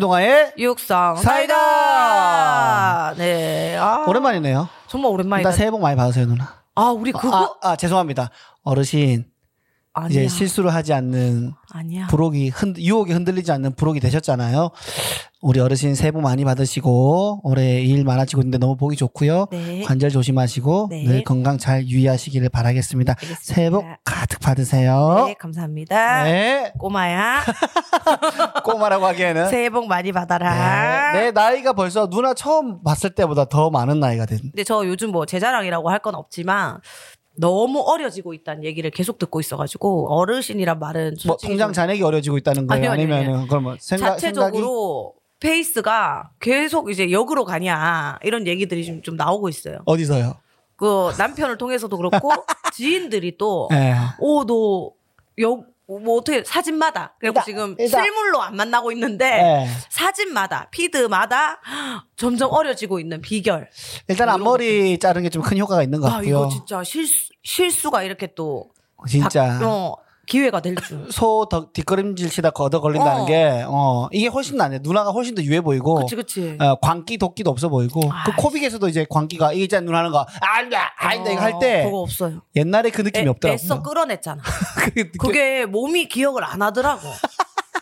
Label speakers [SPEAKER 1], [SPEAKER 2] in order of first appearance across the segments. [SPEAKER 1] 영화의
[SPEAKER 2] 육성
[SPEAKER 1] 사이다.
[SPEAKER 2] 사이다. 네. 아,
[SPEAKER 1] 오랜만이네요.
[SPEAKER 2] 정말 오랜만이다.
[SPEAKER 1] 일단 새해 복 많이 받으세요 누나.
[SPEAKER 2] 아 우리
[SPEAKER 1] 아,
[SPEAKER 2] 그거
[SPEAKER 1] 아 죄송합니다. 어르신
[SPEAKER 2] 아, 니야
[SPEAKER 1] 이제 실수를 하지 않는
[SPEAKER 2] 아니야.
[SPEAKER 1] 부록이 흔, 유혹에 흔들리지 않는 부록이 되셨잖아요. 우리 어르신 새해 복 많이 받으시고 올해 일 많아지고 있는데 너무 보기 좋고요.
[SPEAKER 2] 네.
[SPEAKER 1] 관절 조심하시고
[SPEAKER 2] 네.
[SPEAKER 1] 늘 건강 잘 유의하시기를 바라겠습니다.
[SPEAKER 2] 알겠습니다.
[SPEAKER 1] 새해 복 가득 받으세요.
[SPEAKER 2] 네 감사합니다.
[SPEAKER 1] 어? 네.
[SPEAKER 2] 꼬마야
[SPEAKER 1] 꼬마라고 하기에는
[SPEAKER 2] 새해 복 많이 받아라.
[SPEAKER 1] 네. 내 나이가 벌써 누나 처음 봤을 때보다 더 많은 나이가 된.
[SPEAKER 2] 근데 저 요즘 뭐 제자랑이라고 할 건 없지만 너무 어려지고 있다는 얘기를 계속 듣고 있어가지고 어르신이란 말은
[SPEAKER 1] 뭐
[SPEAKER 2] 솔직히
[SPEAKER 1] 통장
[SPEAKER 2] 좀
[SPEAKER 1] 잔액이 어려지고 있다는 거예요?
[SPEAKER 2] 아니요, 아니요,
[SPEAKER 1] 아니면 은 그걸 뭐 생각 생각이
[SPEAKER 2] 자체적으로 페이스가 계속 이제 역으로 가냐 이런 얘기들이 지금 좀 나오고 있어요.
[SPEAKER 1] 어디서요?
[SPEAKER 2] 그 남편을 통해서도 그렇고 지인들이 어,
[SPEAKER 1] 예.
[SPEAKER 2] 또오너역뭐 어떻게 사진마다 그리고
[SPEAKER 1] 일단,
[SPEAKER 2] 지금
[SPEAKER 1] 일단.
[SPEAKER 2] 실물로 안 만나고 있는데
[SPEAKER 1] 예.
[SPEAKER 2] 사진마다 피드마다 점점 어려지고 있는 비결.
[SPEAKER 1] 일단 앞머리 자른 게 좀 큰 효과가 있는 것
[SPEAKER 2] 아 이거
[SPEAKER 1] 같고요.
[SPEAKER 2] 진짜 실수 실수가 이렇게 또
[SPEAKER 1] 진짜.
[SPEAKER 2] 박- 어, 기회가 될 줄.
[SPEAKER 1] 소 덕- 뒷걸음질 치다 걷어 걸린다는
[SPEAKER 2] 어.
[SPEAKER 1] 게, 어, 이게 훨씬 나네. 누나가 훨씬 더 유해 보이고,
[SPEAKER 2] 그치 그치.
[SPEAKER 1] 어, 광기 도끼도 없어 보이고, 그
[SPEAKER 2] 아이씨.
[SPEAKER 1] 코빅에서도 이제 광기가, 이게 있잖아, 누나 하는 거, 아, 나, 아, 나 이거
[SPEAKER 2] 어,
[SPEAKER 1] 할 때,
[SPEAKER 2] 그거 없어요.
[SPEAKER 1] 옛날에 그 느낌이
[SPEAKER 2] 애-
[SPEAKER 1] 없더라고요.
[SPEAKER 2] 애써 끌어냈잖아.
[SPEAKER 1] 그게 느껴-
[SPEAKER 2] 그게 몸이 기억을 안 하더라고.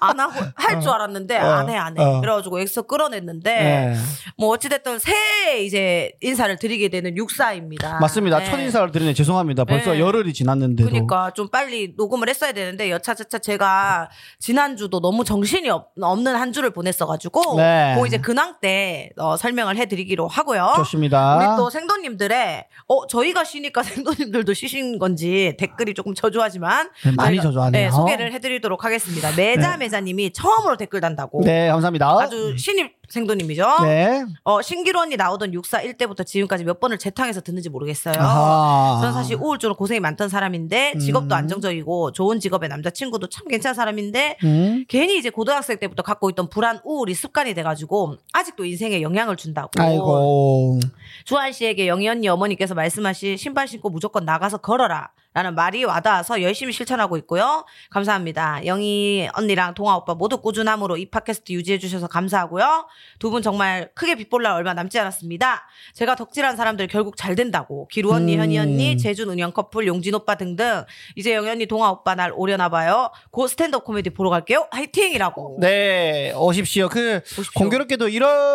[SPEAKER 2] 안 하고 할 줄 알았는데
[SPEAKER 1] 어,
[SPEAKER 2] 안 해 안 해.
[SPEAKER 1] 어.
[SPEAKER 2] 그래가지고 엑소 끌어냈는데
[SPEAKER 1] 예.
[SPEAKER 2] 뭐 어찌됐든 새해 이제 인사를 드리게 되는 육사입니다.
[SPEAKER 1] 맞습니다.
[SPEAKER 2] 예.
[SPEAKER 1] 첫 인사를 드리네. 죄송합니다. 벌써
[SPEAKER 2] 네.
[SPEAKER 1] 열흘이 지났는데도.
[SPEAKER 2] 그러니까 좀 빨리 녹음을 했어야 되는데 여차저차 제가 지난주도 너무 정신이 없, 는한 주를 보냈어가지고
[SPEAKER 1] 네.
[SPEAKER 2] 그 이제 근황 때 어, 설명을 해드리기로 하고요. 우리
[SPEAKER 1] 좋습니다.
[SPEAKER 2] 또 생도님들의 어 저희가 쉬니까 생도님들도 쉬신 건지 댓글이 조금 저조하지만
[SPEAKER 1] 네, 많이
[SPEAKER 2] 저희가, 네,
[SPEAKER 1] 저조하네요.
[SPEAKER 2] 소개를 해드리도록 하겠습니다. 매자 매자님이 처음으로 댓글 단다고
[SPEAKER 1] 네, 감사합니다.
[SPEAKER 2] 아주 신입 생도님이죠.
[SPEAKER 1] 네.
[SPEAKER 2] 어 신기론이 나오던 육사 1때부터 지금까지 몇 번을 재탕해서 듣는지 모르겠어요.
[SPEAKER 1] 아하. 음.
[SPEAKER 2] 저는 사실 우울증으로 고생이 많던 사람인데 직업도 안정적이고 좋은 직업의 남자친구도 참 괜찮은 사람인데
[SPEAKER 1] 음.
[SPEAKER 2] 괜히 이제 고등학생 때부터 갖고 있던 불안 우울이 습관이 돼가지고 아직도 인생에 영향을 준다고
[SPEAKER 1] 뭐 아이고.
[SPEAKER 2] 주한 씨에게 영희 언니 어머니께서 말씀하신 신발 신고 무조건 나가서 걸어라. 라는 말이 와닿아서 열심히 실천하고 있고요. 감사합니다. 영희 언니랑 동아 오빠 모두 꾸준함으로 이 팟캐스트 유지해주셔서 감사하고요. 두 분 정말 크게 빗볼날 얼마 남지 않았습니다. 제가 덕질한 사람들 결국 잘 된다고. 기루 언니,
[SPEAKER 1] 음.
[SPEAKER 2] 현희 언니, 재준, 은영 커플, 용진 오빠 등등. 이제 영희 언니, 동아 오빠 날 오려나봐요. 곧 스탠드업 코미디 보러 갈게요. 화이팅이라고.
[SPEAKER 1] 네, 오십시오. 그
[SPEAKER 2] 오십시오.
[SPEAKER 1] 공교롭게도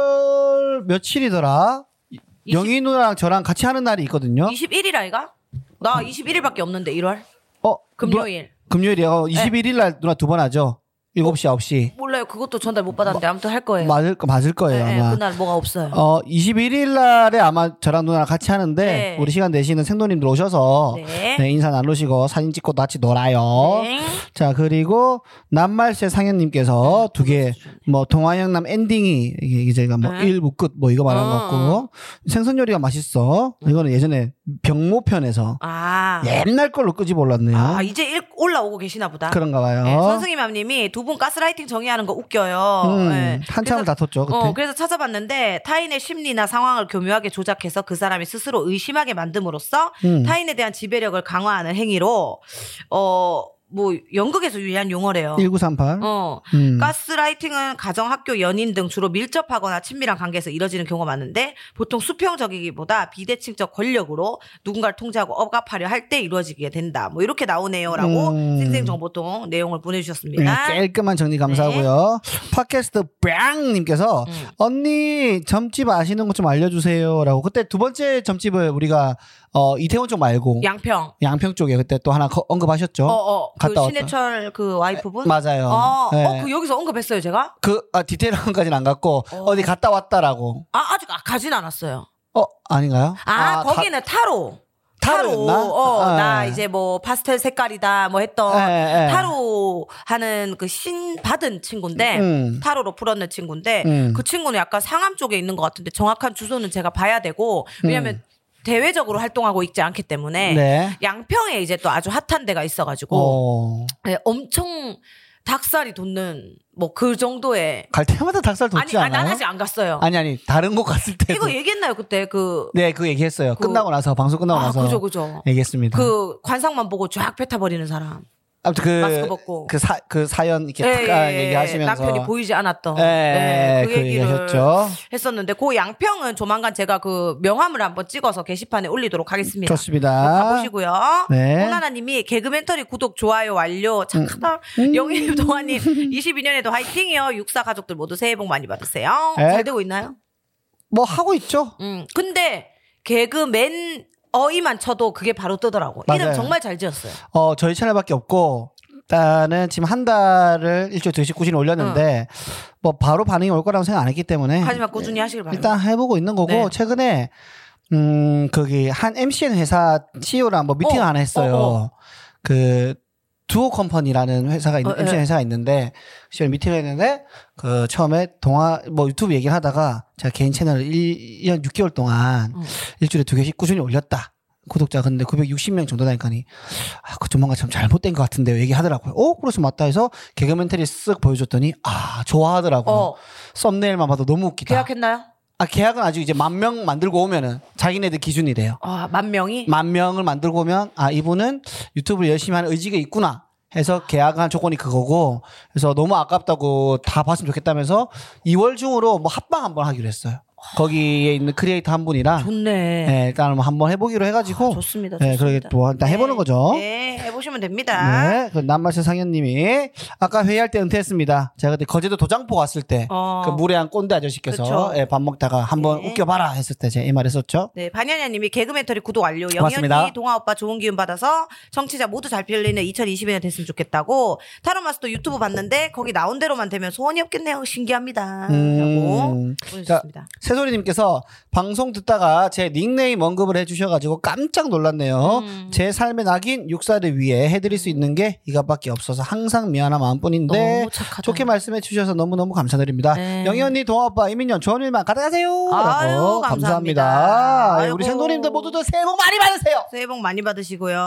[SPEAKER 1] 1월 며칠이더라.
[SPEAKER 2] 이십-
[SPEAKER 1] 영희 누나랑 저랑 같이 하는 날이 있거든요.
[SPEAKER 2] 21일 아이가? 나 21일밖에 없는데 1월.
[SPEAKER 1] 어,
[SPEAKER 2] 금요일. 네.
[SPEAKER 1] 누나- 금요일이요. 21일 날 누나 두 번 하죠. 7시, 9시.
[SPEAKER 2] 몰라요. 그것도 전달 못 받았는데 아무튼 할 거예요.
[SPEAKER 1] 맞을 거 맞을 거예요,
[SPEAKER 2] 예, 예,
[SPEAKER 1] 아마.
[SPEAKER 2] 네. 그날 뭐가 없어요.
[SPEAKER 1] 어, 21일 날에 아마 저랑 누나랑 같이 하는데
[SPEAKER 2] 네.
[SPEAKER 1] 우리 시간 내시는 생도님들 오셔서
[SPEAKER 2] 네.
[SPEAKER 1] 네, 어, 인사 나누시고 사진 찍고 같이 놀아요.
[SPEAKER 2] 네.
[SPEAKER 1] 자 그리고 남말세 상현님께서 두 개 뭐 동화영남 엔딩이 이게 이제 제가 뭐
[SPEAKER 2] 네. 어.
[SPEAKER 1] 일부 끝 뭐 이거 말하는 것 같고 생선 요리가 맛있어 이거는 예전에 병모편에서
[SPEAKER 2] 네. 아.
[SPEAKER 1] 옛날 걸로 끄지 몰랐네요
[SPEAKER 2] 아, 이제 일- 올라오고 계시나 보다.
[SPEAKER 1] 예. 그런가 봐요
[SPEAKER 2] 네, 선생님함님이 두 분 가스라이팅 정의하는 거 웃겨요.
[SPEAKER 1] 음,
[SPEAKER 2] 네.
[SPEAKER 1] 한참을
[SPEAKER 2] 그래서-
[SPEAKER 1] 다퉜죠 그때
[SPEAKER 2] 어, 그래서 찾아봤는데 타인의 심리나 상황을 교묘하게 조작해서 그 사람이 스스로 의심하게 만듦으로써
[SPEAKER 1] 음.
[SPEAKER 2] 타인에 대한 지배력을 강화하는 행위로 어, 뭐 연극에서 유일한 용어래요.
[SPEAKER 1] 1938
[SPEAKER 2] 어.
[SPEAKER 1] 음.
[SPEAKER 2] 가스라이팅은 가정, 학교, 연인 등 주로 밀접하거나 친밀한 관계에서 이뤄지는 경우가 많은데 보통 수평적이기보다 비대칭적 권력으로 누군가를 통제하고 억압하려 할 때 이루어지게 된다. 뭐 이렇게 나오네요라고
[SPEAKER 1] 음.
[SPEAKER 2] 생생정보통 내용을
[SPEAKER 1] 네,
[SPEAKER 2] 보내주셨습니다.
[SPEAKER 1] 깔끔한 정리 감사하고요.
[SPEAKER 2] 네.
[SPEAKER 1] 팟캐스트
[SPEAKER 2] 음.
[SPEAKER 1] 빵님께서 언니 점집 아시는 곳 좀 알려주세요라고 그때 두 번째 점집을 우리가 어, 이태원 쪽 말고
[SPEAKER 2] 양평.
[SPEAKER 1] 양평 쪽에 그때 또 하나 거- 언급하셨죠.
[SPEAKER 2] 어, 어. 그
[SPEAKER 1] 갔다 왔다.
[SPEAKER 2] 신해철 그 와이프분?
[SPEAKER 1] 맞아요.
[SPEAKER 2] 어,
[SPEAKER 1] 네.
[SPEAKER 2] 어, 그 여기서 언급했어요, 제가?
[SPEAKER 1] 그 아, 디테일한까지는 안 갔고 어. 디 갔다 왔다라고.
[SPEAKER 2] 아, 아직 가진 않았어요.
[SPEAKER 1] 어 아닌가요?
[SPEAKER 2] 아,
[SPEAKER 1] 가-
[SPEAKER 2] 거기는 타로.
[SPEAKER 1] 타로였나?
[SPEAKER 2] 어,
[SPEAKER 1] 아,
[SPEAKER 2] 나
[SPEAKER 1] 예.
[SPEAKER 2] 이제 뭐 파스텔 색깔이다 뭐 했던
[SPEAKER 1] 예, 예.
[SPEAKER 2] 타로 하는 그 신 받은 친구인데
[SPEAKER 1] 음.
[SPEAKER 2] 타로로 풀었는 친구인데
[SPEAKER 1] 음.
[SPEAKER 2] 그 친구는 약간 상암 쪽에 있는 것 같은데 정확한 주소는 제가 봐야 되고 왜냐면 대외적으로 활동하고 있지 않기 때문에
[SPEAKER 1] 음. 네.
[SPEAKER 2] 양평에 이제 또 아주 핫한 데가 있어가지고
[SPEAKER 1] 어.
[SPEAKER 2] 네, 엄청 닭살이 돋는 뭐 그 정도의
[SPEAKER 1] 갈 때마다 닭살
[SPEAKER 2] 아니
[SPEAKER 1] 돋지
[SPEAKER 2] 아니, 난
[SPEAKER 1] 않아요?
[SPEAKER 2] 아직 안 갔어요.
[SPEAKER 1] 아니 예, 아니 다른 곳 갔을 때도
[SPEAKER 2] 이거 얘기했나요 그때 그
[SPEAKER 1] 네 그 얘기했어요.
[SPEAKER 2] 그-
[SPEAKER 1] 네, 끝나고 나서 방송 끝나고
[SPEAKER 2] 아,
[SPEAKER 1] 나서
[SPEAKER 2] 그죠 그죠.
[SPEAKER 1] 얘기했습니다.
[SPEAKER 2] 그 관상만 보고 쫙 뱉어버리는 사람.
[SPEAKER 1] 아무튼 그
[SPEAKER 2] 마스크 벗고.
[SPEAKER 1] 그, 사, 그 사연 이렇게
[SPEAKER 2] 예,
[SPEAKER 1] 딱
[SPEAKER 2] 예, 예.
[SPEAKER 1] 얘기하시면서
[SPEAKER 2] 남편이 보이지 않았던
[SPEAKER 1] 예,
[SPEAKER 2] 예,
[SPEAKER 1] 예, 그 얘기를 하셨죠.
[SPEAKER 2] 했었는데 그 양평은 조만간 제가 그 명함을 한번 찍어서 게시판에 올리도록 하겠습니다.
[SPEAKER 1] 좋습니다.
[SPEAKER 2] 뭐 가보시고요.
[SPEAKER 1] 네.
[SPEAKER 2] 홍나나님이 개그멘터리 구독 좋아요 완료. 착하다.
[SPEAKER 1] 음.
[SPEAKER 2] 영희님 동아님 22년에도 화이팅이요. 육사 가족들 모두 새해 복 많이 받으세요.
[SPEAKER 1] 에?
[SPEAKER 2] 잘 되고 있나요?
[SPEAKER 1] 뭐 하고 있죠?
[SPEAKER 2] 음. 근데 개그맨 어이만 쳐도 그게 바로 뜨더라고. 이름
[SPEAKER 1] 맞아요.
[SPEAKER 2] 정말 잘 지었어요.
[SPEAKER 1] 어, 저희 채널밖에 없고 일단은 지금 한 달을 일주일 두씩 꾸준히 올렸는데 뭐 바로 반응이 올 거라고 생각 안 했기 때문에
[SPEAKER 2] 하지만 꾸준히 하시길 바랍니다.
[SPEAKER 1] 네. 일단 해보고 있는 거고
[SPEAKER 2] 음. 네.
[SPEAKER 1] 최근에 음 거기 한 MCN 회사 CEO랑 뭐 미팅
[SPEAKER 2] 어,
[SPEAKER 1] 을 하나 했어요.
[SPEAKER 2] 어, 어.
[SPEAKER 1] 그 두오 컴퍼니라는 회사가 있는
[SPEAKER 2] 어, 예.
[SPEAKER 1] MCN 회사가 있는데 실제로 미팅을 했는데 그 처음에 동화 뭐 유튜브 얘기를 하다가 제가 개인 채널을 1년 6개월 동안
[SPEAKER 2] 음.
[SPEAKER 1] 일주일에 두 개씩 꾸준히 올렸다. 구독자 근데 960명 정도 다니까니 아, 그 조만간 참 잘못된 것 같은데요. 얘기하더라고요. 어, 그래서 맞다 해서 개그멘터리 쓱 보여줬더니 아, 좋아하더라고요.
[SPEAKER 2] 어,
[SPEAKER 1] 썸네일만 봐도 너무 웃기다.
[SPEAKER 2] 계약했나요?
[SPEAKER 1] 아, 계약은 아직 이제 만 명 만들고 오면은 자기네들 기준이래요.
[SPEAKER 2] 아, 만 명이?
[SPEAKER 1] 만 명을 만들고 오면 아 이분은 유튜브를 열심히 하는 의지가 있구나 해서 계약한 조건이 그거고 그래서 너무 아깝다고 다 봤으면 좋겠다면서 2월 중으로 뭐 합방 한번 하기로 했어요. 거기에 있는 크리에이터 한 분이랑
[SPEAKER 2] 좋네. 아,
[SPEAKER 1] 예, 일단 뭐 한번 해보기로 해가지고
[SPEAKER 2] 좋습니다.
[SPEAKER 1] 예,
[SPEAKER 2] 좋습니다.
[SPEAKER 1] 그러게 또 일단 해보는
[SPEAKER 2] 네,
[SPEAKER 1] 거죠.
[SPEAKER 2] 네, 해보시면 됩니다.
[SPEAKER 1] 네, 그 남말세 상현님이 아까 회의할 때 은퇴했습니다. 제가 그때 거제도 도장포 갔을 때
[SPEAKER 2] 어.
[SPEAKER 1] 그 물에 한 꼰대 아저씨께서
[SPEAKER 2] 그쵸.
[SPEAKER 1] 예, 밥 먹다가 한번
[SPEAKER 2] 네.
[SPEAKER 1] 웃겨봐라 했을 때 제가 이 말 했었죠.
[SPEAKER 2] 네, 반현현님이 개그멘터리 구독 완료.
[SPEAKER 1] 고맙습니다.
[SPEAKER 2] 영현이 동아 오빠 좋은 기운 받아서 청취자 모두 잘 필리는 2020년 됐으면 좋겠다고 타로마스도 유튜브 봤는데 거기 나온 대로만 되면 소원이 없겠네요. 신기합니다. 라고
[SPEAKER 1] 음,
[SPEAKER 2] 보내주셨습니다.
[SPEAKER 1] 새소리님께서 방송 듣다가 제 닉네임 언급을 해주셔가지고 깜짝 놀랐네요.
[SPEAKER 2] 음.
[SPEAKER 1] 제 삶의 낙인 육사를 위해 해드릴 수 있는 게 이것밖에 없어서 항상 미안한 마음뿐인데
[SPEAKER 2] 너무 착하다.
[SPEAKER 1] 좋게 말씀해 주셔서 너무너무 감사드립니다.
[SPEAKER 2] 네.
[SPEAKER 1] 영희 언니, 동아 오빠, 이민년 좋은 일만 가득하세요.
[SPEAKER 2] 아유,
[SPEAKER 1] 라고
[SPEAKER 2] 감사합니다.
[SPEAKER 1] 감사합니다. 예,
[SPEAKER 2] 아이고.
[SPEAKER 1] 우리 생도님들 모두들 새해 복 많이 받으세요.
[SPEAKER 2] 새해 복 많이 받으시고요.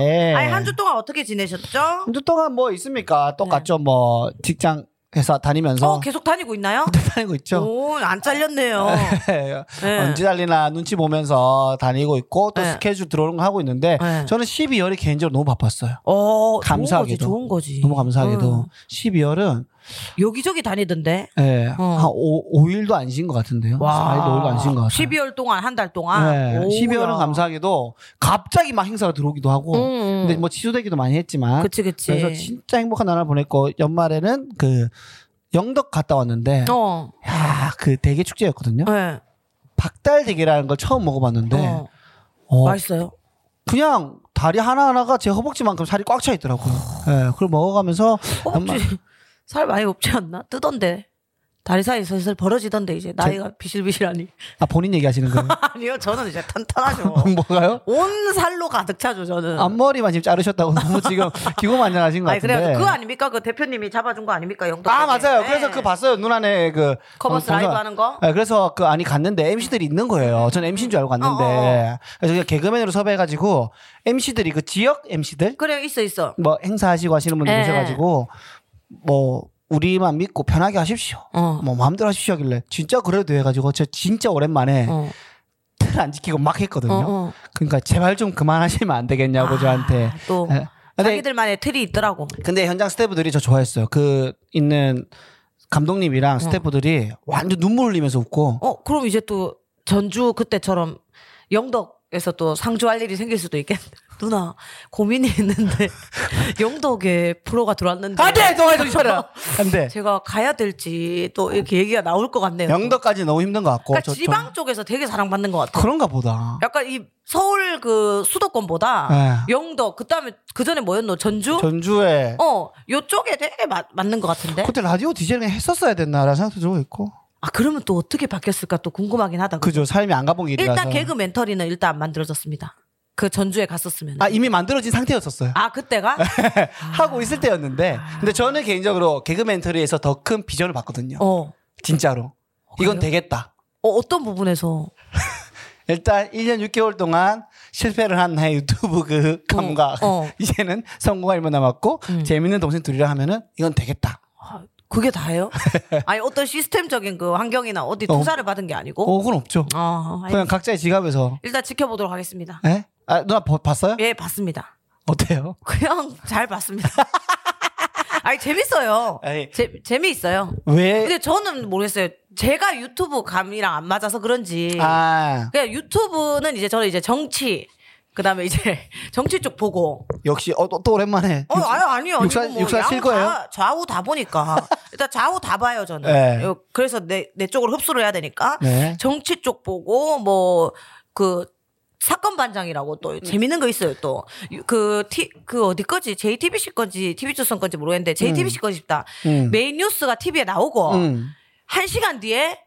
[SPEAKER 1] 네.
[SPEAKER 2] 아니 한 주 동안 어떻게 지내셨죠?
[SPEAKER 1] 한주 동안 뭐 있습니까? 똑같죠. 뭐 직장 회사 다니면서
[SPEAKER 2] 네. 어, 계속 다니고 있나요?
[SPEAKER 1] 다니고 있죠.
[SPEAKER 2] 오, 안 잘렸네요. 네.
[SPEAKER 1] 언제 달리나 눈치 보면서 다니고 있고 또
[SPEAKER 2] 네.
[SPEAKER 1] 스케줄 들어오는 거 하고 있는데
[SPEAKER 2] 네.
[SPEAKER 1] 저는 12월이 개인적으로 너무 바빴어요.
[SPEAKER 2] 어,
[SPEAKER 1] 감사하게도.
[SPEAKER 2] 좋은 거지. 좋은 거지.
[SPEAKER 1] 너무 감사하게도
[SPEAKER 2] 응.
[SPEAKER 1] 12월은
[SPEAKER 2] 여기저기 다니던데.
[SPEAKER 1] 예,
[SPEAKER 2] 어.
[SPEAKER 1] 한 5, 5일도 안 쉰 것 같은데요. 4일도 5일도 안 쉰 것 같아요.
[SPEAKER 2] 12월 동안 한 달
[SPEAKER 1] 네,
[SPEAKER 2] 동안. 오우야.
[SPEAKER 1] 12월은 감사하기도 갑자기 막 행사가 들어오기도 하고
[SPEAKER 2] 응, 응.
[SPEAKER 1] 근데 뭐 취소되기도 많이 했지만
[SPEAKER 2] 음. 그치 그치.
[SPEAKER 1] 그래서 진짜 행복한 나날 보냈고 연말에는 그 영덕 갔다 왔는데
[SPEAKER 2] 어.
[SPEAKER 1] 야, 네. 그 대게 축제였거든요.
[SPEAKER 2] 네.
[SPEAKER 1] 박달 대게라는 걸 처음 먹어봤는데
[SPEAKER 2] 어.
[SPEAKER 1] 어,
[SPEAKER 2] 맛있어요.
[SPEAKER 1] 그냥 다리 하나 하나가 제 허벅지만큼 살이 꽉 차 있더라고요.
[SPEAKER 2] 어.
[SPEAKER 1] 예, 그걸 먹어가면서 연말-
[SPEAKER 2] 허벅지 살 많이 없지 않나? 뜨던데. 다리 사이 슬슬 벌어지던데 이제 나이가 비실비실하니.
[SPEAKER 1] 아 본인 얘기하시는 거예요?
[SPEAKER 2] 아니요 저는 이제 탄탄하죠.
[SPEAKER 1] 뭐가요?
[SPEAKER 2] 온 살로 가득 차죠 저는.
[SPEAKER 1] 앞머리만 지금 자르셨다고 너무 지금 기고만장하신 것
[SPEAKER 2] 어. 아니
[SPEAKER 1] 같은데.
[SPEAKER 2] 그래 그거 아닙니까 그 대표님이 잡아준 거 아닙니까 영덕.
[SPEAKER 1] 아 맞아요.
[SPEAKER 2] 네.
[SPEAKER 1] 그래서 그 봤어요. 눈안에 그
[SPEAKER 2] 커버스
[SPEAKER 1] 검사-
[SPEAKER 2] 라이브 하는 거.
[SPEAKER 1] 네, 그래서 그 아니 갔는데 MC들이 있는 거예요. 저는 MC인 줄 알고
[SPEAKER 2] 음.
[SPEAKER 1] 갔는데
[SPEAKER 2] 어, 어,
[SPEAKER 1] 그래서 그냥 개그맨으로 섭외해가지고 MC들이 그 지역 MC들
[SPEAKER 2] 그래 있어 있어.
[SPEAKER 1] 뭐 행사하시고 하시는 분들
[SPEAKER 2] 예.
[SPEAKER 1] 계셔가지고 뭐 우리만 믿고 편하게 하십시오.
[SPEAKER 2] 어.
[SPEAKER 1] 뭐 마음대로 하십시오 하길래 진짜 그래도 돼 해가지고 저 진짜 오랜만에
[SPEAKER 2] 어.
[SPEAKER 1] 틀 안 지키고 막 했거든요.
[SPEAKER 2] 어. 어.
[SPEAKER 1] 그러니까 제발 좀 그만하시면 안 되겠냐고 저한테.
[SPEAKER 2] 아, 또
[SPEAKER 1] 예. 근데,
[SPEAKER 2] 자기들만의 틀이 있더라고.
[SPEAKER 1] 근데 현장 스태프들이 저 좋아했어요. 그 있는 감독님이랑 스태프들이 완전 눈물 흘리면서 웃고
[SPEAKER 2] 어, 그럼 이제 또 전주 그때처럼 영덕에서 또 상주할 일이 생길 수도 있겠는데. 누나, 고민이 있는데, 영덕에 프로가 들어왔는데.
[SPEAKER 1] 안돼 동아리 좀 쳐라 안돼
[SPEAKER 2] 제가 가야 될지 또 이렇게 얘기가 나올 것 같네요.
[SPEAKER 1] 영덕까지 너무 힘든 것 같고
[SPEAKER 2] 그러니까
[SPEAKER 1] 저- 저-
[SPEAKER 2] 지방 쪽에서 되게 사랑받는 것 같아요.
[SPEAKER 1] 그런가 보다
[SPEAKER 2] 약간 이 서울 그 수도권보다
[SPEAKER 1] 예.
[SPEAKER 2] 영덕, 그 다음에 그 전에 뭐였노? 전주?
[SPEAKER 1] 전주에
[SPEAKER 2] 어, 네? 요쪽에 되게 맞, 맞는 것 같은데.
[SPEAKER 1] 그때 라디오 디제이를 그냥 했었어야 됐나라는 생각도 들고 있고
[SPEAKER 2] 아, 그러면 또 어떻게 바뀌었을까 또 궁금하긴 하다.
[SPEAKER 1] 그죠 삶이 안 가본 길이라서
[SPEAKER 2] 일단 개그 멘터리는 일단 안 만들어졌습니다. 그 전주에 갔었으면.
[SPEAKER 1] 아 이미 만들어진 상태였었어요
[SPEAKER 2] 아 그때가
[SPEAKER 1] 하고 있을 때였는데 근데 저는 개인적으로 개그멘터리에서 더 큰 비전을 봤거든요
[SPEAKER 2] 어,
[SPEAKER 1] 진짜로 이건
[SPEAKER 2] 그래요?
[SPEAKER 1] 되겠다
[SPEAKER 2] 어떤 부분에서
[SPEAKER 1] 일단 1년 6개월 동안 실패를 한 나의 유튜브 그 감각.
[SPEAKER 2] 어, 어.
[SPEAKER 1] 이제는 성공할 일만 남았고
[SPEAKER 2] 음.
[SPEAKER 1] 재밌는 동생 둘이라 하면은 이건 되겠다.
[SPEAKER 2] 아, 그게 다예요? 아니 어떤 시스템적인 그 환경이나 어디
[SPEAKER 1] 어.
[SPEAKER 2] 투자를 받은 게 아니고
[SPEAKER 1] 어, 그건 없죠.
[SPEAKER 2] 어, 아니,
[SPEAKER 1] 그냥 각자의 지갑에서.
[SPEAKER 2] 일단 지켜보도록 하겠습니다.
[SPEAKER 1] 예? 아, 누나 보- 봤어요?
[SPEAKER 2] 예 봤습니다.
[SPEAKER 1] 어때요?
[SPEAKER 2] 그냥 잘 봤습니다. 아니 재밌어요.
[SPEAKER 1] 아니, 네.
[SPEAKER 2] 재 재미있어요.
[SPEAKER 1] 왜?
[SPEAKER 2] 근데 저는 모르겠어요. 제가 유튜브 감이랑 안 맞아서 그런지.
[SPEAKER 1] 아,
[SPEAKER 2] 그냥 유튜브는 이제 저는 이제 정치 그다음에 이제 정치 쪽 보고
[SPEAKER 1] 역시, 어, 또, 또 오랜만에.
[SPEAKER 2] 어, 아니, 아니요.
[SPEAKER 1] 육사-
[SPEAKER 2] 이거
[SPEAKER 1] 육사
[SPEAKER 2] 양
[SPEAKER 1] 칠 거예요?
[SPEAKER 2] 다- 좌우 다 보니까. 일단 좌우 다 봐요, 저는.
[SPEAKER 1] 네.
[SPEAKER 2] 요- 그래서 내, 내 쪽으로 흡수를 해야 되니까.
[SPEAKER 1] 네.
[SPEAKER 2] 정치 쪽 보고, 뭐, 그, 사건 반장이라고 또 재밌는 거 있어요 또. 유- 그, 티, 그 어디 거지? JTBC 건지 TV조선 건지 모르겠는데 JTBC 건지 싶다.
[SPEAKER 1] 음.
[SPEAKER 2] 메인 뉴스가 TV에 나오고,
[SPEAKER 1] 음.
[SPEAKER 2] 한 시간 뒤에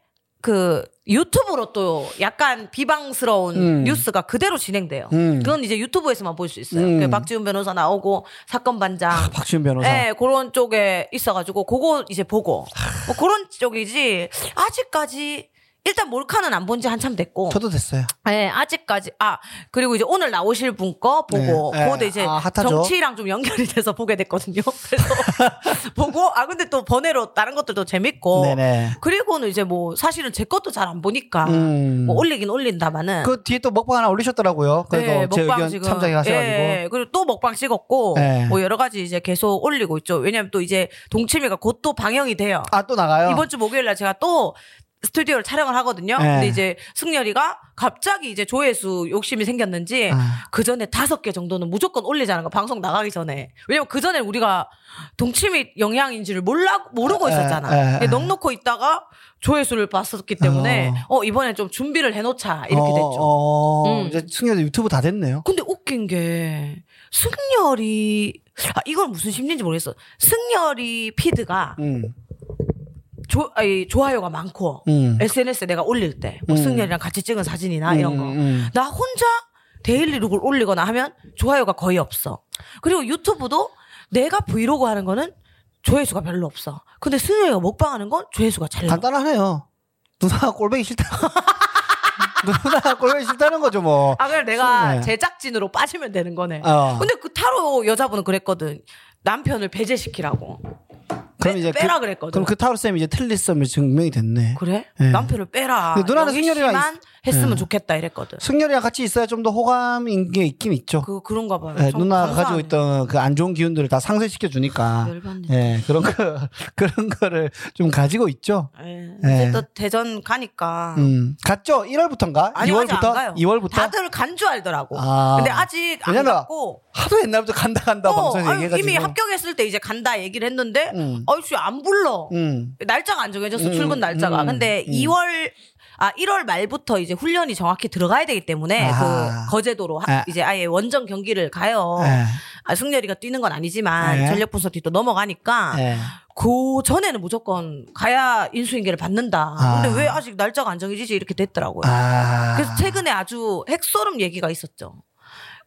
[SPEAKER 2] 그 유튜브로 또 약간 비방스러운
[SPEAKER 1] 음.
[SPEAKER 2] 뉴스가 그대로 진행돼요.
[SPEAKER 1] 음.
[SPEAKER 2] 그건 이제 유튜브에서만 볼 수 있어요.
[SPEAKER 1] 음.
[SPEAKER 2] 그 박지훈 변호사 나오고 사건 반장,
[SPEAKER 1] 아, 박지훈 변호사.
[SPEAKER 2] 예, 그런 쪽에 있어가지고 그거 이제 보고 뭐 그런 쪽이지 아직까지 일단 몰카는 안 본 지 한참 됐고,
[SPEAKER 1] 저도 됐어요.
[SPEAKER 2] 예, 아직까지 아 그리고 이제 오늘 나오실 분 거 보고
[SPEAKER 1] 네, 네.
[SPEAKER 2] 그것도 이제
[SPEAKER 1] 아, 핫하죠.
[SPEAKER 2] 정치랑 좀 연결이 돼서 보게 됐거든요. 그래서 보고 아 근데 또 번외로 다른 것들도 재밌고
[SPEAKER 1] 네네.
[SPEAKER 2] 그리고는 이제 뭐 사실은 제 것도 잘 안 보니까
[SPEAKER 1] 음.
[SPEAKER 2] 뭐 올리긴 올린다마는 네,
[SPEAKER 1] 그 뒤에 또 먹방 하나 올리셨더라고요. 그래서 제 의견 참작해 가셔가지고.
[SPEAKER 2] 예, 그리고 또 먹방 찍었고
[SPEAKER 1] 예.
[SPEAKER 2] 뭐 여러 가지 이제 계속 올리고 있죠. 왜냐면 또 이제 동치미가 곧 또 방영이 돼요. 네.
[SPEAKER 1] 아, 또 나가요?
[SPEAKER 2] 이번 주 목요일 날 제가 또 스튜디오를 촬영을 하거든요.
[SPEAKER 1] 예.
[SPEAKER 2] 근데 이제 승열이가 갑자기 이제 조회수 욕심이 생겼는지
[SPEAKER 1] 아.
[SPEAKER 2] 그 전에 다섯 개 정도는 무조건 올리자는 거 방송 나가기 전에 왜냐면 그 전에 우리가 동치미 영향인지를 몰라 모르고
[SPEAKER 1] 에,
[SPEAKER 2] 있었잖아.
[SPEAKER 1] 에, 에.
[SPEAKER 2] 넉넉고 있다가 조회수를 봤었기 때문에 어, 이번에 좀 준비를 해놓자 이렇게
[SPEAKER 1] 어,
[SPEAKER 2] 됐죠.
[SPEAKER 1] 어,
[SPEAKER 2] 음.
[SPEAKER 1] 이제 승려도 유튜브 다 됐네요.
[SPEAKER 2] 근데 웃긴 게 승열이 아 이건 무슨 심리인지 모르겠어. 승열이 피드가
[SPEAKER 1] 음.
[SPEAKER 2] 조, 아니, 좋아요가 많고
[SPEAKER 1] 음.
[SPEAKER 2] SNS에 내가 올릴 때 뭐
[SPEAKER 1] 음.
[SPEAKER 2] 승열이랑 같이 찍은 네, 사진이나 이런 거.
[SPEAKER 1] 음, 음.
[SPEAKER 2] 나 혼자 데일리 룩을 올리거나 하면 좋아요가 거의 없어. 그리고 유튜브도 내가 브이로그 하는 거는 조회수가 별로 없어. 근데 승열이가 먹방하는 건 조회수가 잘 나.
[SPEAKER 1] 간단하네요. 누나가 꼴뱅이 싫다. 누나가 꼴뱅이 싫다는 거죠, 뭐.
[SPEAKER 2] 아 그래 내가
[SPEAKER 1] 네.
[SPEAKER 2] 제작진으로 빠지면 되는 거네.
[SPEAKER 1] 어.
[SPEAKER 2] 근데 그 타로 여자분은 그랬거든. 남편을 배제시키라고. 빼- 빼라 그랬거든.
[SPEAKER 1] 그럼 그 타로쌤이 이제 틀리썸이 증명이 됐네.
[SPEAKER 2] 그래?
[SPEAKER 1] 네.
[SPEAKER 2] 남편을 빼라.
[SPEAKER 1] 근데 누나는 네.
[SPEAKER 2] 여기
[SPEAKER 1] 승열이랑
[SPEAKER 2] 씨만 했으면 좋겠다 이랬거든.
[SPEAKER 1] 승열이랑 같이 있어야 좀 더 호감인 게 있긴 있죠.
[SPEAKER 2] 그 그런가 봐요.
[SPEAKER 1] 예,
[SPEAKER 2] 참
[SPEAKER 1] 누나가
[SPEAKER 2] 감사하네.
[SPEAKER 1] 가지고 있던 그 안 좋은 기운들을 다 상쇄시켜 주니까.
[SPEAKER 2] 열받네.
[SPEAKER 1] 예, 그런 거, 그런 거를 좀 가지고 있죠.
[SPEAKER 2] 예,
[SPEAKER 1] 예.
[SPEAKER 2] 이제 또 대전 가니까.
[SPEAKER 1] 음. 갔죠? 1월부터인가?
[SPEAKER 2] 아. 아니, 아직
[SPEAKER 1] 2월부터?
[SPEAKER 2] 안 가요.
[SPEAKER 1] 2월부터?
[SPEAKER 2] 다들 간 줄 알더라고.
[SPEAKER 1] 아.
[SPEAKER 2] 근데 아직 안
[SPEAKER 1] 왜냐면
[SPEAKER 2] 갔고.
[SPEAKER 1] 하도 옛날부터 간다 간다
[SPEAKER 2] 어,
[SPEAKER 1] 방송에서
[SPEAKER 2] 아유,
[SPEAKER 1] 얘기해 가지고.
[SPEAKER 2] 이미 합격했을 때 이제 간다 얘기를 했는데
[SPEAKER 1] 음.
[SPEAKER 2] 아이씨 안 불러.
[SPEAKER 1] 음.
[SPEAKER 2] 날짜가 안 정해졌어
[SPEAKER 1] 음,
[SPEAKER 2] 출근 날짜가.
[SPEAKER 1] 음,
[SPEAKER 2] 근데
[SPEAKER 1] 음.
[SPEAKER 2] 2월 아 1월 말부터 이제 훈련이 정확히 들어가야 되기 때문에
[SPEAKER 1] 아하. 예.
[SPEAKER 2] 그 거제도로 하-
[SPEAKER 1] 아.
[SPEAKER 2] 이제 아예 원정 경기를 가요. 아, 승렬이가 뛰는 건 아니지만
[SPEAKER 1] 네.
[SPEAKER 2] 전력 분석 뒤또 넘어가니까
[SPEAKER 1] 예. 예.
[SPEAKER 2] 그 전에는 무조건 가야 인수인계를 받는다.
[SPEAKER 1] 아.
[SPEAKER 2] 근데 왜 아직 날짜가 안 정해지지 이렇게 됐더라고요.
[SPEAKER 1] 아.
[SPEAKER 2] 그래서 최근에 아주 핵소름 얘기가 있었죠.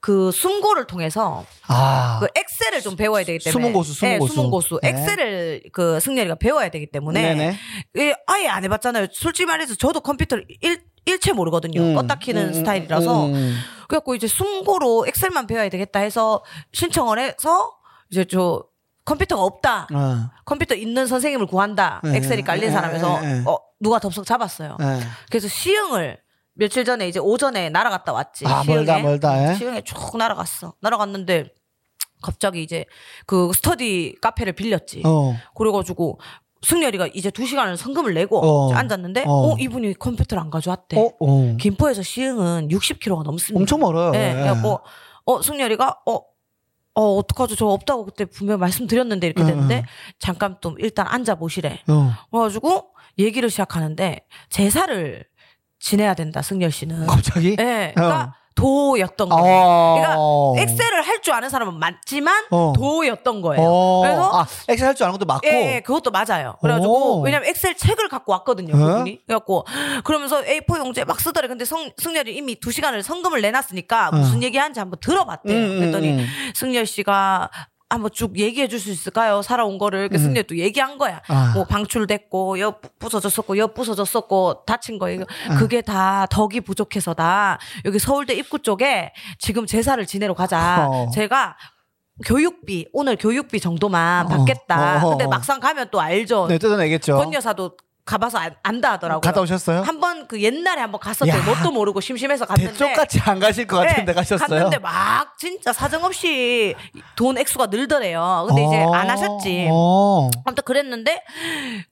[SPEAKER 2] 그 숨고를 통해서
[SPEAKER 1] 아.
[SPEAKER 2] 그 엑셀을 좀 배워야 되기 때문에
[SPEAKER 1] 숨은 고수, 숨은
[SPEAKER 2] 예,
[SPEAKER 1] 고수.
[SPEAKER 2] 숨은 고수
[SPEAKER 1] 네.
[SPEAKER 2] 엑셀을 그 승렬이가 배워야 되기 때문에
[SPEAKER 1] 네네.
[SPEAKER 2] 예, 아예 안 해봤잖아요. 솔직히 말해서 저도 컴퓨터를 일, 일체 모르거든요.
[SPEAKER 1] 음,
[SPEAKER 2] 껐다 키는
[SPEAKER 1] 음,
[SPEAKER 2] 스타일이라서
[SPEAKER 1] 음, 음.
[SPEAKER 2] 그래갖고 이제 숨고로 엑셀만 배워야 되겠다 해서 신청을 해서 이제 저 컴퓨터가 없다.
[SPEAKER 1] 어.
[SPEAKER 2] 컴퓨터 있는 선생님을 구한다.
[SPEAKER 1] 예,
[SPEAKER 2] 엑셀이 깔린
[SPEAKER 1] 예,
[SPEAKER 2] 사람에서
[SPEAKER 1] 예, 예.
[SPEAKER 2] 어 누가 덥석 잡았어요.
[SPEAKER 1] 예.
[SPEAKER 2] 그래서 시흥을 며칠 전에 이제 오전에 날아갔다 왔지.
[SPEAKER 1] 아, 멀다, 멀다, 예.
[SPEAKER 2] 시흥에 쭉 날아갔어. 날아갔는데 갑자기 이제 그 스터디 카페를 빌렸지.
[SPEAKER 1] 어.
[SPEAKER 2] 그래가지고 승열이가 이제 두 시간을 성금을 내고
[SPEAKER 1] 어.
[SPEAKER 2] 이제 앉았는데
[SPEAKER 1] 어.
[SPEAKER 2] 어. 이분이 컴퓨터를 안 가져왔대.
[SPEAKER 1] 어, 어.
[SPEAKER 2] 김포에서 시흥은 60km가 넘습니다.
[SPEAKER 1] 엄청 멀어요.
[SPEAKER 2] 예,
[SPEAKER 1] 예.
[SPEAKER 2] 네. 그래갖고 어 승열이가 어. 어 어떡하죠 저 없다고 그때 분명 히 말씀드렸는데 이렇게
[SPEAKER 1] 응,
[SPEAKER 2] 됐는데
[SPEAKER 1] 응.
[SPEAKER 2] 잠깐 좀 일단 앉아 보시래
[SPEAKER 1] 어.
[SPEAKER 2] 그래가지고 얘기를 시작하는데 제사를 지내야 된다 승열 씨는
[SPEAKER 1] 갑자기?
[SPEAKER 2] 예
[SPEAKER 1] 어.
[SPEAKER 2] 그러니까 도였던 거예요 그러니까
[SPEAKER 1] 어.
[SPEAKER 2] 엑셀을 할 줄 아는 사람은 맞지만
[SPEAKER 1] 어.
[SPEAKER 2] 도였던 거예요
[SPEAKER 1] 어.
[SPEAKER 2] 그래서
[SPEAKER 1] 아, 엑셀 할 줄 아는 것도 맞고.
[SPEAKER 2] 예, 예, 그것도 맞아요. 그래가지고
[SPEAKER 1] 오.
[SPEAKER 2] 왜냐면 엑셀 책을 갖고 왔거든요.
[SPEAKER 1] 어?
[SPEAKER 2] 그분이 그래갖고 그러면서 A4 용지에 막 쓰더래. 근데 성, 승렬이 이미 두 시간을 성금을 내놨으니까 무슨 얘기하는지 한번 들어봤대요.
[SPEAKER 1] 어. 음, 음,
[SPEAKER 2] 그랬더니
[SPEAKER 1] 음.
[SPEAKER 2] 승렬 씨가 한번 쭉 얘기해 줄 수 있을까요? 살아온 거를 이렇게 승렬이 또 얘기한 거야.
[SPEAKER 1] 음. 아.
[SPEAKER 2] 뭐 방출됐고 여 부서졌었고 여 부서졌었고 다친 거 이거
[SPEAKER 1] 아.
[SPEAKER 2] 그게 다 덕이 부족해서다. 여기 서울대 입구 쪽에 지금 제사를 지내러 가자.
[SPEAKER 1] 어.
[SPEAKER 2] 제가 교육비 오늘 교육비 정도만 받겠다.
[SPEAKER 1] 어, 어, 어.
[SPEAKER 2] 근데 막상 가면 또 알죠.
[SPEAKER 1] 네, 뜯어내겠죠.
[SPEAKER 2] 권 여사도 가봐서 안, 안다 하더라고요.
[SPEAKER 1] 갔다 오셨어요?
[SPEAKER 2] 한번 그 옛날에 한번 갔었대요.
[SPEAKER 1] 야.
[SPEAKER 2] 뭣도 모르고 심심해서 갔는데
[SPEAKER 1] 대쪽같이 안 가실 것 같은데
[SPEAKER 2] 네,
[SPEAKER 1] 가셨어요?
[SPEAKER 2] 갔는데 막 진짜 사정없이 돈 액수가 늘더래요. 뭐, 근데 이제
[SPEAKER 1] 어,
[SPEAKER 2] 안 하셨지.
[SPEAKER 1] 어.
[SPEAKER 2] 아무튼 그랬는데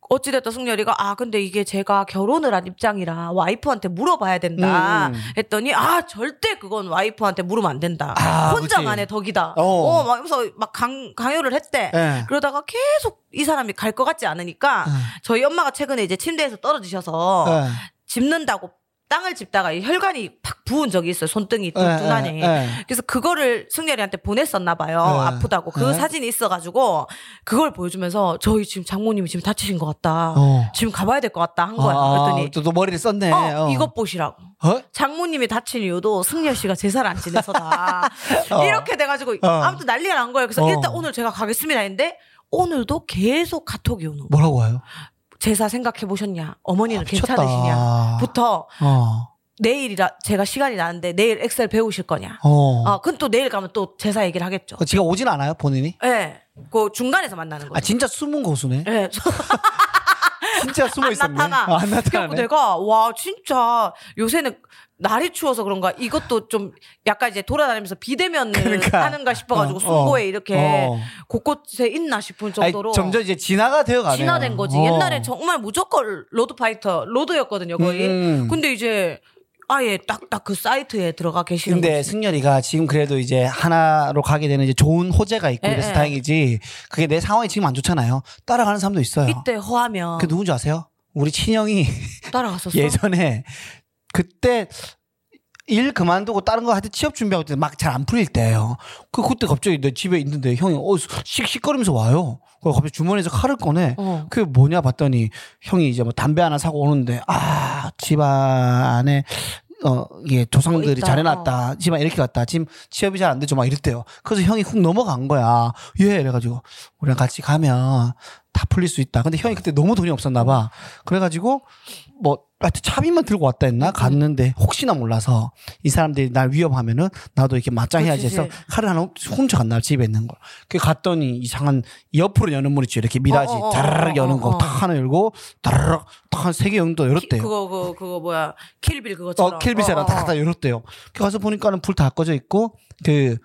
[SPEAKER 2] 어찌됐든 승열이가 아 근데 이게 제가 결혼을 한 입장이라 와이프한테 물어봐야 된다
[SPEAKER 1] 음.
[SPEAKER 2] 했더니 아 절대 그건 와이프한테 물으면 안 된다
[SPEAKER 1] 아,
[SPEAKER 2] 혼자만의 덕이다
[SPEAKER 1] 어.
[SPEAKER 2] 어막 이러면서 막 강, 강요를 했대
[SPEAKER 1] 예. 아.
[SPEAKER 2] 그러다가 계속 이 사람이 갈 것 같지 않으니까 저희 엄마가 최근에 이제 침대에서 아, 떨어지셔서
[SPEAKER 1] 예.
[SPEAKER 2] 짚는다고 땅을 짚다가 이 혈관이 팍 부은 적이 있어요 손등이 두-
[SPEAKER 1] 예,
[SPEAKER 2] 두난에
[SPEAKER 1] 예, 예.
[SPEAKER 2] 그래서 그거를 승열이한테 보냈었나 봐요.
[SPEAKER 1] 네.
[SPEAKER 2] 아프다고. 그
[SPEAKER 1] 네.
[SPEAKER 2] 사진이 있어가지고 그걸 보여주면서 저희 지금 장모님이 지금 다치신 것 같다.
[SPEAKER 1] 어.
[SPEAKER 2] 지금 가봐야 될 것 같다 한 거야.
[SPEAKER 1] 아,
[SPEAKER 2] 그랬더니
[SPEAKER 1] 또, 또 머리를 썼네.
[SPEAKER 2] 어,
[SPEAKER 1] 어.
[SPEAKER 2] 이것 보시라고.
[SPEAKER 1] 어?
[SPEAKER 2] 장모님이 다친 이유도 승열 씨가 제사를 안 지내서다.
[SPEAKER 1] 어.
[SPEAKER 2] 이렇게 돼가지고
[SPEAKER 1] 어.
[SPEAKER 2] 아무튼 난리가 난 거예요. 그래서
[SPEAKER 1] 어.
[SPEAKER 2] 일단 오늘 제가 가겠습니다 했는데 오늘도 계속 카톡이 오는 거.
[SPEAKER 1] 뭐라고 와요?
[SPEAKER 2] 제사 생각해 보셨냐? 어머니는
[SPEAKER 1] 아, 미쳤다.
[SPEAKER 2] 괜찮으시냐? 부터
[SPEAKER 1] 어.
[SPEAKER 2] 내일이라 제가 시간이 나는데 내일 엑셀 배우실 거냐?
[SPEAKER 1] 어.
[SPEAKER 2] 아, 그럼 또 내일 가면 또 제사 얘기를 하겠죠.
[SPEAKER 1] 어, 지가 오진 않아요, 본인이?
[SPEAKER 2] 예. 그 중간에서 만나는
[SPEAKER 1] 아,
[SPEAKER 2] 거죠.
[SPEAKER 1] 진짜 숨은 고수네.
[SPEAKER 2] 예.
[SPEAKER 1] 진짜 숨어 있었네.
[SPEAKER 2] 나타나.
[SPEAKER 1] 아, 안
[SPEAKER 2] 그래갖고
[SPEAKER 1] 나타나네.
[SPEAKER 2] 내가 와 진짜 요새는 날이 추워서 그런가 이것도 좀 약간 이제 돌아다니면서 비대면을
[SPEAKER 1] 그러니까.
[SPEAKER 2] 하는가 싶어가지고
[SPEAKER 1] 어,
[SPEAKER 2] 숨고에
[SPEAKER 1] 어.
[SPEAKER 2] 이렇게
[SPEAKER 1] 어.
[SPEAKER 2] 곳곳에 있나 싶은
[SPEAKER 1] 아니,
[SPEAKER 2] 정도로
[SPEAKER 1] 점점 이제 진화가 되어 가네요.
[SPEAKER 2] 진화된 거지.
[SPEAKER 1] 어.
[SPEAKER 2] 옛날에 정말 무조건 로드파이터 로드였거든요 거의.
[SPEAKER 1] 음.
[SPEAKER 2] 근데 이제 아예 딱 딱 그 사이트에 들어가 계시는
[SPEAKER 1] 근데
[SPEAKER 2] 거지.
[SPEAKER 1] 승열이가 지금 그래도 이제 하나로 가게 되는 이제 좋은 호재가 있고
[SPEAKER 2] 예,
[SPEAKER 1] 그래서
[SPEAKER 2] 예.
[SPEAKER 1] 다행이지 그게 내 상황이 지금 안 좋잖아요. 따라가는 사람도 있어요.
[SPEAKER 2] 이때 허하면
[SPEAKER 1] 그게 누군지 아세요? 우리 친형이
[SPEAKER 2] 따라갔었어.
[SPEAKER 1] 예전에 그때 일 그만두고 다른 거 하여튼 취업 준비하고 때 막 잘 안 풀릴 때예요. 그 그때 갑자기 내 집에 있는데 형이 어 씩씩거리면서 와요. 그 갑자기 주머니에서 칼을 꺼내.
[SPEAKER 2] 어.
[SPEAKER 1] 아, 그게 뭐냐 봤더니 형이 이제 뭐 담배 하나 사고 오는데 아 집안에 어, 예, 조상들이
[SPEAKER 2] 있다.
[SPEAKER 1] 잘해놨다. 집안 이렇게 갔다. 지금 취업이 잘 안 되죠. 막 이랬대요. 그래서 형이 훅 넘어간 거야. 예, 이래가지고, 우리랑 같이 가면 다 풀릴 수 있다. 근데 형이 그때 너무 돈이 없었나 봐. 그래가지고, 뭐, 하여튼 차비만 들고 왔다 했나?
[SPEAKER 2] 음.
[SPEAKER 1] 갔는데, 혹시나 몰라서, 이 사람들이 날 위협하면은, 나도 이렇게 맞짱해야지 해서,
[SPEAKER 2] 그치.
[SPEAKER 1] 칼을 하나 훔쳐간 날 집에 있는 걸. 그 갔더니, 이상한, 옆으로 여는 문 있죠. 이렇게 미라지,
[SPEAKER 2] 어, 어, 어,
[SPEAKER 1] 다르륵
[SPEAKER 2] 어, 어,
[SPEAKER 1] 여는 거,
[SPEAKER 2] 어.
[SPEAKER 1] 탁 하나 열고, 다르륵, 탁한세개 정도 열었대요.
[SPEAKER 2] 그거 그거 그거 뭐야 킬빌 그거처럼.
[SPEAKER 1] 어, 킬비세랑
[SPEAKER 2] 어, 어, 어.
[SPEAKER 1] 다다 열었대요. 가서 보니까는 불 다 꺼져 있고 그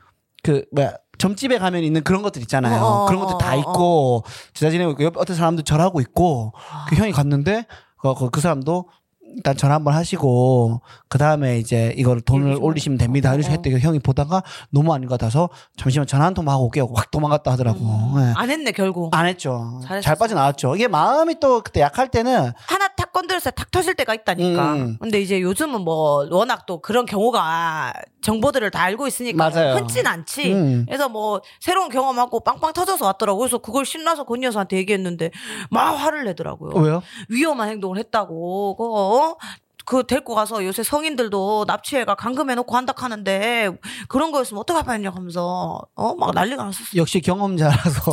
[SPEAKER 1] 그 뭐야 점집에 가면 있는 그런 것들 있잖아요.
[SPEAKER 2] 어, 어,
[SPEAKER 1] 그런 것들
[SPEAKER 2] 어,
[SPEAKER 1] 다
[SPEAKER 2] 어.
[SPEAKER 1] 있고 제자 지내고 있고 옆 어떤 사람도 절하고 있고 그
[SPEAKER 2] 아.
[SPEAKER 1] 형이 갔는데 그, 그, 그 사람도 일단 전화 한번 하시고 그 다음에 이제 이걸 돈을
[SPEAKER 2] 얘기 좀
[SPEAKER 1] 올리시면 됩니다.
[SPEAKER 2] 어, 어.
[SPEAKER 1] 이렇게 했대. 그 형이 보다가 너무 아닌 것 같아서 잠시만 전화 한 통만 하고 올게요. 확 도망갔다 하더라고. 예.
[SPEAKER 2] 안 했네 결국.
[SPEAKER 1] 안 했죠.
[SPEAKER 2] 잘했었어.
[SPEAKER 1] 잘 빠져나왔죠. 이게 마음이 또 그때 약할 때는
[SPEAKER 2] 하나 탁 건드려서 탁 터질 때가 있다니까.
[SPEAKER 1] 음.
[SPEAKER 2] 근데 이제 요즘은 뭐 워낙 또 그런 경우가 정보들을 다 알고 있으니까 뭐
[SPEAKER 1] 맞아요.
[SPEAKER 2] 흔치 않지.
[SPEAKER 1] 음.
[SPEAKER 2] 그래서 뭐 새로운 경험하고 빵빵 터져서 왔더라고. 그래서 그걸 신나서 그 여사한테 얘기했는데 막 화를 내더라고요.
[SPEAKER 1] 왜요?
[SPEAKER 2] 위험한 행동을 했다고. 그거 어? 그 데리고 가서 요새 성인들도 납치해가 감금해놓고 한다 하는데 그런 거였으면 어떡할 뻔했냐 하면서 어 막 난리가 났었어.
[SPEAKER 1] 역시 경험자라서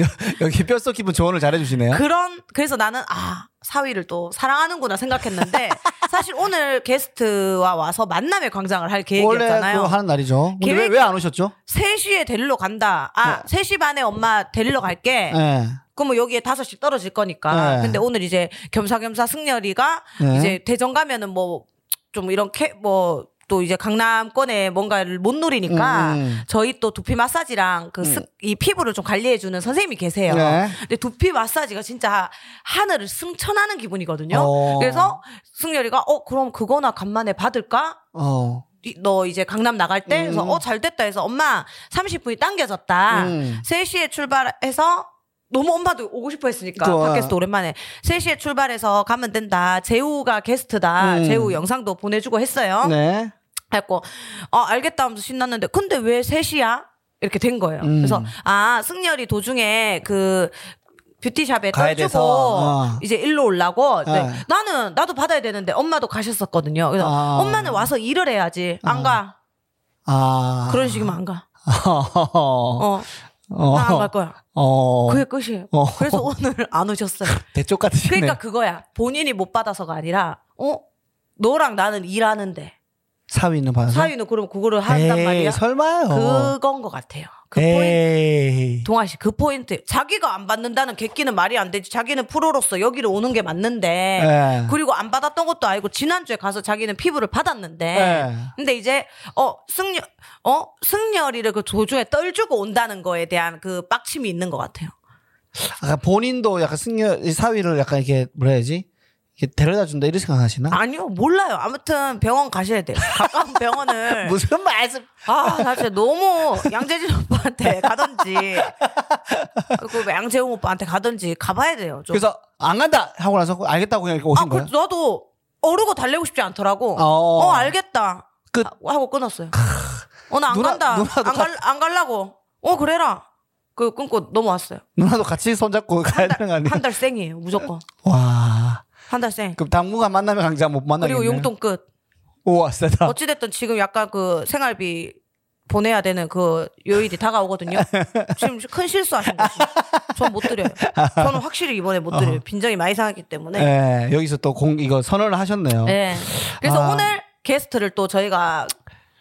[SPEAKER 1] 여- 여기 뼛속 깊은 조언을 잘해주시네요.
[SPEAKER 2] 그런 그래서 나는 아 사위를 또 사랑하는구나 생각했는데 사실 오늘 게스트와 와서 만남의 광장을 할
[SPEAKER 1] 원래
[SPEAKER 2] 계획이었잖아요.
[SPEAKER 1] 그거 하는 날이죠. 근데
[SPEAKER 2] 계획-
[SPEAKER 1] 왜안 오셨죠?
[SPEAKER 2] 3시에 데리러 간다.
[SPEAKER 1] 네.
[SPEAKER 2] 아, 3시 반에 엄마 데리러 갈게.
[SPEAKER 1] 예.
[SPEAKER 2] 그러면 뭐 여기에 5시 떨어질 거니까.
[SPEAKER 1] 네.
[SPEAKER 2] 근데 오늘 이제 겸사겸사 승열이가
[SPEAKER 1] 네.
[SPEAKER 2] 이제 대전 가면은 뭐 좀 이런 캐, 뭐, 또 이제 강남권에 뭔가를 못 누리니까
[SPEAKER 1] 음.
[SPEAKER 2] 저희 또 두피 마사지랑 그 습- 이 피부를 좀 관리해주는 선생님이 계세요.
[SPEAKER 1] 네.
[SPEAKER 2] 근데 두피 마사지가 진짜 하늘을 승천하는 기분이거든요.
[SPEAKER 1] 어.
[SPEAKER 2] 그래서 승열이가 어, 그럼 그거나 간만에 받을까?
[SPEAKER 1] 어.
[SPEAKER 2] 이- 너 이제 강남 나갈 때 그래서
[SPEAKER 1] 음.
[SPEAKER 2] 어 잘 됐다 해서 엄마 30분이 당겨졌다.
[SPEAKER 1] 음.
[SPEAKER 2] 3시에 출발해서 너무 엄마도 오고 싶어 했으니까
[SPEAKER 1] 좋아.
[SPEAKER 2] 팟캐스트 오랜만에 3시에 출발해서 가면 된다. 재우가 게스트다.
[SPEAKER 1] 음.
[SPEAKER 2] 재우 영상도 보내 주고 했어요.
[SPEAKER 1] 네.
[SPEAKER 2] 했고 어 알겠다 하면서 신났는데 근데 왜 3시야? 이렇게 된 거예요.
[SPEAKER 1] 음.
[SPEAKER 2] 그래서 아, 승열이 도중에 그 뷰티샵에
[SPEAKER 1] 가야
[SPEAKER 2] 떨주고
[SPEAKER 1] 돼서, 어.
[SPEAKER 2] 이제 일로 올라고 네.
[SPEAKER 1] 네.
[SPEAKER 2] 나는 나도 받아야 되는데 엄마도 가셨었거든요. 그래서
[SPEAKER 1] 아.
[SPEAKER 2] 엄마는 와서 일을 해야지. 안
[SPEAKER 1] 아.
[SPEAKER 2] 가.
[SPEAKER 1] 아.
[SPEAKER 2] 그런 식이면 안 가.
[SPEAKER 1] 어.
[SPEAKER 2] 어,
[SPEAKER 1] 어.
[SPEAKER 2] 나 안 갈 거야.
[SPEAKER 1] 어.
[SPEAKER 2] 그게 끝이에요.
[SPEAKER 1] 어.
[SPEAKER 2] 그래서 오늘 안 오셨어요.
[SPEAKER 1] 대쪽 같으시네.
[SPEAKER 2] 그러니까 그거야. 본인이 못 받아서가 아니라, 어? 너랑 나는 일하는데.
[SPEAKER 1] 사위는 봐서.
[SPEAKER 2] 사위는 그럼 그거를 한단
[SPEAKER 1] 에이,
[SPEAKER 2] 말이야.
[SPEAKER 1] 설마요.
[SPEAKER 2] 그건 것 같아요. 그 포인트.
[SPEAKER 1] 에이.
[SPEAKER 2] 동아 씨 그 포인트 자기가 안 받는다는 객기는 말이 안 되지 자기는 프로로서 여기를 오는 게 맞는데
[SPEAKER 1] 예.
[SPEAKER 2] 그리고 안 받았던 것도 아니고 지난주에 가서 자기는 피부를 받았는데
[SPEAKER 1] 예.
[SPEAKER 2] 근데 이제 어 승려 어 승려리를 그 조조에 떨주고 온다는 거에 대한 그 빡침이 있는 것 같아요.
[SPEAKER 1] 아까 본인도 약간 승려 이 사위를 약간 이렇게 뭐라 해야지? 이렇게 데려다 준다 이런 생각하시나?
[SPEAKER 2] 아니요 몰라요. 아무튼 병원 가셔야 돼요. 가까운 병원을
[SPEAKER 1] 무슨 말씀?
[SPEAKER 2] 아, 나 진짜 너무 양재진 오빠한테 가든지, 그 양재웅 오빠한테 가든지 가봐야 돼요. 좀.
[SPEAKER 1] 그래서 안 간다 하고 나서 알겠다고 그냥 이렇게 오신
[SPEAKER 2] 아, 그,
[SPEAKER 1] 거예요?
[SPEAKER 2] 나도 어르고 달래고 싶지 않더라고.
[SPEAKER 1] 어.
[SPEAKER 2] 어, 알겠다.
[SPEAKER 1] 끝.
[SPEAKER 2] 하- 하고 끊었어요. 어, 나 안
[SPEAKER 1] 누나-
[SPEAKER 2] 간다.
[SPEAKER 1] 누나도
[SPEAKER 2] 안, 갈, 안 갈라고. 어, 그래라. 그 끊고 넘어왔어요.
[SPEAKER 1] 누나도 같이 손잡고 가야 되는 거 아니에요?
[SPEAKER 2] 한 달 생이에요, 무조건.
[SPEAKER 1] 와.
[SPEAKER 2] 한 달 생.
[SPEAKER 1] 그럼 당분간 만나면 강자 못 만나겠네.
[SPEAKER 2] 그리고 용돈 끝.
[SPEAKER 1] 우와 세다.
[SPEAKER 2] 어찌됐든 지금 약간 그 생활비 보내야 되는 그 요일이 다가오거든요. 지금 큰 실수하신 거죠. 전못 드려요. 저는 확실히 이번에 못
[SPEAKER 1] 어.
[SPEAKER 2] 드려요. 빈정이 많이 상하기 때문에.
[SPEAKER 1] 예, 여기서 또 공 이거 선언을 하셨네요.
[SPEAKER 2] 네. 그래서
[SPEAKER 1] 아.
[SPEAKER 2] 오늘 게스트를 또 저희가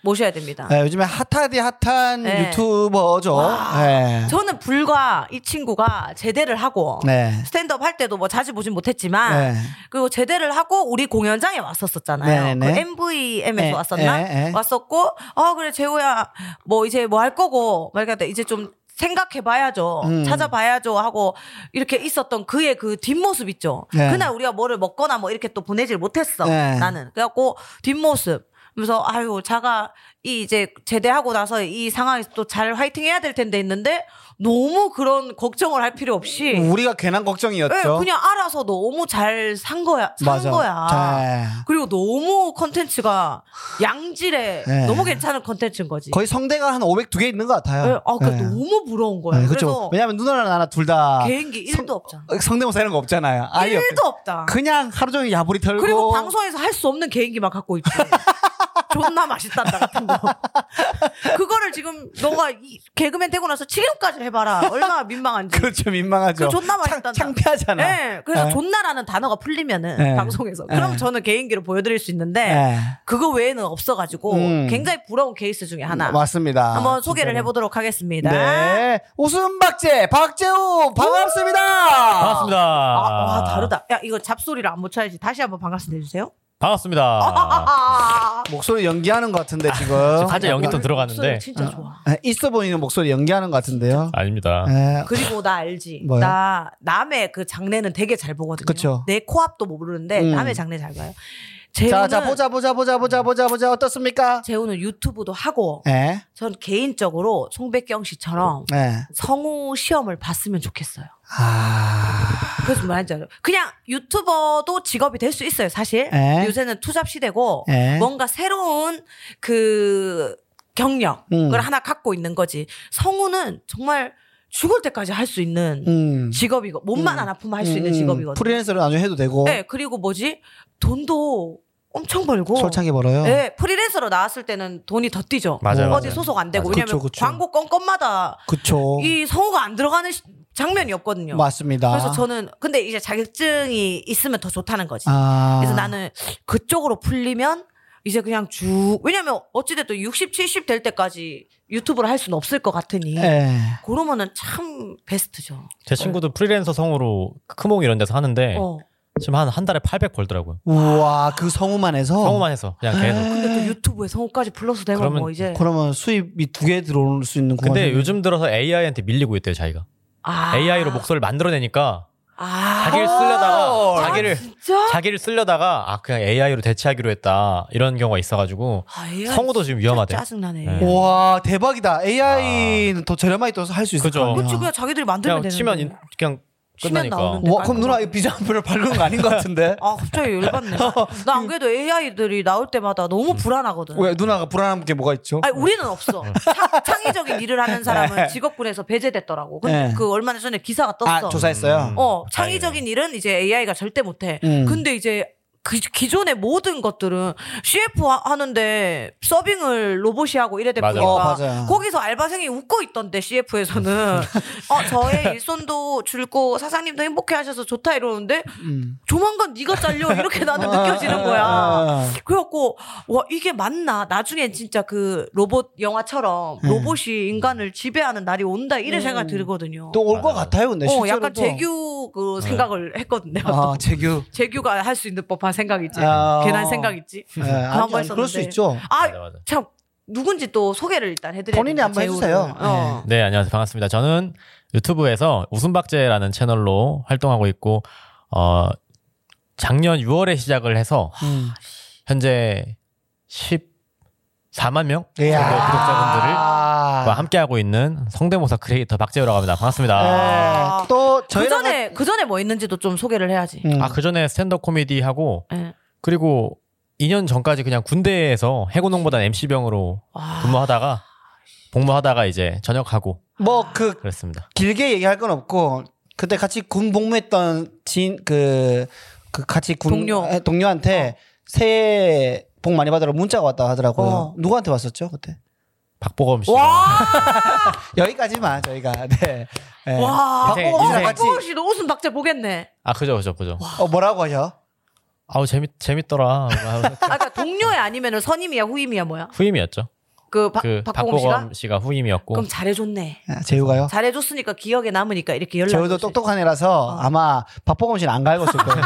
[SPEAKER 2] 모셔야 됩니다.
[SPEAKER 1] 예, 요즘에 핫하디 핫한
[SPEAKER 2] 네.
[SPEAKER 1] 유튜버죠. 예.
[SPEAKER 2] 저는 불과 이 친구가 제대를 하고
[SPEAKER 1] 네.
[SPEAKER 2] 스탠드업 할 때도 뭐 자주 보진 못했지만
[SPEAKER 1] 네.
[SPEAKER 2] 그리고 제대를 하고 우리 공연장에 왔었었잖아요.
[SPEAKER 1] 네네네.
[SPEAKER 2] 그 MVM에서
[SPEAKER 1] 네,
[SPEAKER 2] 왔었나?
[SPEAKER 1] 네, 네.
[SPEAKER 2] 왔었고 어 그래 재호야 뭐 이제 뭐 할 거고 말하다 이제 좀 생각해봐야죠.
[SPEAKER 1] 음.
[SPEAKER 2] 찾아봐야죠 하고 이렇게 있었던 그의 그 뒷모습 있죠.
[SPEAKER 1] 네.
[SPEAKER 2] 그날 우리가 뭐를 먹거나 뭐 이렇게 또 보내질 못했어.
[SPEAKER 1] 네.
[SPEAKER 2] 나는 그래갖고 뒷모습. 그래서 아유 자가 이 이제 제대하고 나서 이 상황에서 또 잘 화이팅 해야 될 텐데 있는데 너무 그런 걱정을 할 필요 없이
[SPEAKER 1] 우리가 괜한 걱정이었죠.
[SPEAKER 2] 예, 네. 그냥 알아서 너무 잘 산 거야. 산
[SPEAKER 1] 맞아.
[SPEAKER 2] 거야.
[SPEAKER 1] 잘.
[SPEAKER 2] 그리고 너무 컨텐츠가 양질의
[SPEAKER 1] 예.
[SPEAKER 2] 너무 괜찮은 컨텐츠인 거지.
[SPEAKER 1] 거의 성대가 한 502개 있는 것
[SPEAKER 2] 예,
[SPEAKER 1] 같아요.
[SPEAKER 2] 아, 그러니까
[SPEAKER 1] 예.
[SPEAKER 2] 너무 부러운 거야.
[SPEAKER 1] 네,
[SPEAKER 2] 그래서
[SPEAKER 1] 그렇죠. 왜냐하면 누나랑 나랑 둘 다
[SPEAKER 2] 개인기 1도 없잖아.
[SPEAKER 1] 성대모사 이런 거 없잖아요. 아예
[SPEAKER 2] 1도 없다. 그,
[SPEAKER 1] 그냥 하루 종일 야부리 털고
[SPEAKER 2] 리고 방송에서 할 수 없는 개인기만 갖고 있지. 존나 맛있단다 같은 거. 그거를 지금 너가 이- 개그맨 되고 나서 지금까지 해봐라. 얼마나 민망한지.
[SPEAKER 1] 그렇죠 민망하죠.
[SPEAKER 2] 그 존나
[SPEAKER 1] 창,
[SPEAKER 2] 맛있단다.
[SPEAKER 1] 창피하잖아.
[SPEAKER 2] 예, 그래서
[SPEAKER 1] 예.
[SPEAKER 2] 존나라는 단어가 풀리면은
[SPEAKER 1] 예.
[SPEAKER 2] 방송에서 그럼
[SPEAKER 1] 예.
[SPEAKER 2] 저는 개인기로 보여드릴 수 있는데
[SPEAKER 1] 예.
[SPEAKER 2] 그거 외에는 없어가지고
[SPEAKER 1] 음.
[SPEAKER 2] 굉장히 부러운 케이스 중에 하나.
[SPEAKER 1] 맞습니다.
[SPEAKER 2] 한번 소개를
[SPEAKER 1] 진짜로.
[SPEAKER 2] 해보도록 하겠습니다.
[SPEAKER 1] 네. 웃음박제 박재우 반갑습니다.
[SPEAKER 3] 반갑습니다.
[SPEAKER 2] 아, 와 다르다. 야 이거 잡소리를 안 못쳐야지. 다시 한번 반갑습니다 해주세요.
[SPEAKER 3] 반갑습니다.
[SPEAKER 2] 아,
[SPEAKER 1] 목소리 연기하는 것 같은데 아, 지금.
[SPEAKER 3] 살짝 연기 톤
[SPEAKER 2] 목소리
[SPEAKER 3] 들어갔는데
[SPEAKER 2] 진짜 좋아.
[SPEAKER 1] 예, 있어 보이는 목소리 연기하는 것 같은데요.
[SPEAKER 3] 아닙니다.
[SPEAKER 1] 예.
[SPEAKER 2] 그리고 나 알지.
[SPEAKER 1] 뭐요?
[SPEAKER 2] 나 남의 그 장르는 되게 잘 보거든요.
[SPEAKER 1] 그쵸.
[SPEAKER 2] 내 코앞도 모르는데
[SPEAKER 1] 음.
[SPEAKER 2] 남의 장르 잘 봐요. 재우는
[SPEAKER 1] 자자 보자 보자 보자 보자 보자 보자 어떻습니까?
[SPEAKER 2] 재우는 유튜브도 하고
[SPEAKER 1] 예.
[SPEAKER 2] 전 개인적으로 송백경 씨처럼
[SPEAKER 1] 예.
[SPEAKER 2] 성우 시험을 봤으면 좋겠어요.
[SPEAKER 1] 아.
[SPEAKER 2] 그래서 말하지 않아요. 그냥 유튜버도 직업이 될 수 있어요, 사실.
[SPEAKER 1] 에?
[SPEAKER 2] 요새는 투잡 시대고
[SPEAKER 1] 예.
[SPEAKER 2] 뭔가 새로운 그 경력을
[SPEAKER 1] 음.
[SPEAKER 2] 하나 갖고 있는 거지. 성우는 정말 죽을 때까지 할 수 있는
[SPEAKER 1] 음.
[SPEAKER 2] 직업이고 몸만
[SPEAKER 1] 음.
[SPEAKER 2] 안 아프면 할 수
[SPEAKER 1] 음,
[SPEAKER 2] 있는
[SPEAKER 1] 음.
[SPEAKER 2] 직업이거든요.
[SPEAKER 1] 프리랜서로 나중에 해도 되고
[SPEAKER 2] 네, 그리고 뭐지? 돈도 엄청 벌고.
[SPEAKER 1] 솔차게 벌어요.
[SPEAKER 2] 네, 프리랜서로 나왔을 때는 돈이 더 뛰죠.
[SPEAKER 3] 맞아요,
[SPEAKER 2] 어디
[SPEAKER 3] 맞아요.
[SPEAKER 2] 소속 안 되고
[SPEAKER 1] 맞아요.
[SPEAKER 2] 왜냐면
[SPEAKER 1] 그쵸, 그쵸.
[SPEAKER 2] 광고 건건마다
[SPEAKER 1] 그쵸.
[SPEAKER 2] 이 성우가 안 들어가는 시- 장면이 없거든요.
[SPEAKER 1] 맞습니다.
[SPEAKER 2] 그래서
[SPEAKER 3] 아.
[SPEAKER 2] 저는 근데 이제 자격증이 있으면 더 좋다는 거지.
[SPEAKER 1] 아.
[SPEAKER 2] 그래서 나는 그쪽으로 풀리면 이제 그냥 쭉 왜냐면 어찌됐든 60, 70 될 때까지 유튜브를 할 수는 없을 것 같으니
[SPEAKER 3] 네.
[SPEAKER 1] 예.
[SPEAKER 2] 그러면은 참 베스트죠.
[SPEAKER 3] 제 친구도 프리랜서 성우로 크몽 이런 데서 하는데
[SPEAKER 2] 어.
[SPEAKER 3] 지금 한 한 달에 800 벌더라고요.
[SPEAKER 1] 우와 그 성우만 해서
[SPEAKER 2] 어.
[SPEAKER 3] 성우만 해서
[SPEAKER 2] 아,
[SPEAKER 3] 그냥 계속.
[SPEAKER 2] 근데 또 유튜브에 성우까지 불러서 되면
[SPEAKER 3] 그러면
[SPEAKER 2] 뭐 이제
[SPEAKER 1] 그러면 수입이 두 개 들어올 수 있는 공간.
[SPEAKER 3] 근데 요즘 들어서 AI한테 밀리고 있대요 자기가.
[SPEAKER 2] 아.
[SPEAKER 3] AI로 목소리를 만들어내니까
[SPEAKER 2] 아.
[SPEAKER 3] 자기를 쓰려다가 자기를
[SPEAKER 2] 진짜?
[SPEAKER 3] 자기를 쓰려다가 아 그냥 AI로 대체하기로 했다 이런 경우가 있어가지고
[SPEAKER 2] 아, AI
[SPEAKER 3] 성우도 지금 위험하대.
[SPEAKER 2] 짜증나네. 어,
[SPEAKER 3] 네.
[SPEAKER 1] 와 대박이다. AI는 더 저렴하게 또 할 수 있을
[SPEAKER 3] 그죠.
[SPEAKER 1] 거
[SPEAKER 2] 그치
[SPEAKER 1] 아니야.
[SPEAKER 2] 그냥 자기들이 만들면
[SPEAKER 3] 어. 그냥
[SPEAKER 2] 되는
[SPEAKER 3] 치면 인- 그냥
[SPEAKER 2] 치면
[SPEAKER 3] 끝나니까.
[SPEAKER 2] 나오는데.
[SPEAKER 1] 와, 그럼 누나 이 비자표를 바르는 거 아닌 것 같은데?
[SPEAKER 2] 아 갑자기 열받네. 나 안 그래도 AI들이 나올 때마다
[SPEAKER 3] 음.
[SPEAKER 2] 너무 불안하거든.
[SPEAKER 1] 왜 누나가 불안한 게 뭐가 있죠?
[SPEAKER 2] 아니 우리는 없어.
[SPEAKER 1] 네.
[SPEAKER 2] 창- 창의적인 일을 하는 사람은 직업군에서 배제됐더라고. 근데
[SPEAKER 1] 네.
[SPEAKER 2] 그 얼마 전에 기사가 떴어.
[SPEAKER 1] 아, 조사했어요.
[SPEAKER 3] 음.
[SPEAKER 2] 어, 창의적인 일은 이제 AI가 절대 못해.
[SPEAKER 1] 음.
[SPEAKER 2] 근데 이제 그 기존의 모든 것들은 CF 하- 하는데 서빙을 로봇이 하고 이래 됐고
[SPEAKER 3] 맞아요.
[SPEAKER 1] 어, 맞아요.
[SPEAKER 2] 거기서 알바생이 웃고 있던데 CF에서는 어 저의 일손도 줄고 사장님도 행복해하셔서 좋다 이러는데
[SPEAKER 1] 음. 아,
[SPEAKER 2] 조만간 네가 잘려 이렇게 나는 느껴지는 거야. 그래갖고 와 이게 맞나? 나중에 진짜 그 로봇 영화처럼
[SPEAKER 1] 음.
[SPEAKER 2] 로봇이 인간을 지배하는 날이 온다 이런 생각이 들거든요.
[SPEAKER 1] 또 올 것
[SPEAKER 3] 맞아요.
[SPEAKER 1] 같아요, 근데
[SPEAKER 2] 어
[SPEAKER 1] 실제로도. 네.
[SPEAKER 2] 약간 재규 그 생각을 했거든요.
[SPEAKER 1] 아, 재규.
[SPEAKER 2] 재규가 할 수 있는 법한 생각이지.
[SPEAKER 1] 아, 어.
[SPEAKER 2] 괜한 생각이지.
[SPEAKER 1] 예, 아니, 아니,
[SPEAKER 2] 했었는데.
[SPEAKER 1] 그럴 수 있죠.
[SPEAKER 3] 맞아,
[SPEAKER 2] 아
[SPEAKER 3] 맞아.
[SPEAKER 2] 참 누군지 또 소개를 일단 해드려야
[SPEAKER 1] 본인이
[SPEAKER 2] 되니까,
[SPEAKER 1] 한번
[SPEAKER 2] 재우를.
[SPEAKER 1] 해주세요.
[SPEAKER 2] 어.
[SPEAKER 3] 네, 안녕하세요. 반갑습니다. 저는 유튜브에서 웃음박제라는 채널로 활동하고 있고, 어, 작년 6월에 시작을 해서
[SPEAKER 2] 아,
[SPEAKER 1] 음.
[SPEAKER 3] 현재 14만 명 정도
[SPEAKER 1] 이야.
[SPEAKER 3] 네, 구독자분들과
[SPEAKER 1] 아.
[SPEAKER 3] 함께하고 있는 성대모사 크리에이터 박재우라고 합니다. 반갑습니다.
[SPEAKER 1] 예, 또
[SPEAKER 2] 그
[SPEAKER 1] 저희랑
[SPEAKER 2] 전에 그 전에 뭐 있는지도 좀 소개를 해야지.
[SPEAKER 1] 같- 음.
[SPEAKER 3] 아, 그 전에 스탠드업 코미디 하고,
[SPEAKER 2] 예.
[SPEAKER 3] 그리고 2년 전까지 그냥 군대에서 해군홍보단 MC병으로
[SPEAKER 2] 와.
[SPEAKER 3] 근무하다가, 복무하다가 이제 전역하고
[SPEAKER 1] 뭐그
[SPEAKER 3] 그랬습니다.
[SPEAKER 1] 길게 얘기할 건 없고 그때 같이 군 복무했던 지인 그, 그 같이 군
[SPEAKER 2] 동료.
[SPEAKER 1] 에, 동료한테 새해 복 많이 받으라고 문자가 왔다 하더라고요.
[SPEAKER 2] 어.
[SPEAKER 1] 누구한테 왔었죠 그때?
[SPEAKER 3] 박보검 씨.
[SPEAKER 2] 와,
[SPEAKER 1] 여기까지만 저희가 네. 네.
[SPEAKER 2] 와,
[SPEAKER 3] 인생-
[SPEAKER 2] 어,
[SPEAKER 1] 인생.
[SPEAKER 2] 박보검 씨도 웃음 박제 보겠네.
[SPEAKER 3] 아, 그죠, 그죠, 그죠.
[SPEAKER 1] 어, 뭐라고 하셔?
[SPEAKER 3] 아우, 재밌, 재밌더라.
[SPEAKER 2] 아까 그러니까 동료의 아니면은 선임이야 후임이야 뭐야?
[SPEAKER 3] 후임이었죠.
[SPEAKER 2] 그 박
[SPEAKER 3] 그
[SPEAKER 2] 박보검 씨가
[SPEAKER 3] 후임이었고
[SPEAKER 2] 그럼 잘해줬네.
[SPEAKER 1] 아, 재우가요?
[SPEAKER 2] 잘해줬으니까 기억에 남으니까 이렇게 연락.
[SPEAKER 1] 재우도 똑똑한
[SPEAKER 2] 어.
[SPEAKER 1] 애라서 아마 박보검 씨는 안 갈궜을 거예요.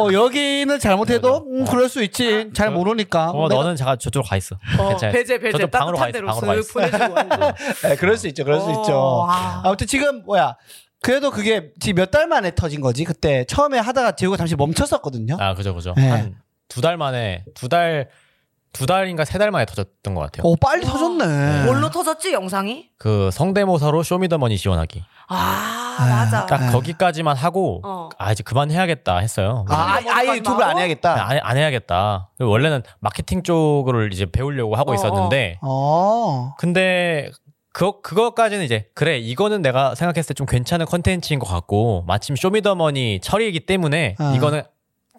[SPEAKER 1] 어 여기는 잘못해도
[SPEAKER 2] 네,
[SPEAKER 1] 음, 그럴 수 있지 잘 모르니까.
[SPEAKER 3] 어
[SPEAKER 1] 내가-
[SPEAKER 3] 너는 자 저쪽으로 가 있어.
[SPEAKER 2] 아, 어,
[SPEAKER 3] 괜찮아.
[SPEAKER 2] 배제 배제
[SPEAKER 3] 저쪽 방으로 가
[SPEAKER 2] 따뜻한 데로
[SPEAKER 3] 있어. 방으로
[SPEAKER 2] 쓱
[SPEAKER 3] 가 있어.
[SPEAKER 2] 보내주고.
[SPEAKER 1] 네, 그럴 수 있죠. 그럴 수
[SPEAKER 2] 어,
[SPEAKER 1] 있죠.
[SPEAKER 2] 와.
[SPEAKER 1] 아무튼 지금 뭐야? 그래도 그게 지금 몇 달 만에 터진 거지. 그때 처음에 하다가 재우가 잠시 멈췄었거든요.
[SPEAKER 3] 아 그죠 그죠.
[SPEAKER 1] 네.
[SPEAKER 3] 한 두 달 만에 두 달 두 달인가 세 달 만에 터졌던 것 같아요.
[SPEAKER 1] 오 빨리
[SPEAKER 2] 와.
[SPEAKER 1] 터졌네.
[SPEAKER 2] 뭘로 터졌지 영상이?
[SPEAKER 3] 그 성대모사로 쇼미더머니 지원하기.
[SPEAKER 2] 아
[SPEAKER 1] 아,
[SPEAKER 2] 맞아.
[SPEAKER 3] 딱
[SPEAKER 1] 네.
[SPEAKER 3] 거기까지만 하고
[SPEAKER 2] 어.
[SPEAKER 3] 아 이제 그만 해야겠다 했어요.
[SPEAKER 1] 아, 아, 아예 유튜브를 안 해야겠다.
[SPEAKER 3] 안, 해- 안 해야겠다. 그리고 원래는 마케팅 쪽을 이제 배우려고 하고
[SPEAKER 2] 어,
[SPEAKER 3] 있었는데
[SPEAKER 1] 어.
[SPEAKER 3] 근데 그거 그거까지는 이제 그래 이거는 내가 생각했을 때 좀 괜찮은 컨텐츠인 것 같고 마침 쇼미더머니 철이기 때문에
[SPEAKER 1] 아.
[SPEAKER 3] 이거는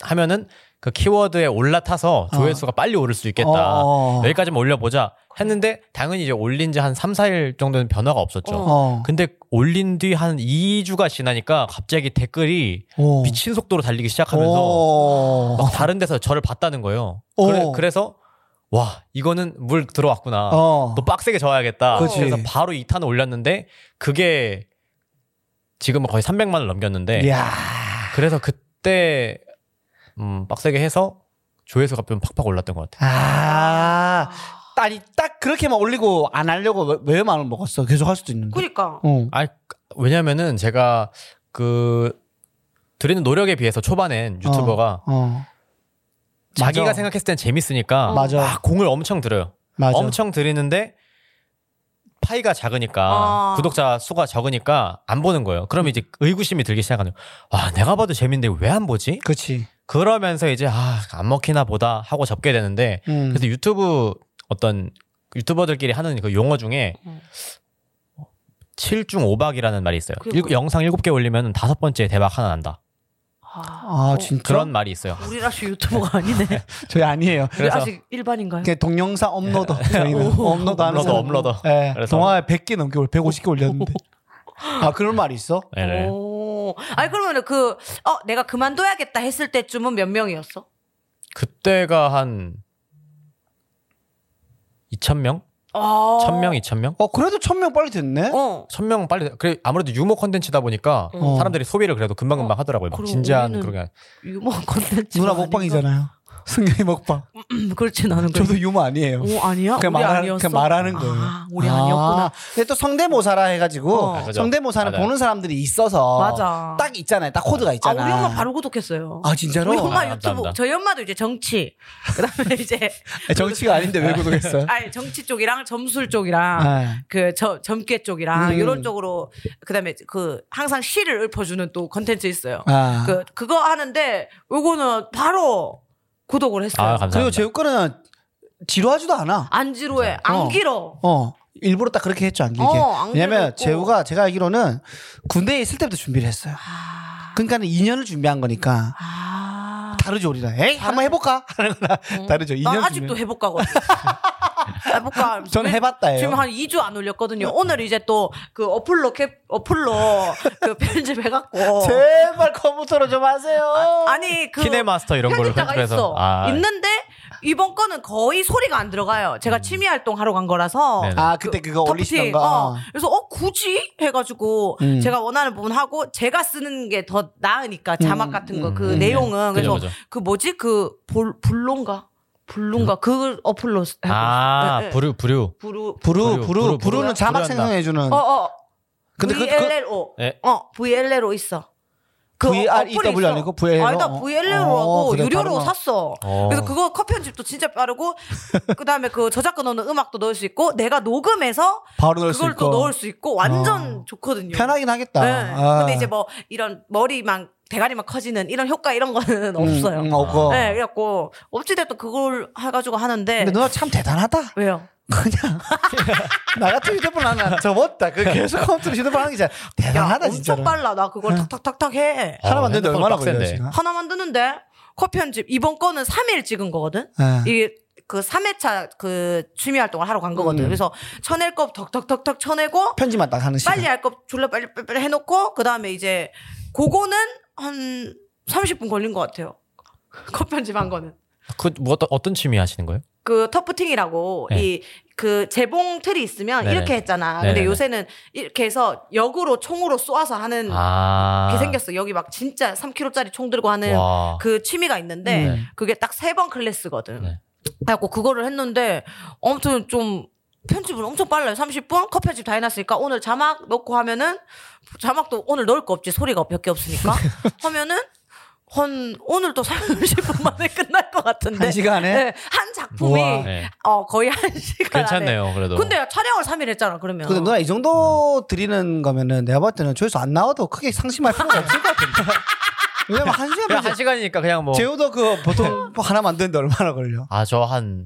[SPEAKER 3] 하면은 그 키워드에 올라타서 조회수가 빨리 오를 수 있겠다 네,
[SPEAKER 1] 어.
[SPEAKER 3] 여기까지 만 올려보자 했는데 당연히 이제 올린 지 한 3, 4일 정도는 변화가 없었죠
[SPEAKER 2] 어.
[SPEAKER 1] 어.
[SPEAKER 3] 근데 올린 뒤 한 2주가 지나니까 갑자기 댓글이
[SPEAKER 1] 오. 어.
[SPEAKER 3] 미친 속도로 달리기 시작하면서 어,
[SPEAKER 1] 오.
[SPEAKER 3] 막 다른 데서 저를 봤다는 거예요
[SPEAKER 1] 어.
[SPEAKER 3] 그래, 서와 이거는 물 들어왔구나
[SPEAKER 1] 어.
[SPEAKER 3] 또 빡세게 저어야겠다. 그
[SPEAKER 1] 그치.
[SPEAKER 3] 래서 바로 2탄 올렸는데 그게 지금은 거의 300만을 넘겼는데
[SPEAKER 1] 야.
[SPEAKER 3] 그래서 그때 음, 빡세게 해서 조회수가 좀 팍팍 올랐던 것 같아요.
[SPEAKER 1] 아. 아니 딱 그렇게만 올리고 안 하려고 왜, 왜 마음을 먹었어? 계속 할 수도 있는데.
[SPEAKER 2] 그니까.
[SPEAKER 1] 어.
[SPEAKER 3] 아 왜냐면은 제가 그 드리는 노력에 비해서 초반엔 유튜버가
[SPEAKER 1] 어.
[SPEAKER 3] 자기가
[SPEAKER 1] 맞아.
[SPEAKER 3] 생각했을 땐 재밌으니까
[SPEAKER 1] 맞아.
[SPEAKER 3] 막 공을 엄청 들어요.
[SPEAKER 1] 맞아.
[SPEAKER 3] 엄청 들이는데 파이가 작으니까
[SPEAKER 2] 아.
[SPEAKER 3] 구독자 수가 적으니까 안 보는 거예요. 그럼 이제 의구심이 들기 시작하는 거예요. 와 내가 봐도 재밌는데 왜 안 보지?
[SPEAKER 1] 그렇지.
[SPEAKER 3] 그러면서 이제 아 안 먹히나 보다 하고 접게 되는데
[SPEAKER 1] 음.
[SPEAKER 3] 그래서 유튜브 어떤 유튜버들끼리 하는 그 용어 중에
[SPEAKER 2] 음.
[SPEAKER 3] 7중 5박이라는 말이 있어요.
[SPEAKER 2] 그게
[SPEAKER 3] 일-
[SPEAKER 2] 뭐예요?
[SPEAKER 3] 영상 7개 올리면 다섯 번째 대박 하나 난다.
[SPEAKER 2] 아,
[SPEAKER 1] 아
[SPEAKER 2] 어,
[SPEAKER 1] 진짜?
[SPEAKER 3] 그런 말이 있어요.
[SPEAKER 2] 우리 라시 유튜버가 아니네.
[SPEAKER 1] 저희 아니에요.
[SPEAKER 2] 우리
[SPEAKER 3] 그래서
[SPEAKER 2] 아직 일반인가요?
[SPEAKER 1] 그냥 동영상
[SPEAKER 2] 예.
[SPEAKER 1] 업로더 저희는 업로드 하는
[SPEAKER 3] 업로더,
[SPEAKER 1] 사람.
[SPEAKER 3] 업로더.
[SPEAKER 1] 예,
[SPEAKER 3] 그래서-
[SPEAKER 1] 동화에 100개 넘게 올 150개 올렸는데 아 그런 말이 있어?
[SPEAKER 3] 네, 네.
[SPEAKER 2] 오. 아니 그러면 그 어, 내가 그만둬야겠다 했을 때쯤은 몇 명이었어?
[SPEAKER 3] 그때가 한 2,000명?
[SPEAKER 2] 아.
[SPEAKER 3] 1,000명, 2,000명?
[SPEAKER 1] 어 그래도 1000명 빨리 됐네
[SPEAKER 2] 어.
[SPEAKER 3] 천명 빨리 그래 아무래도 유머 컨텐츠다 보니까
[SPEAKER 1] 어.
[SPEAKER 3] 사람들이 소비를 그래도 금방 금방 하더라고요. 막
[SPEAKER 2] 어. 그럼
[SPEAKER 3] 진지한
[SPEAKER 2] 우리는-
[SPEAKER 3] 그런 게 아니-
[SPEAKER 2] 유머 콘텐츠.
[SPEAKER 1] 누나
[SPEAKER 2] 아닌가?
[SPEAKER 1] 먹방이잖아요 승현이 먹방
[SPEAKER 2] 음, 그렇진 않은 거.
[SPEAKER 1] 저도 유머 아니에요
[SPEAKER 2] 오 아니야?
[SPEAKER 1] 그냥,
[SPEAKER 2] 우리
[SPEAKER 1] 말하,
[SPEAKER 2] 아니었어?
[SPEAKER 1] 그냥 말하는 거예요
[SPEAKER 2] 아, 우리 아니었구나.
[SPEAKER 1] 아, 근데 또 성대모사라 해가지고
[SPEAKER 2] 어.
[SPEAKER 3] 그죠.
[SPEAKER 1] 성대모사는
[SPEAKER 3] 맞아요.
[SPEAKER 1] 보는 사람들이 있어서
[SPEAKER 2] 맞아.
[SPEAKER 1] 딱 있잖아요 딱 코드가
[SPEAKER 2] 아
[SPEAKER 1] 있잖아
[SPEAKER 2] 우리 엄마 바로 구독했어요.
[SPEAKER 1] 아, 진짜로?
[SPEAKER 2] 우리 엄마
[SPEAKER 3] 아,
[SPEAKER 2] 유튜브.
[SPEAKER 3] 감사합니다.
[SPEAKER 2] 저희 엄마도 이제 정치. 그다음에 이제
[SPEAKER 1] 아, 정치가 아닌데 왜 구독했어요?
[SPEAKER 2] 아니 정치 쪽이랑 점술 쪽이랑
[SPEAKER 1] 아.
[SPEAKER 2] 그 저, 점괘 쪽이랑
[SPEAKER 1] 음.
[SPEAKER 2] 이런 쪽으로 그다음에 그 항상 시를 읊어주는 또 컨텐츠 있어요.
[SPEAKER 1] 아.
[SPEAKER 2] 그 그거 하는데 요거는 바로 구독을 했어요.
[SPEAKER 3] 아 감사합니다.
[SPEAKER 1] 그리고 재우 거는 지루하지도 않아
[SPEAKER 2] 안 지루해, 안
[SPEAKER 1] 어.
[SPEAKER 2] 길어.
[SPEAKER 1] 어 일부러 딱 그렇게 했죠 안 길게
[SPEAKER 2] 어, 안 길었고.
[SPEAKER 1] 왜냐면 재우가 제가 알기로는 그 군대에 있을 때부터 준비를 했어요
[SPEAKER 2] 아,
[SPEAKER 1] 그러니까 2년을 준비한 거니까
[SPEAKER 2] 아.
[SPEAKER 1] 다 다르죠 우리랑. 에이 한번 해볼까 하는 거랑 다르죠.
[SPEAKER 2] 난
[SPEAKER 1] 2년
[SPEAKER 2] 음. 아직도 해볼까거든. 해볼까.
[SPEAKER 1] 전
[SPEAKER 3] 네.
[SPEAKER 1] 해봤다예요.
[SPEAKER 2] 지금 한 2주 안 올렸거든요. 오늘 이제 또 그 어플로 캡, 어플로 그
[SPEAKER 1] 어.
[SPEAKER 2] 편집해갖고.
[SPEAKER 1] 제발 컴퓨터로 좀 하세요.
[SPEAKER 2] 아니 그
[SPEAKER 3] 키네마스터 이런 걸로
[SPEAKER 2] 편집자가
[SPEAKER 3] 편집해서.
[SPEAKER 2] 있어.
[SPEAKER 3] 아.
[SPEAKER 2] 있는데 이번 거는 거의 소리가 안 들어가요. 제가 취미 활동 하러 간 거라서.
[SPEAKER 3] 음. 네네.
[SPEAKER 1] 아 그때 그거
[SPEAKER 2] 터프팅.
[SPEAKER 1] 올리시던가.
[SPEAKER 2] 어.
[SPEAKER 1] 어.
[SPEAKER 2] 그래서 어 굳이 해가지고
[SPEAKER 1] 음.
[SPEAKER 2] 제가 원하는 부분 하고 제가 쓰는 게 더 나으니까 자막
[SPEAKER 1] 음,
[SPEAKER 2] 같은
[SPEAKER 1] 음,
[SPEAKER 2] 거
[SPEAKER 1] 음,
[SPEAKER 2] 그
[SPEAKER 1] 음.
[SPEAKER 2] 내용은
[SPEAKER 3] 그죠,
[SPEAKER 2] 그래서
[SPEAKER 3] 그죠.
[SPEAKER 2] 그 뭐지 그 볼, 블론가 블론가 그 어플로 쓰- 하고 있어요. 예,
[SPEAKER 3] 음. 아
[SPEAKER 2] 예.
[SPEAKER 3] 부류 부류.
[SPEAKER 2] 부루
[SPEAKER 1] 부루
[SPEAKER 3] 부류,
[SPEAKER 1] 부루
[SPEAKER 3] 부루,
[SPEAKER 1] 부루는
[SPEAKER 3] 부루야?
[SPEAKER 1] 자막
[SPEAKER 3] 부루한다.
[SPEAKER 1] 생성해주는.
[SPEAKER 2] 어어
[SPEAKER 1] 근데 그- 그
[SPEAKER 2] VLLO
[SPEAKER 3] 예.
[SPEAKER 2] 어 VLLO 있어 그
[SPEAKER 1] V R E W 아니고 VLLO?
[SPEAKER 2] 아니다 VLLO라고
[SPEAKER 1] 어, 그래,
[SPEAKER 2] 유료로
[SPEAKER 1] 다른 거.
[SPEAKER 2] 샀어
[SPEAKER 3] 어.
[SPEAKER 2] 그래서 그거 커피 편집도 진짜 빠르고 그 다음에 그 저작권 없는 음악도 넣을 수 있고 내가 녹음해서
[SPEAKER 1] 바로 넣을 수
[SPEAKER 2] 그걸 또
[SPEAKER 1] 있고.
[SPEAKER 2] 넣을 수 있고 완전
[SPEAKER 1] 어.
[SPEAKER 2] 좋거든요
[SPEAKER 1] 편하긴 하겠다.
[SPEAKER 2] 네.
[SPEAKER 1] 아.
[SPEAKER 2] 근데 이제 뭐 이런 머리만 대가리만 커지는 이런 효과 이런 거는 없어요.
[SPEAKER 1] 음, 음, 없고.
[SPEAKER 2] 네, 그래갖고 어찌됐든 그걸 해가지고 하는데
[SPEAKER 1] 근데 누나 참 대단하다.
[SPEAKER 2] 왜요?
[SPEAKER 1] 그냥 나 같은 휴대폰 하면 안 접었다. 그 계속 컴퓨터로 휴대폰 하는 게 진짜
[SPEAKER 2] 야,
[SPEAKER 1] 대단하다
[SPEAKER 2] 엄청
[SPEAKER 1] 진짜로. 어,
[SPEAKER 2] 빨라. 나 그걸 탁탁탁탁 해.
[SPEAKER 1] 하나 만드는데
[SPEAKER 3] 핸드폰
[SPEAKER 1] 얼마나
[SPEAKER 3] 빡센데.
[SPEAKER 1] 걸려요 지금?
[SPEAKER 2] 하나 만드는데 커피 한 집 이번 거는 3일 찍은 거거든.
[SPEAKER 3] 아.
[SPEAKER 1] 예.
[SPEAKER 2] 이게 그 3회차 그 취미 활동을 하러 간 거거든.
[SPEAKER 1] 음.
[SPEAKER 2] 그래서 쳐낼 거 덕덕덕덕 쳐내고
[SPEAKER 1] 편지만 딱 하는 시간.
[SPEAKER 2] 빨리 할 거 졸라 빨리 빨리 빨리 해놓고 그 다음에 이제 그거는 한 30분 걸린 것 같아요. 커피 한 집 한 거는.
[SPEAKER 3] 그 뭐, 어떤, 어떤 취미 하시는 거예요?
[SPEAKER 2] 그 터프팅이라고
[SPEAKER 3] 네.
[SPEAKER 2] 이 그 재봉 틀이 있으면
[SPEAKER 3] 네네.
[SPEAKER 2] 이렇게 했잖아. 근데
[SPEAKER 3] 네네네.
[SPEAKER 2] 요새는 이렇게 해서 역으로 총으로 쏘아서 하는
[SPEAKER 3] 아.
[SPEAKER 2] 게 음, 생겼어. 여기 막 진짜 3kg짜리 총 들고 하는
[SPEAKER 3] 와.
[SPEAKER 2] 그 취미가 있는데
[SPEAKER 3] 네.
[SPEAKER 2] 그게 딱 세 번 클래스거든.
[SPEAKER 3] 네.
[SPEAKER 2] 그래갖고 그거를 했는데 아무튼 좀 편집은 엄청 빨라요. 30분 컷 편집 다 해놨으니까 오늘 자막 넣고 하면은 자막도 오늘 넣을 거 없지 소리가 몇 개 없으니까 하면은 한 오늘 또 30분 만에 끝날 것 같은데
[SPEAKER 1] 한 시간에?
[SPEAKER 2] 네, 한 작품이
[SPEAKER 1] 우와.
[SPEAKER 3] 네.
[SPEAKER 2] 어 거의 한 시간 안에.
[SPEAKER 3] 괜찮네요. 그래도.
[SPEAKER 2] 근데 촬영을 3일 했잖아 그러면.
[SPEAKER 1] 근데 누나 이 정도 드리는 거면은 내가 봤을 때는 조회수 안 나와도 크게 상심할 필요가 없을 것 같은데. 왜냐면 한 시간
[SPEAKER 3] 그냥 한
[SPEAKER 1] 반.
[SPEAKER 3] 시간이니까 그냥 뭐. 아,
[SPEAKER 1] 제우도 그 보통 하나 만드는데 얼마나 걸려?
[SPEAKER 3] 아저한한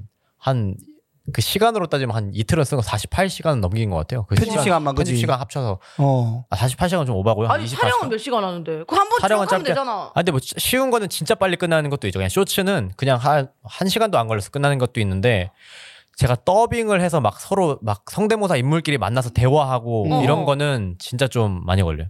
[SPEAKER 3] 그 시간으로 따지면 한 이틀은 쓴거 48시간은 넘긴 것 같아요. 그
[SPEAKER 1] 편집 시간만
[SPEAKER 3] 편집
[SPEAKER 1] 그지?
[SPEAKER 3] 시간 합쳐서
[SPEAKER 1] 어.
[SPEAKER 3] 아 48시간 좀 오바고요. 한
[SPEAKER 2] 아니
[SPEAKER 3] 24시간.
[SPEAKER 2] 촬영은 몇 시간 하는데 그 한 번 촬영
[SPEAKER 3] 촬영은
[SPEAKER 2] 하면
[SPEAKER 3] 짧게.
[SPEAKER 2] 되잖아.
[SPEAKER 3] 아 근데 뭐 치- 쉬운 거는 진짜 빨리 끝나는 것도 있죠. 그냥 쇼츠는 그냥 한 한 시간도 안 걸려서 끝나는 것도 있는데 제가 더빙을 해서 막 서로 막 성대모사 인물끼리 만나서
[SPEAKER 2] 음.
[SPEAKER 3] 대화하고
[SPEAKER 1] 어.
[SPEAKER 3] 이런 거는 진짜 좀 많이 걸려요.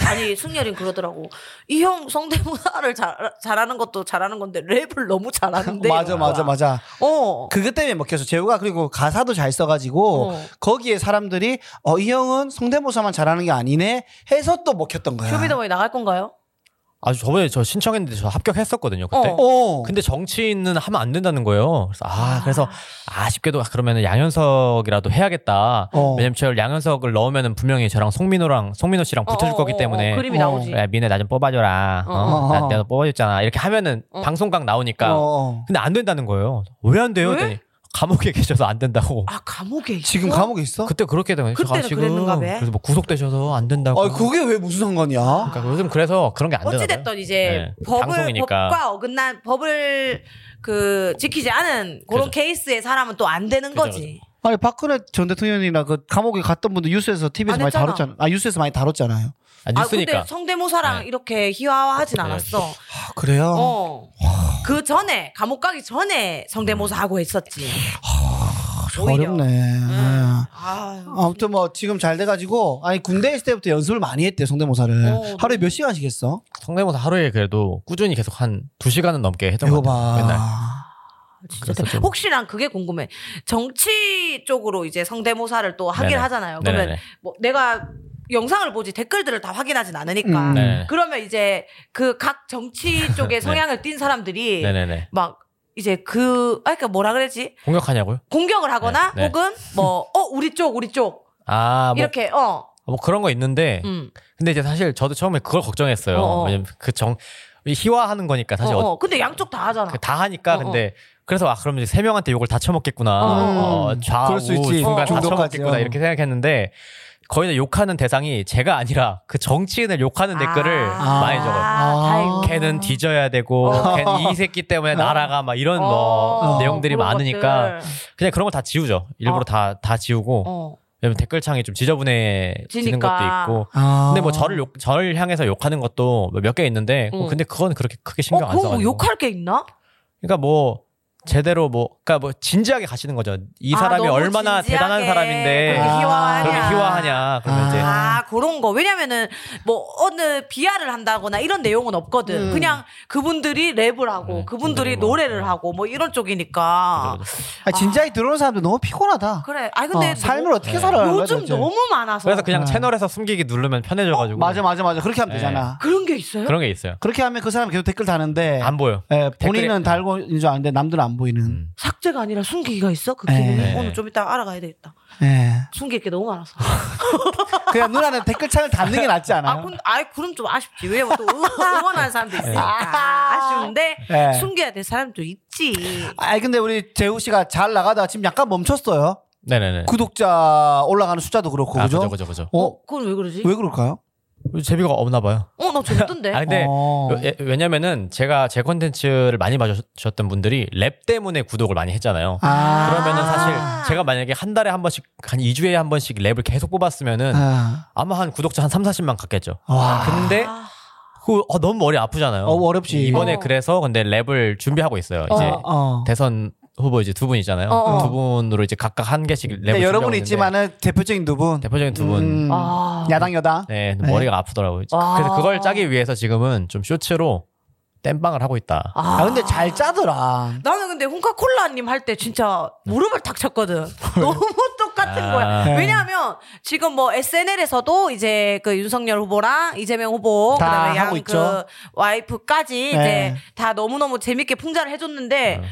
[SPEAKER 2] 아니 승열이 그러더라고 이 형 성대모사를 잘, 잘하는 것도 잘하는 건데 랩을 너무 잘하는데
[SPEAKER 1] 맞아 맞아 맞아.
[SPEAKER 2] 어
[SPEAKER 1] 그것 때문에 먹혔어. 재우가 그리고 가사도 잘 써가지고
[SPEAKER 2] 어.
[SPEAKER 1] 거기에 사람들이 어 이 형은 성대모사만 잘하는 게 아니네 해서 또 먹혔던 거야.
[SPEAKER 2] 쇼미더머니 나갈 건가요?
[SPEAKER 3] 아 저번에 저 신청했는데 저 합격했었거든요. 그때.
[SPEAKER 2] 어.
[SPEAKER 1] 어.
[SPEAKER 3] 근데 정치인은 하면 안 된다는 거예요. 그래서 아, 그래서 아쉽게도 그러면은 양현석이라도 해야겠다.
[SPEAKER 1] 어.
[SPEAKER 3] 왜냐면 저 양현석을 넣으면은 분명히 저랑 송민호랑 송민호 씨랑 붙을
[SPEAKER 2] 어, 어,
[SPEAKER 3] 거기
[SPEAKER 2] 어,
[SPEAKER 3] 때문에 네.
[SPEAKER 2] 어, 그림이
[SPEAKER 1] 어.
[SPEAKER 2] 나오지
[SPEAKER 3] 야, 민혜 나 좀 뽑아줘라. 어,
[SPEAKER 1] 어.
[SPEAKER 3] 나, 내가 뽑아줬잖아. 이렇게 하면은
[SPEAKER 2] 어.
[SPEAKER 3] 방송각 나오니까.
[SPEAKER 1] 어.
[SPEAKER 3] 근데 안 된다는 거예요. 왜 안 돼요?
[SPEAKER 2] 왜?
[SPEAKER 3] 그랬더니 감옥에 계셔서 안 된다고.
[SPEAKER 2] 아 감옥에 있어?
[SPEAKER 1] 지금 감옥에 있어?
[SPEAKER 3] 그때 그렇게 되면
[SPEAKER 2] 그때는 그랬는가 봐.
[SPEAKER 3] 아, 그래서 뭐 구속되셔서 안 된다고.
[SPEAKER 1] 아 그게 왜 무슨 상관이야?
[SPEAKER 3] 그러니까 요즘 그래서 그런 게 안 되나 봐요.
[SPEAKER 2] 어찌됐든 이제
[SPEAKER 3] 네,
[SPEAKER 2] 법을
[SPEAKER 3] 방송이니까.
[SPEAKER 2] 법과 어긋난 법을 그 지키지 않은 그런
[SPEAKER 3] 그죠.
[SPEAKER 2] 케이스의 사람은 또 안 되는
[SPEAKER 3] 그죠,
[SPEAKER 2] 거지
[SPEAKER 1] 아니 박근혜 전 대통령이나 그 감옥에 갔던 분들 뉴스에서 TV에서
[SPEAKER 2] 안
[SPEAKER 1] 많이
[SPEAKER 2] 했잖아.
[SPEAKER 1] 다뤘잖아. 아 뉴스에서 많이 다뤘잖아요.
[SPEAKER 3] 아,
[SPEAKER 2] 아 근데
[SPEAKER 3] 뉴스니까.
[SPEAKER 2] 성대모사랑
[SPEAKER 3] 네.
[SPEAKER 2] 이렇게 희화화하진
[SPEAKER 3] 네.
[SPEAKER 2] 않았어
[SPEAKER 1] 아, 그래요?
[SPEAKER 2] 어. 그 전에 감옥 가기 전에 성대모사 하고 있었지
[SPEAKER 3] 아,
[SPEAKER 2] 오히려.
[SPEAKER 1] 아, 어렵네.
[SPEAKER 2] 음.
[SPEAKER 1] 아.
[SPEAKER 2] 아,
[SPEAKER 1] 아무튼 뭐 지금 잘 돼가지고 아니 군대 있을 때부터 연습을 많이 했대 성대모사를
[SPEAKER 2] 어,
[SPEAKER 1] 하루에 몇 시간씩 했어?
[SPEAKER 3] 성대모사 하루에 그래도 꾸준히 계속 한 두 시간은 넘게 했던
[SPEAKER 1] 이거
[SPEAKER 3] 것 같아요.
[SPEAKER 1] 봐. 음.
[SPEAKER 3] 맨날.
[SPEAKER 2] 진짜
[SPEAKER 3] 그래서
[SPEAKER 2] 대-
[SPEAKER 3] 좀-
[SPEAKER 2] 혹시 난 그게 궁금해. 정치 쪽으로 이제 성대모사를 또 하긴
[SPEAKER 3] 네네.
[SPEAKER 2] 하잖아요. 그러면
[SPEAKER 3] 네네네.
[SPEAKER 2] 뭐 내가 영상을 보지 댓글들을 다 확인하진 않으니까.
[SPEAKER 1] 음.
[SPEAKER 3] 네네. 네.
[SPEAKER 2] 그러면 이제 그 각 정치 쪽에 성향을 띈 사람들이
[SPEAKER 3] 네네네.
[SPEAKER 2] 막 이제 그, 아, 그니까 뭐라 그랬지?
[SPEAKER 3] 공격하냐고요?
[SPEAKER 2] 공격을 하거나
[SPEAKER 3] 네, 네.
[SPEAKER 2] 혹은 뭐, 어, 우리 쪽, 우리 쪽.
[SPEAKER 3] 아, 뭐,
[SPEAKER 2] 이렇게, 어.
[SPEAKER 3] 뭐 그런 거 있는데,
[SPEAKER 2] 음.
[SPEAKER 3] 근데 이제 사실 저도 처음에 그걸 걱정했어요.
[SPEAKER 2] 어어.
[SPEAKER 3] 왜냐면 그 정, 이 희화하는 거니까 사실
[SPEAKER 2] 어,
[SPEAKER 3] 어,
[SPEAKER 2] 어. 근데 양쪽 다 하잖아.
[SPEAKER 3] 그다 하니까
[SPEAKER 2] 어어.
[SPEAKER 3] 근데 그래서 아 그럼 이제 세 명한테 욕을 다 처먹겠구나,
[SPEAKER 1] 어어.
[SPEAKER 3] 어, 좌우
[SPEAKER 1] 그럴 수 있지.
[SPEAKER 3] 중간 다
[SPEAKER 1] 중도까지,
[SPEAKER 3] 처먹겠구나
[SPEAKER 1] 어.
[SPEAKER 3] 이렇게 생각했는데 거의 욕하는 대상이 제가 아니라 그 정치인을 욕하는 댓글을
[SPEAKER 2] 아.
[SPEAKER 3] 많이 적어요.
[SPEAKER 2] 아, 다행이다.
[SPEAKER 3] 걔는 뒤져야 되고, 걔는 이 새끼 때문에 나라가 막 이런 뭐
[SPEAKER 2] 어,
[SPEAKER 3] 내용들이
[SPEAKER 2] 그런
[SPEAKER 3] 많으니까
[SPEAKER 2] 것들.
[SPEAKER 3] 그냥 그런 걸 다 지우죠. 일부러
[SPEAKER 2] 어.
[SPEAKER 3] 다 다 지우고
[SPEAKER 2] 어.
[SPEAKER 3] 왜냐면 댓글창이 좀 지저분해지는
[SPEAKER 2] 지니까.
[SPEAKER 3] 것도 있고.
[SPEAKER 1] 아.
[SPEAKER 3] 근데 뭐 저를 욕, 저를 향해서 욕하는 것도 뭐 몇 개 있는데
[SPEAKER 2] 응.
[SPEAKER 3] 근데 그건 그렇게
[SPEAKER 2] 음.
[SPEAKER 3] 크게
[SPEAKER 2] 어,
[SPEAKER 3] 신경 안
[SPEAKER 2] 그거
[SPEAKER 3] 써가지고.
[SPEAKER 2] 뭐 욕할 게 있나?
[SPEAKER 3] 그러니까 뭐 제대로 뭐 그러니까 뭐 진지하게 가시는 거죠. 이 사람이
[SPEAKER 2] 아, 너무
[SPEAKER 3] 얼마나
[SPEAKER 2] 진지하게
[SPEAKER 3] 대단한 사람인데
[SPEAKER 2] 그렇게
[SPEAKER 1] 아.
[SPEAKER 2] 희화하냐.
[SPEAKER 3] 그렇게 희화하냐. 그러면
[SPEAKER 1] 아.
[SPEAKER 3] 이제
[SPEAKER 2] 아, 그런 거. 왜냐면은, 뭐, 어느 비하를 한다거나 이런 내용은 없거든.
[SPEAKER 1] 음.
[SPEAKER 2] 그냥 그분들이 랩을 하고, 그분들이
[SPEAKER 3] 음, 그렇죠, 그분들이 뭐.
[SPEAKER 2] 노래를 하고, 뭐 이런 쪽이니까.
[SPEAKER 1] 아, 진지하게 들어오는 사람들 너무 피곤하다.
[SPEAKER 2] 그래. 아니, 근데.
[SPEAKER 1] 어, 삶을 어떻게 살아가는 거야,
[SPEAKER 2] 요즘
[SPEAKER 1] 도대체?
[SPEAKER 2] 너무 많아서.
[SPEAKER 3] 그래서
[SPEAKER 1] 아.
[SPEAKER 3] 그냥
[SPEAKER 1] 어,
[SPEAKER 3] 채널에서 숨기기 누르면 편해져가지고
[SPEAKER 1] 맞아 맞아 맞아 그렇게 하면
[SPEAKER 3] 예.
[SPEAKER 1] 되잖아.
[SPEAKER 2] 그런 게 있어요?
[SPEAKER 3] 그런 게 있어요.
[SPEAKER 1] 그렇게 하면 그 사람 계속 댓글 다는데
[SPEAKER 3] 안 보여.
[SPEAKER 1] 예, 본인은
[SPEAKER 3] 댓글에-
[SPEAKER 1] 달고 있는 줄 아는데 남들은 안 보이는.
[SPEAKER 3] 음.
[SPEAKER 2] 삭제가 아니라 숨기기가 있어? 그
[SPEAKER 1] 네.
[SPEAKER 2] 기능이?
[SPEAKER 3] 네.
[SPEAKER 2] 오늘 좀 이따 알아가야 되겠다.
[SPEAKER 1] 예.
[SPEAKER 2] 숨길 게 너무 많아서.
[SPEAKER 1] 그냥 누나는 댓글창을 닫는 게 낫지
[SPEAKER 2] 아,
[SPEAKER 1] 않아요?
[SPEAKER 2] 근, 아이, 그럼 좀 아쉽지. 왜냐면 또 응원, 응원하는 사람도 있으니까.
[SPEAKER 1] 아.
[SPEAKER 2] 아쉬운데,
[SPEAKER 1] 네.
[SPEAKER 2] 숨겨야 될 사람도 있지.
[SPEAKER 1] 아니 근데 우리 재우 씨가 잘 나가다가 지금 약간 멈췄어요.
[SPEAKER 3] 네네네.
[SPEAKER 1] 구독자 올라가는 숫자도 그, 그렇고
[SPEAKER 3] 아,
[SPEAKER 1] 그죠?
[SPEAKER 3] 그죠 그죠 그죠.
[SPEAKER 1] 어?
[SPEAKER 2] 그건 왜 그러지?
[SPEAKER 1] 왜 그럴까요?
[SPEAKER 3] 재미가 없나 봐요.
[SPEAKER 2] 어, 나 재밌던데.
[SPEAKER 3] 아 근데
[SPEAKER 1] 어.
[SPEAKER 3] 왜- 왜냐면은 제가 제 컨텐츠를 많이 봐주셨던 분들이 랩 때문에 구독을 많이 했잖아요.
[SPEAKER 1] 아.
[SPEAKER 3] 그러면은
[SPEAKER 2] 아.
[SPEAKER 3] 사실 제가 만약에 한 달에 한 번씩 한 2주에 한 번씩 랩을 계속 뽑았으면은
[SPEAKER 1] 아.
[SPEAKER 3] 아마 한 구독자 한 3, 40만 갔겠죠.
[SPEAKER 1] 와.
[SPEAKER 3] 근데
[SPEAKER 2] 아.
[SPEAKER 3] 그 어, 너무 머리 아프잖아요.
[SPEAKER 1] 어, 어렵지.
[SPEAKER 3] 이번에
[SPEAKER 2] 어.
[SPEAKER 3] 그래서 근데 랩을 준비하고 있어요. 이제
[SPEAKER 1] 어, 어.
[SPEAKER 3] 대선 후보 이제 두 분이잖아요.
[SPEAKER 2] 어, 어.
[SPEAKER 3] 두 분으로 이제 각각 한 개씩 랩을
[SPEAKER 1] 네,
[SPEAKER 3] 준비하고
[SPEAKER 1] 여러분
[SPEAKER 3] 있는데
[SPEAKER 1] 있지만은 대표적인 두 분.
[SPEAKER 3] 대표적인 두 분.
[SPEAKER 1] 음,
[SPEAKER 2] 아.
[SPEAKER 1] 야당 여당.
[SPEAKER 3] 네,
[SPEAKER 1] 네.
[SPEAKER 3] 머리가 아프더라고요.
[SPEAKER 2] 아.
[SPEAKER 3] 그래서 그걸 짜기 위해서 지금은 좀 쇼츠로 땜빵을 하고 있다.
[SPEAKER 1] 아 근데 잘 짜더라.
[SPEAKER 2] 나는 근데 hun카콜라님 할 때 진짜 무릎을 탁 쳤거든. 너무 똑같은
[SPEAKER 3] 아.
[SPEAKER 2] 거야.
[SPEAKER 1] 네.
[SPEAKER 2] 왜냐하면 지금 뭐 SNL에서도 이제 그 윤석열 후보랑 이재명 후보,
[SPEAKER 1] 다
[SPEAKER 2] 그다음에
[SPEAKER 1] 하고
[SPEAKER 2] 양 그
[SPEAKER 1] 있죠.
[SPEAKER 2] 와이프까지
[SPEAKER 1] 네.
[SPEAKER 2] 이제 다 너무너무 재밌게 풍자를 해줬는데
[SPEAKER 3] 네.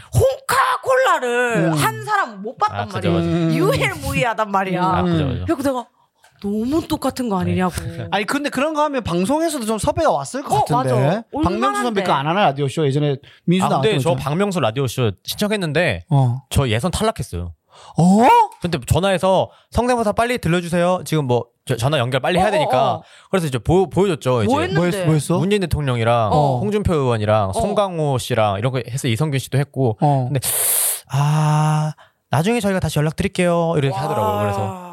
[SPEAKER 2] hun카콜라를
[SPEAKER 1] 음.
[SPEAKER 2] 한 사람 못 봤단
[SPEAKER 3] 아,
[SPEAKER 2] 말이야.
[SPEAKER 3] 그죠, 그죠.
[SPEAKER 1] 음.
[SPEAKER 2] 유일무이하단 말이야.
[SPEAKER 3] 아,
[SPEAKER 1] 음.
[SPEAKER 3] 그죠, 그죠.
[SPEAKER 2] 그래서 내가 너무 똑같은 거 아니냐고.
[SPEAKER 1] 아니 근데 그런 거 하면 방송에서도 좀 섭외가 왔을 것
[SPEAKER 2] 어, 맞아.
[SPEAKER 1] 같은데.
[SPEAKER 2] 올만한데.
[SPEAKER 1] 박명수 선배가 안 하나 라디오 쇼 예전에 민수
[SPEAKER 3] 아,
[SPEAKER 1] 나왔던
[SPEAKER 3] 근데
[SPEAKER 1] 거.
[SPEAKER 3] 저
[SPEAKER 1] 있잖아.
[SPEAKER 3] 박명수 라디오쇼 신청했는데
[SPEAKER 1] 어.
[SPEAKER 3] 저 예선 탈락했어요.
[SPEAKER 1] 어?
[SPEAKER 3] 근데 전화해서 성대모사 빨리 들려주세요. 지금 뭐 저- 전화 연결 빨리
[SPEAKER 2] 어,
[SPEAKER 3] 해야
[SPEAKER 2] 어,
[SPEAKER 3] 되니까.
[SPEAKER 2] 어.
[SPEAKER 3] 그래서 이제 보, 보여줬죠. 이제
[SPEAKER 2] 뭐 했는데?
[SPEAKER 1] 뭐였어? 뭐였어?
[SPEAKER 3] 문재인 대통령이랑
[SPEAKER 2] 어.
[SPEAKER 3] 홍준표 의원이랑
[SPEAKER 2] 어.
[SPEAKER 3] 송강호 씨랑 이런 거 해서 이성균 씨도 했고.
[SPEAKER 1] 어.
[SPEAKER 3] 근데 아 나중에 저희가 다시 연락 드릴게요. 이렇게 하더라고요. 그래서
[SPEAKER 2] 아.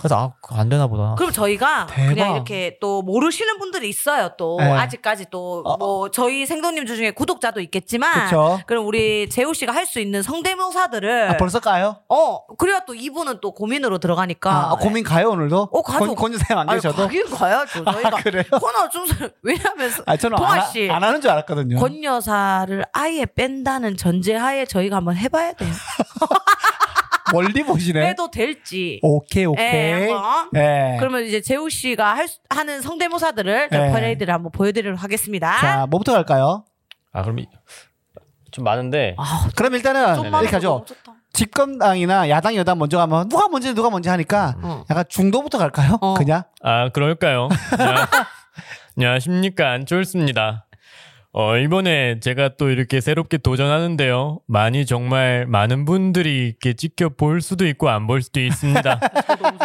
[SPEAKER 3] 그래서 아안 되나 보다.
[SPEAKER 2] 그럼 저희가
[SPEAKER 1] 대박.
[SPEAKER 2] 그냥 이렇게 또 모르시는 분들이 있어요. 또
[SPEAKER 1] 네.
[SPEAKER 2] 아직까지 또 뭐 저희 생동님 중에 구독자도 있겠지만
[SPEAKER 1] 그쵸.
[SPEAKER 2] 럼 우리 재우 씨가 할 수 있는 성대모사들을
[SPEAKER 1] 아, 벌써 가요?
[SPEAKER 2] 어 그래야 또 이분은 또 고민으로 들어가니까
[SPEAKER 1] 아, 고민 가요 오늘도?
[SPEAKER 2] 어, 가죠.
[SPEAKER 1] 권- 권 선생님 안
[SPEAKER 2] 아니,
[SPEAKER 1] 계셔도? 아,
[SPEAKER 2] 가긴 가야죠. 저희가
[SPEAKER 1] 그래요?
[SPEAKER 2] 코너 좀 왜냐하면
[SPEAKER 1] 아 저는 안,
[SPEAKER 2] 동아
[SPEAKER 1] 하-
[SPEAKER 2] 씨.
[SPEAKER 1] 안 하는 줄 알았거든요.
[SPEAKER 2] 권 여사를 아예 뺀다는 전제하에 저희가 한번 해봐야 돼요.
[SPEAKER 1] 멀리 보시네.
[SPEAKER 2] 해도 될지.
[SPEAKER 1] 오케이 오케이.
[SPEAKER 2] 예, 한번.
[SPEAKER 1] 예.
[SPEAKER 2] 그러면 이제 재우 씨가 할, 수- 하는 성대모사들을
[SPEAKER 1] 네.
[SPEAKER 2] 퍼레이드를 한번 보여드리도록 하겠습니다.
[SPEAKER 1] 자 뭐부터 갈까요?
[SPEAKER 3] 아 그럼 이- 좀 많은데
[SPEAKER 1] 그럼 일단은
[SPEAKER 2] 좀만
[SPEAKER 1] 이렇게 하죠. 집권당이나 야당 여당 먼저 가면 누가 먼저 누가 먼저 하니까
[SPEAKER 2] 어.
[SPEAKER 1] 약간 중도부터 갈까요?
[SPEAKER 2] 어.
[SPEAKER 1] 그냥
[SPEAKER 3] 아 그럴까요? 안녕- 안녕하십니까 안쫄습니다. 어, 이번에 제가 또 이렇게 새롭게 도전하는데요. 많이 정말 많은 분들이 이렇게 찍혀 볼 수도 있고 안 볼 수도 있습니다.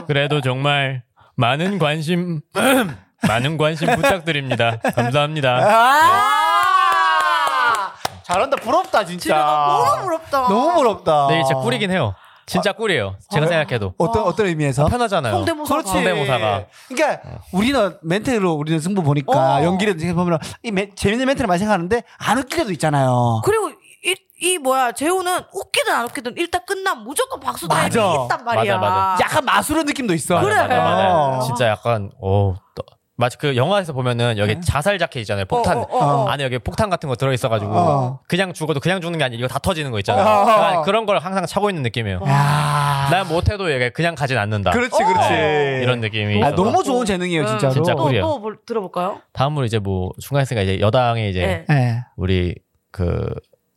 [SPEAKER 3] 그래도 정말 많은 관심 많은 관심 부탁드립니다.
[SPEAKER 2] 아.
[SPEAKER 3] 감사합니다.
[SPEAKER 1] 아! 잘한다 부럽다 진짜.
[SPEAKER 2] 너무 부럽다.
[SPEAKER 1] 너무 부럽다.
[SPEAKER 3] 네, 진짜 꿀이긴 해요. 진짜 꿀이에요. 제가 생각해도
[SPEAKER 1] 어떤 어떤 의미에서?
[SPEAKER 3] 편하잖아요.
[SPEAKER 2] 아. 성대모사가.
[SPEAKER 1] 그렇지.
[SPEAKER 3] 성대모사가.
[SPEAKER 1] 그러니까 우리는 멘트로 우리는 승부 보니까
[SPEAKER 2] 어.
[SPEAKER 1] 연기라든지 보면 이 멘- 재밌는 멘트를 많이 생각하는데 안 웃길 때도 있잖아요.
[SPEAKER 2] 그리고 이, 이 뭐야 재우는 웃기든 안 웃기든 일단 끝나면 무조건 박수
[SPEAKER 1] 맞아.
[SPEAKER 2] 타임이 있단 말이야.
[SPEAKER 3] 맞아, 맞아.
[SPEAKER 1] 약간 마술의 느낌도 있어.
[SPEAKER 2] 그래.
[SPEAKER 3] 맞아, 맞아,
[SPEAKER 1] 어.
[SPEAKER 3] 맞아. 그러니까 진짜 약간 오 또- 마치 그 영화에서 보면은
[SPEAKER 1] 네.
[SPEAKER 3] 여기 자살 자켓 있잖아요. 폭탄
[SPEAKER 2] 어, 어, 어, 어.
[SPEAKER 3] 안에 여기 폭탄 같은 거 들어 있어가지고
[SPEAKER 1] 어.
[SPEAKER 3] 그냥 죽어도 그냥 죽는 게 아니라 이거 다 터지는 거 있잖아요.
[SPEAKER 1] 어, 어, 어.
[SPEAKER 3] 약간 그런 걸 항상 차고 있는 느낌이에요.
[SPEAKER 1] 야.
[SPEAKER 3] 난 못해도 얘가 그냥 가진 않는다.
[SPEAKER 1] 그렇지, 그렇지.
[SPEAKER 3] 네, 이런 느낌이.
[SPEAKER 1] 아,
[SPEAKER 3] 있어서.
[SPEAKER 1] 너무 좋은 재능이에요,
[SPEAKER 2] 음,
[SPEAKER 1] 진짜로.
[SPEAKER 3] 진짜
[SPEAKER 2] 또,
[SPEAKER 3] 꿀이야.
[SPEAKER 2] 또 뭘 들어볼까요?
[SPEAKER 3] 다음으로 이제 뭐 중간에서가 이제 여당의 이제
[SPEAKER 2] 네.
[SPEAKER 1] 네.
[SPEAKER 3] 우리 그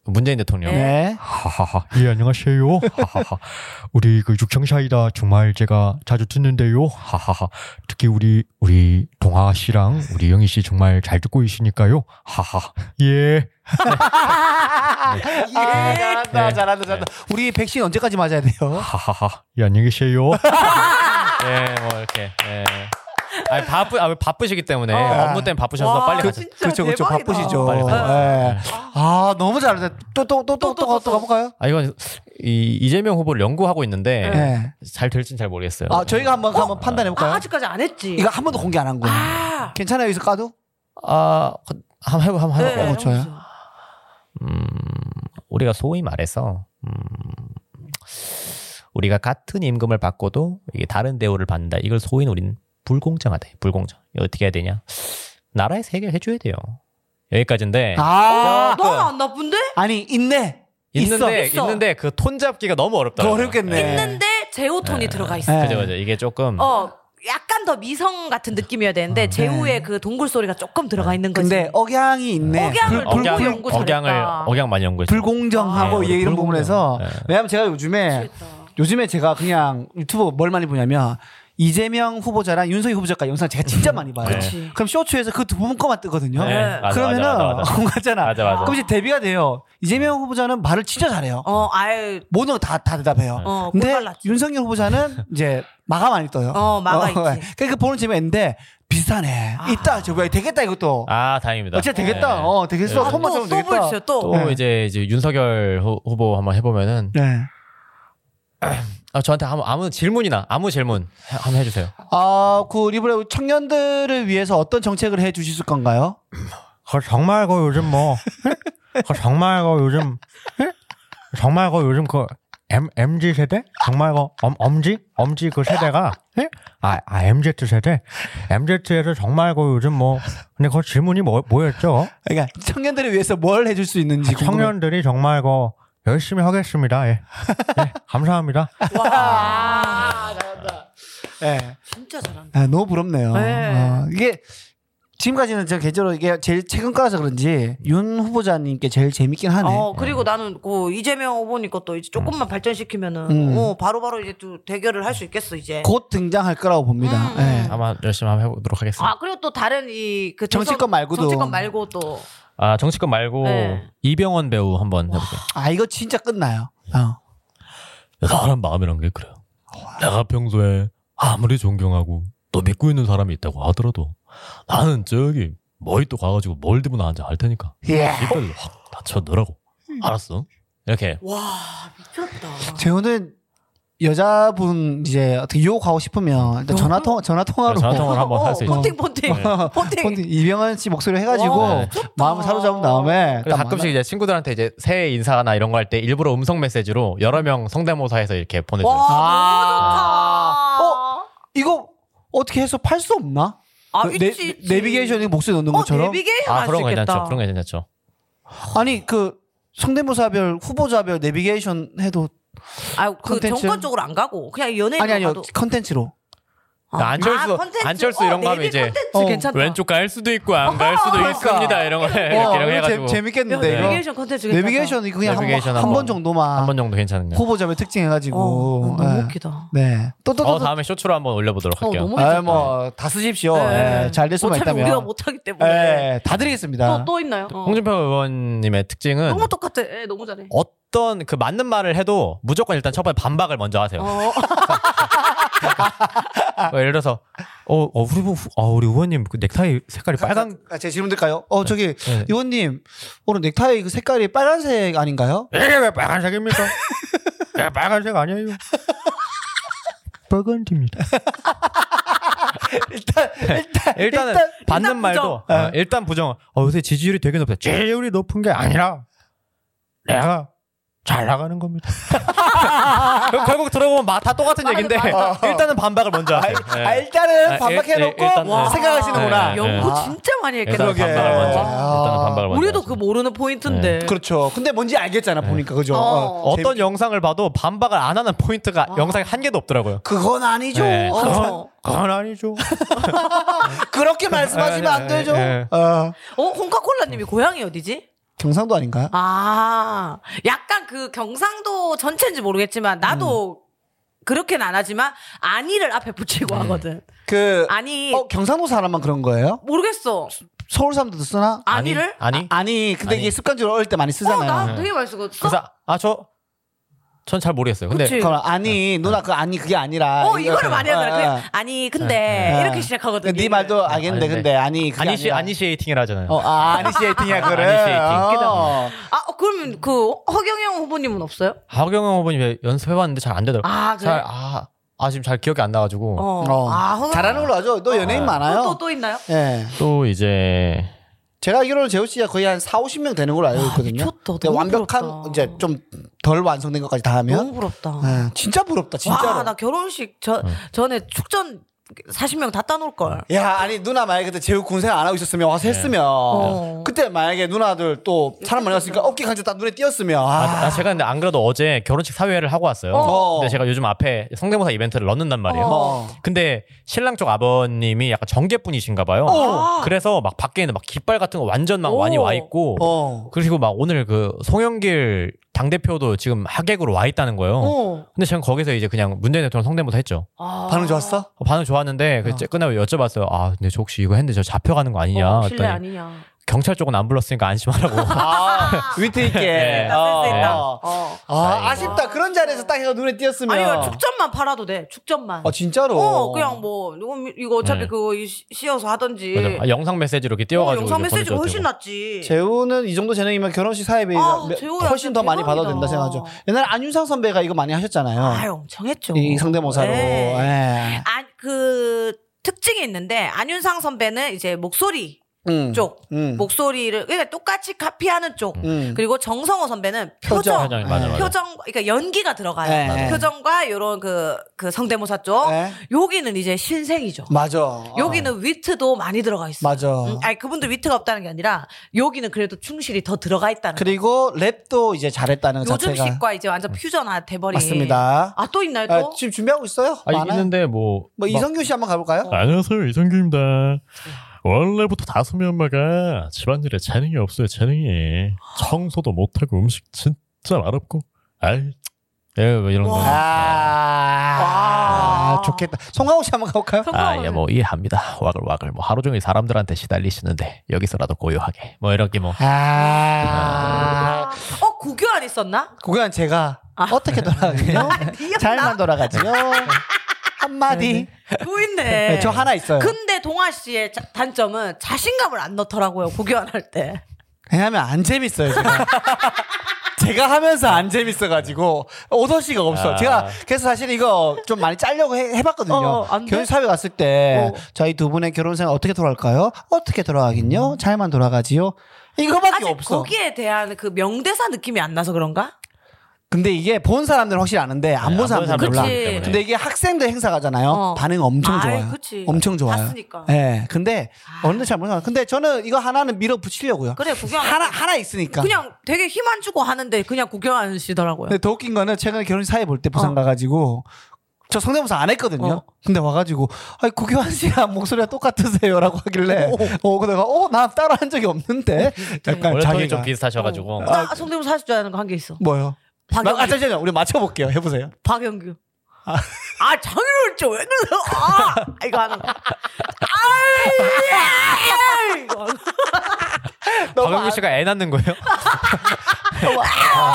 [SPEAKER 3] 문재인 대통령.
[SPEAKER 1] 네.
[SPEAKER 4] 하하하. 예, 안녕하세요. 하하하. 우리 그 육청샤이다 정말 제가 자주 듣는데요. 하하하. 특히 우리 우리 동아 씨랑 우리 영희 씨 정말 잘 듣고 있으니까요. 하하. 예.
[SPEAKER 1] 아, 잘한다,
[SPEAKER 3] 네.
[SPEAKER 1] 잘한다, 잘한다. 우리 백신 언제까지 맞아야 돼요?
[SPEAKER 4] 하하하. 예, 안녕히 계세요.
[SPEAKER 3] 예, 뭐 이렇게. 예. 아니 바쁘 아, 바쁘시기 때문에
[SPEAKER 1] 어.
[SPEAKER 3] 업무 때문에 바쁘셔서 빨리
[SPEAKER 2] 그,
[SPEAKER 3] 가세요.
[SPEAKER 2] 진짜
[SPEAKER 1] 그렇죠, 그렇죠.
[SPEAKER 2] 대박이다.
[SPEAKER 1] 바쁘시죠.
[SPEAKER 3] 아, 빨리
[SPEAKER 1] 예.
[SPEAKER 3] 가세요.
[SPEAKER 1] 아, 너무 잘한다. 또, 또, 또, 또, 또, 또, 또 가볼까요?
[SPEAKER 3] 아 이건 이 이재명 후보를 연구하고 있는데
[SPEAKER 1] 네.
[SPEAKER 3] 잘 될진 잘 모르겠어요.
[SPEAKER 1] 아 저희가 한번 한번 판단해 볼까요?
[SPEAKER 2] 아, 아직까지 안 했지.
[SPEAKER 1] 이거 한 번도 공개 안 한 거예요.
[SPEAKER 2] 아.
[SPEAKER 1] 괜찮아요 여기서 까도?
[SPEAKER 3] 아, 한번 해보 한번
[SPEAKER 2] 네.
[SPEAKER 3] 해보.
[SPEAKER 1] 어, 저요?
[SPEAKER 3] 음, 우리가 소위 말해서 음, 우리가 같은 임금을 받고도 이게 다른 대우를 받는다. 이걸 소위 우리는 불공정하다. 불공정. 이거 어떻게 해야 되냐? 나라에서 해결해 줘야 돼요. 여기까지인데
[SPEAKER 1] 아
[SPEAKER 2] 너무 안 나쁜데?
[SPEAKER 1] 아니 있네.
[SPEAKER 3] 네. 있는데
[SPEAKER 2] 있어.
[SPEAKER 3] 있는데 그 톤 잡기가 너무
[SPEAKER 1] 그거
[SPEAKER 3] 어렵더라고요. 예.
[SPEAKER 1] 어렵겠네.
[SPEAKER 2] 있는데 제오톤이 들어가 있어.
[SPEAKER 1] 네.
[SPEAKER 3] 그죠 그죠. 이게 조금
[SPEAKER 2] 어, 약간 더 미성 같은 느낌이어야 되는데 제우의 그 동굴 소리가 조금 들어가 있는 거지.
[SPEAKER 1] 아, 네. 근데 억양이 있네.
[SPEAKER 2] 억양을
[SPEAKER 1] 불- 불-
[SPEAKER 2] 너무
[SPEAKER 1] 불-
[SPEAKER 2] 연구 연구
[SPEAKER 3] 억양을
[SPEAKER 2] 잘했다.
[SPEAKER 3] 억양 많이 연구했어.
[SPEAKER 1] 불공정하고
[SPEAKER 3] 네,
[SPEAKER 1] 얘 이런
[SPEAKER 3] 불공정.
[SPEAKER 1] 부분에서
[SPEAKER 3] 네.
[SPEAKER 1] 왜냐면 제가 요즘에
[SPEAKER 2] 미치겠다.
[SPEAKER 1] 요즘에 제가 그냥 유튜브 뭘 많이 보냐면 이재명 후보자랑 윤석열 후보자가 영상 제가 진짜 많이 봐요.
[SPEAKER 2] 그치.
[SPEAKER 1] 럼 쇼츠에서 그 두 분 거만 뜨거든요.
[SPEAKER 3] 네, 맞아,
[SPEAKER 1] 그러면은
[SPEAKER 3] 맞아, 맞아, 맞아.
[SPEAKER 1] 공같잖아
[SPEAKER 3] 맞아, 맞아.
[SPEAKER 1] 그럼 이제 대비가 돼요. 이재명 후보자는 말을 진짜 잘해요.
[SPEAKER 2] 어, 아유,
[SPEAKER 1] 모든 거 다 다
[SPEAKER 3] 네.
[SPEAKER 1] 대답해요.
[SPEAKER 2] 어,
[SPEAKER 1] 근데
[SPEAKER 2] 꼴발랐지.
[SPEAKER 1] 윤석열 후보자는 이제 마감 안 떠요.
[SPEAKER 2] 어, 마가 있지. 아.
[SPEAKER 1] 그러니까 보는 재미있는데 비슷하네. 있다 저거 되겠다 이것도.
[SPEAKER 3] 아 다행입니다.
[SPEAKER 1] 어째 되겠다.
[SPEAKER 3] 네.
[SPEAKER 1] 어 되겠어.
[SPEAKER 3] 네.
[SPEAKER 1] 손만
[SPEAKER 2] 또, 또
[SPEAKER 1] 잡으면 되겠다.
[SPEAKER 2] 보여주세요, 또.
[SPEAKER 3] 또
[SPEAKER 1] 네.
[SPEAKER 3] 이제 이제 윤석열 후, 후보 한번 해보면은
[SPEAKER 1] 네.
[SPEAKER 3] 아, 저한테 아무, 아무 질문이나 아무 질문 해- 한번 해주세요.
[SPEAKER 1] 아, 그 리브레 청년들을 위해서 어떤 정책을 해 주실 건가요?
[SPEAKER 4] 그 정말 그 요즘 뭐, 그 정말 그 요즘, 정말 그 요즘 그 M MG 세대, 정말 그 엄, 엄지, 엄지 그 세대가, 아, 아 MZ 세대, MZ에서 정말 그 요즘 뭐, 근데 그 질문이 뭐 뭐였죠? 아,
[SPEAKER 1] 그러니까 청년들을 위해서 뭘 해 줄 수 있는지
[SPEAKER 3] 아,
[SPEAKER 1] 궁금해요.
[SPEAKER 4] 청년들이 정말 그 열심히 하겠습니다. 예. 예, 감사합니다.
[SPEAKER 2] 와,
[SPEAKER 1] 예.
[SPEAKER 2] 진짜 잘한다.
[SPEAKER 1] 아, 너무 부럽네요.
[SPEAKER 2] 네.
[SPEAKER 1] 어, 이게 지금까지는 제가 개인적으로 이게 제일 최근 거라서 그런지 윤 후보자님께 제일 재밌긴 하네.
[SPEAKER 2] 어 그리고 나는 그 이재명 후보니까 또 이제 조금만 발전시키면은
[SPEAKER 1] 음.
[SPEAKER 2] 어 바로바로 이제 또 대결을 할 수 있겠어 이제.
[SPEAKER 1] 곧 등장할 거라고 봅니다.
[SPEAKER 2] 음.
[SPEAKER 1] 예.
[SPEAKER 3] 아마 열심히 한번 해보도록 하겠습니다.
[SPEAKER 2] 아 그리고 또 다른 이그
[SPEAKER 1] 정치권 말고도.
[SPEAKER 2] 정치권 말고 또
[SPEAKER 3] 아 정치권 말고
[SPEAKER 2] 네.
[SPEAKER 3] 이병헌 배우 한번 해볼게요.
[SPEAKER 1] 아, 이거 진짜 끝나요. 어.
[SPEAKER 3] 사람 마음이란 게 그래요. 내가 평소에 아무리 존경하고 또 믿고 있는 사람이 있다고 하더라도 나는 저기 머리도 가가지고 멀디면 나한테 할 테니까
[SPEAKER 2] 네.
[SPEAKER 1] 예.
[SPEAKER 2] 어.
[SPEAKER 3] 이빨로 확 다쳐 넣으라고.
[SPEAKER 2] 음.
[SPEAKER 3] 알았어. 이렇게
[SPEAKER 2] 와 미쳤다.
[SPEAKER 1] 재호는 여자분 이제 어떻게 유혹하고 싶으면 일단 전화 통 전화 통화로
[SPEAKER 3] 네, 전화 통화로 한번 할수 있죠.
[SPEAKER 2] 폰팅 폰팅
[SPEAKER 1] 어,
[SPEAKER 2] 폰팅.
[SPEAKER 1] 폰팅 이병헌 씨 목소리로 해가지고
[SPEAKER 2] 네. 와,
[SPEAKER 3] 네.
[SPEAKER 2] 미쳤다.
[SPEAKER 1] 마음을 사로잡은 다음에
[SPEAKER 3] 그래서 가끔씩 이제 친구들한테 이제 새해 인사나 이런 거 할 때 일부러 음성 메시지로 여러 명 성대모사해서 이렇게 보내줘요.
[SPEAKER 2] 와
[SPEAKER 1] 아.
[SPEAKER 2] 너무
[SPEAKER 1] 이거 어떻게 해서 팔 수 없나?
[SPEAKER 2] 좋다. 아
[SPEAKER 1] 그 내,
[SPEAKER 2] 있지 있지.
[SPEAKER 1] 내비게이션에 목소리 넣는
[SPEAKER 2] 어,
[SPEAKER 1] 것처럼
[SPEAKER 2] 내비게이션
[SPEAKER 3] 아
[SPEAKER 2] 할
[SPEAKER 3] 그런
[SPEAKER 2] 수
[SPEAKER 3] 거
[SPEAKER 2] 있겠다.
[SPEAKER 3] 괜찮죠. 그런 거 괜찮죠.
[SPEAKER 1] 아니 그 성대모사별 후보자별 내비게이션 해도
[SPEAKER 2] 아그
[SPEAKER 1] 콘텐츠.
[SPEAKER 2] 정권 쪽으로 안 가고 그냥 연예인
[SPEAKER 1] 아니 아니요
[SPEAKER 2] 가도. 아,
[SPEAKER 1] 컨텐츠로
[SPEAKER 3] 나 안철수, 안철수 이런 거 하면 이제
[SPEAKER 1] 어.
[SPEAKER 2] 콘텐츠 괜찮다. 어,
[SPEAKER 3] 왼쪽 갈 수도 있고 안갈 수도
[SPEAKER 1] 그러니까.
[SPEAKER 3] 있습니다 이런 거 네, 이렇게
[SPEAKER 1] 어, 이거
[SPEAKER 3] 이렇게
[SPEAKER 1] 재-
[SPEAKER 3] 해가지고 네.
[SPEAKER 2] 야,
[SPEAKER 1] 재밌겠는데 네, 이거
[SPEAKER 2] 네, 내비게이션 컨텐츠 괜찮다.
[SPEAKER 1] 내비게이션 이거 그냥
[SPEAKER 3] 내비게이션
[SPEAKER 1] 한번 한 번
[SPEAKER 3] 한번.
[SPEAKER 1] 정도만
[SPEAKER 3] 한 번 정도 괜찮은 거.
[SPEAKER 1] 후보자별 특징
[SPEAKER 2] 어,
[SPEAKER 1] 해가지고
[SPEAKER 2] 너무
[SPEAKER 1] 예.
[SPEAKER 2] 웃기다.
[SPEAKER 1] 네.
[SPEAKER 3] 어
[SPEAKER 1] 또또또
[SPEAKER 3] 다음에 쇼츠로 한번 올려보도록
[SPEAKER 2] 어,
[SPEAKER 3] 할게요.
[SPEAKER 2] 너무
[SPEAKER 1] 아,
[SPEAKER 2] 괜찮다.
[SPEAKER 1] 뭐다 쓰십시오.
[SPEAKER 2] 네.
[SPEAKER 1] 예, 잘될 수만
[SPEAKER 2] 어차피
[SPEAKER 1] 있다면.
[SPEAKER 2] 우리가 못하기 때문에
[SPEAKER 1] 예, 다 드리겠습니다.
[SPEAKER 2] 또, 또 있나요? 어.
[SPEAKER 3] 홍준표 의원님의 특징은
[SPEAKER 2] 너무 똑같아. 예, 너무 잘해.
[SPEAKER 3] 어떤 그 맞는 말을 해도 무조건 일단 첫번에 반박을 먼저 하세요.
[SPEAKER 2] 어.
[SPEAKER 3] 어, 예를 들어서 어, 어, 우리 후, 아, 우리 의원님 그 넥타이 색깔이 빨간
[SPEAKER 1] 아, 제 질문 드릴까요? 어 저기
[SPEAKER 3] 네.
[SPEAKER 1] 의원님 오늘 넥타이 그 색깔이 빨간색 아닌가요?
[SPEAKER 4] 이게 왜 빨간색입니까? 야, 빨간색 아니에요. 빨간색입니다.
[SPEAKER 1] 일단 일단
[SPEAKER 3] 일단은 받는
[SPEAKER 2] 일단
[SPEAKER 3] 말도
[SPEAKER 1] 부정.
[SPEAKER 3] 어, 일단 부정. 어, 요새 지지율이 되게 높다. 제-
[SPEAKER 4] 지지율이 높은 게 아니라 내가 잘 나가는 겁니다.
[SPEAKER 3] 그럼 결국 들어보면 마- 다 똑같은 얘기인데 일단은 반박을 먼저 하세요. 네.
[SPEAKER 1] 아, 일단은
[SPEAKER 3] 아,
[SPEAKER 1] 반박해놓고
[SPEAKER 3] 일- 일단은.
[SPEAKER 1] 와, 생각하시는구나.
[SPEAKER 3] 네, 네,
[SPEAKER 2] 연구
[SPEAKER 1] 아.
[SPEAKER 2] 진짜 많이 했겠다. 네.
[SPEAKER 3] 일단은
[SPEAKER 1] 그러게.
[SPEAKER 3] 반박을 먼저.
[SPEAKER 1] 아.
[SPEAKER 3] 일단은 반박을 먼저.
[SPEAKER 2] 우리도
[SPEAKER 3] 하세요.
[SPEAKER 2] 그 모르는 포인트인데.
[SPEAKER 1] 그렇죠. 근데 뭔지 알겠잖아 보니까 그죠.
[SPEAKER 2] 어.
[SPEAKER 1] 어,
[SPEAKER 3] 어떤 영상을 봐도 반박을 안 하는 포인트가 영상에 한 개도 없더라고요.
[SPEAKER 1] 그건 아니죠.
[SPEAKER 3] 네.
[SPEAKER 1] 어,
[SPEAKER 2] 어.
[SPEAKER 4] 그건 아니죠.
[SPEAKER 1] 아, 그렇게
[SPEAKER 3] 네.
[SPEAKER 1] 말씀하시면 안 되죠.
[SPEAKER 4] 예,
[SPEAKER 1] 어,
[SPEAKER 2] 어, 홍카콜라님이 고향이 어디지?
[SPEAKER 1] 경상도 아닌가요?
[SPEAKER 2] 아, 약간 그 경상도 전체인지 모르겠지만
[SPEAKER 1] 음.
[SPEAKER 2] 나도 그렇게는 안 하지만 아니를 앞에 붙이고 하거든.
[SPEAKER 1] 그
[SPEAKER 2] 아니
[SPEAKER 1] 네. 어, 경상도 사람만 그런 거예요?
[SPEAKER 2] 모르겠어.
[SPEAKER 1] 서울 사람들도 쓰나?
[SPEAKER 2] 아니를?
[SPEAKER 3] 아니.
[SPEAKER 1] 아니 근데
[SPEAKER 3] 아니.
[SPEAKER 1] 이게 습관적으로 어릴 때 많이
[SPEAKER 2] 어,
[SPEAKER 3] 그
[SPEAKER 1] 쓰잖아요.
[SPEAKER 2] 나 되게 많이 쓰거든.
[SPEAKER 3] 그래서 아 저 전 잘 모르겠어요. 근데
[SPEAKER 2] 그치.
[SPEAKER 1] 잠깐만,
[SPEAKER 3] 네.
[SPEAKER 1] 아니 누나 그 아니 그게 아니라.
[SPEAKER 2] 어 이거를 많이 하더라.
[SPEAKER 1] 어, 어.
[SPEAKER 2] 그냥 아니 근데
[SPEAKER 1] 어.
[SPEAKER 2] 이렇게 시작하거든요.
[SPEAKER 1] 네 말도 알겠는데
[SPEAKER 3] 아닌데.
[SPEAKER 1] 근데 아니 그게
[SPEAKER 3] 아니시
[SPEAKER 1] 아니라.
[SPEAKER 3] 아니시에이팅을 하잖아요.
[SPEAKER 1] 어, 아, 아니시에이팅이야 그래.
[SPEAKER 3] 아니시에이팅.
[SPEAKER 1] 어.
[SPEAKER 2] 아 어, 그러면 그 허경영 후보님은 없어요?
[SPEAKER 3] 하경영 후보님 연습해 봤는데 잘 안 되더라고요.
[SPEAKER 2] 아 그래.
[SPEAKER 3] 잘 아, 아 지금 잘 기억이 안 나가지고
[SPEAKER 2] 어.
[SPEAKER 1] 어.
[SPEAKER 2] 아 허경
[SPEAKER 1] 잘하는 걸로 하죠. 너
[SPEAKER 3] 어.
[SPEAKER 1] 연예인 많아요.
[SPEAKER 2] 또또 또 있나요?
[SPEAKER 1] 예.
[SPEAKER 3] 또 이제
[SPEAKER 1] 제가 알기로는 재우 씨가 거의 한 4, 50명 되는 걸로 알고 있거든요.
[SPEAKER 2] 아, 미쳤다. 너무
[SPEAKER 1] 근데 완벽한
[SPEAKER 2] 부럽다.
[SPEAKER 1] 이제 좀 덜 완성된 것까지 다 하면
[SPEAKER 2] 너무 부럽다.
[SPEAKER 1] 예, 진짜 부럽다. 진짜로.
[SPEAKER 2] 와, 나 결혼식
[SPEAKER 3] 어.
[SPEAKER 2] 저 전에 축전 40명 다 따놓을 걸.
[SPEAKER 1] 야, 아니 누나 만약에 그때 재우 군생 안 하고 있었으면
[SPEAKER 3] 네.
[SPEAKER 1] 와서 했으면
[SPEAKER 2] 어. 음.
[SPEAKER 1] 그때 만약에 누나들 또 사람 만났으니까 어깨 강제 딱 눈에 띄었으면
[SPEAKER 3] 아,
[SPEAKER 1] 아,
[SPEAKER 3] 나 제가 근데 안 그래도 어제 결혼식 사회를 하고 왔어요.
[SPEAKER 1] 어.
[SPEAKER 3] 근데 제가 요즘 앞에 성대모사 이벤트를 넣는단 말이에요.
[SPEAKER 1] 어.
[SPEAKER 3] 근데 신랑 쪽 아버님이 약간 정계분이신가 봐요.
[SPEAKER 1] 어.
[SPEAKER 3] 그래서 막 밖에는 막 깃발 같은 거 완전 막
[SPEAKER 2] 오.
[SPEAKER 3] 많이 와 있고
[SPEAKER 1] 어.
[SPEAKER 3] 그리고 막 오늘 그 송영길 당 대표도 지금 하객으로 와 있다는 거예요.
[SPEAKER 2] 어.
[SPEAKER 3] 근데 저는 거기서 이제 그냥 문재인 대통령 성대모사 했죠.
[SPEAKER 2] 아.
[SPEAKER 1] 반응 좋았어?
[SPEAKER 3] 어, 반응 좋았는데 그 끝나고 여쭤봤어요. 아 근데 저 혹시 이거 했는데 저 잡혀가는 거 아니냐?
[SPEAKER 2] 어, 실례
[SPEAKER 3] 그랬더니
[SPEAKER 2] 아니냐.
[SPEAKER 3] 경찰 쪽은 안 불렀으니까 안심하라고.
[SPEAKER 1] 아, 위트 있게.
[SPEAKER 3] 네.
[SPEAKER 2] 나 센스 있다.
[SPEAKER 1] 어.
[SPEAKER 2] 어.
[SPEAKER 1] 아, 아쉽다. 그런 자리에서 딱 해서 눈에 띄었으면.
[SPEAKER 2] 아니 이거 축전만 팔아도 돼. 축전만.
[SPEAKER 1] 아, 진짜로.
[SPEAKER 2] 어, 그냥 뭐 이거 이거 어차피
[SPEAKER 3] 네.
[SPEAKER 2] 그거 이- 씌어서 하던지.
[SPEAKER 3] 맞아. 아, 영상 메시지로 이렇게
[SPEAKER 2] 예. 어,
[SPEAKER 3] 띄워가지고
[SPEAKER 2] 영상
[SPEAKER 3] 이렇게
[SPEAKER 2] 메시지가
[SPEAKER 3] 보내줘도
[SPEAKER 2] 훨씬
[SPEAKER 3] 되고.
[SPEAKER 2] 낫지.
[SPEAKER 1] 재우는 이 정도 재능이면 결혼식 사회에
[SPEAKER 2] 아,
[SPEAKER 1] 비해서 매-
[SPEAKER 2] 재우야,
[SPEAKER 1] 훨씬
[SPEAKER 2] 진짜
[SPEAKER 1] 더 많이 받아도 된다
[SPEAKER 2] 대박이다.
[SPEAKER 1] 생각하죠. 옛날에 안윤상 선배가 이거 많이 하셨잖아요.
[SPEAKER 2] 아, 엄청했죠.
[SPEAKER 1] 이 성대모사로.
[SPEAKER 2] 네.
[SPEAKER 1] 예.
[SPEAKER 2] 아, 그 특징이 있는데 안윤상 선배는 이제 목소리
[SPEAKER 1] 음.
[SPEAKER 2] 쪽
[SPEAKER 1] 음.
[SPEAKER 2] 목소리를 그러니까 똑같이 카피하는 쪽
[SPEAKER 1] 음.
[SPEAKER 2] 그리고 정성호 선배는 표정
[SPEAKER 1] 표정.
[SPEAKER 3] 표정이 맞아 맞아.
[SPEAKER 2] 표정 그러니까 연기가 들어가요
[SPEAKER 1] 예.
[SPEAKER 2] 표정과 이런 그, 그 성대모사 쪽
[SPEAKER 1] 예.
[SPEAKER 2] 여기는 이제 신생이죠
[SPEAKER 1] 맞아.
[SPEAKER 2] 여기는 위트도 많이 들어가 있어요
[SPEAKER 1] 맞아.
[SPEAKER 2] 음, 아니 그분도 위트가 없다는 게 아니라 여기는 그래도 충실히 더 들어가 있다는 거
[SPEAKER 1] 그리고 랩도 이제 잘했다는 것
[SPEAKER 2] 요즘
[SPEAKER 1] 자체가 음.
[SPEAKER 2] 식과 이제 완전 퓨전화 돼버린
[SPEAKER 1] 맞습니다.
[SPEAKER 2] 아 또 있나요 또?
[SPEAKER 1] 아, 지금 준비하고 있어요?
[SPEAKER 3] 아
[SPEAKER 1] 많아요.
[SPEAKER 3] 있는데 뭐
[SPEAKER 1] 뭐
[SPEAKER 3] 막-
[SPEAKER 1] 이성균 씨 한번 가볼까요?
[SPEAKER 5] 안녕하세요 이성규입니다. 원래부터 다솜이 엄마가 집안일에 재능이 없어요 재능이 청소도 못하고 음식 진짜 맛없고 아이
[SPEAKER 3] 예, 뭐 이런
[SPEAKER 1] 아,
[SPEAKER 3] 거.
[SPEAKER 1] 아,
[SPEAKER 2] 와.
[SPEAKER 1] 좋겠다. 송강호 씨 한번 가볼까요?
[SPEAKER 3] 아, 예, 뭐 이해합니다. 와글와글 뭐 하루 종일 사람들한테 시달리시는데 여기서라도 고요하게 뭐 이렇게 뭐.
[SPEAKER 1] 아,
[SPEAKER 2] 어 고교 안 있었나?
[SPEAKER 1] 고교한 제가
[SPEAKER 2] 아.
[SPEAKER 1] 어떻게 돌아가요? 잘만 돌아가지요. 한마디.
[SPEAKER 2] 또 있네
[SPEAKER 1] 네, 저 하나 있어요.
[SPEAKER 2] 근데 동아 씨의 자- 단점은 자신감을 안 넣더라고요 고교안 할 때.
[SPEAKER 1] 왜냐면 네, 안 재밌어요, 제가. 제가 하면서 안 재밌어가지고 오더시가 없어.
[SPEAKER 3] 아.
[SPEAKER 1] 제가 그래서 사실 이거 좀 많이 짜려고 해, 봤거든요
[SPEAKER 2] 어, 안 돼?
[SPEAKER 1] 결혼 사회 갔을 때
[SPEAKER 2] 어.
[SPEAKER 1] 저희 두 분의 결혼 생활 어떻게 돌아갈까요? 어떻게 돌아가긴요? 잘만 돌아가지요? 이거밖에
[SPEAKER 2] 아직
[SPEAKER 1] 없어.
[SPEAKER 2] 거기에 대한 그 명대사 느낌이 안 나서 그런가?
[SPEAKER 1] 근데 이게 본 사람들은 확실히 아는데 네, 안 본
[SPEAKER 3] 본
[SPEAKER 1] 사람들은
[SPEAKER 3] 사람들은
[SPEAKER 1] 몰라.
[SPEAKER 2] 그치.
[SPEAKER 3] 때문에.
[SPEAKER 1] 근데 이게 학생들 행사 가잖아요.
[SPEAKER 2] 어.
[SPEAKER 1] 반응 엄청
[SPEAKER 2] 아이,
[SPEAKER 1] 좋아요.
[SPEAKER 2] 그치.
[SPEAKER 1] 엄청 좋아요.
[SPEAKER 2] 봤으니까.
[SPEAKER 1] 예. 근데
[SPEAKER 2] 아.
[SPEAKER 1] 어느 잘 몰라. 근데 저는 이거 하나는 밀어붙이려고요.
[SPEAKER 2] 그래 고교 안
[SPEAKER 1] 하나 하나 있으니까.
[SPEAKER 2] 그냥 되게 힘 안 주고 하는데 그냥 고교하시더라고요.
[SPEAKER 1] 근데 더 웃긴 거는 최근에 결혼 사회 볼 때 부산 가가지고 저 성대모사 안 했거든요.
[SPEAKER 2] 어.
[SPEAKER 1] 근데 와가지고 아이 구교환 씨랑 목소리가 똑같으세요라고 하길래 어 그러다가 어나 따로 한 적이 없는데 약간 그러니까
[SPEAKER 3] 원래 톤이
[SPEAKER 1] 자기가 어. 아,
[SPEAKER 3] 좀 비슷하셔가지고.
[SPEAKER 2] 나 성대모사 할줄 아는 거 한 게 있어.
[SPEAKER 1] 뭐요?
[SPEAKER 2] 박영규.
[SPEAKER 1] 그 아 잠시만요. 우리 맞춰볼게요. 해보세요.
[SPEAKER 2] 박영규. 아 장인을 좀왜 그러세요? 아 이거 하는 거. 아이 이거 하는 거.
[SPEAKER 1] 너무
[SPEAKER 3] 박영규
[SPEAKER 1] 안,
[SPEAKER 3] 씨가 애 낳는 거예요?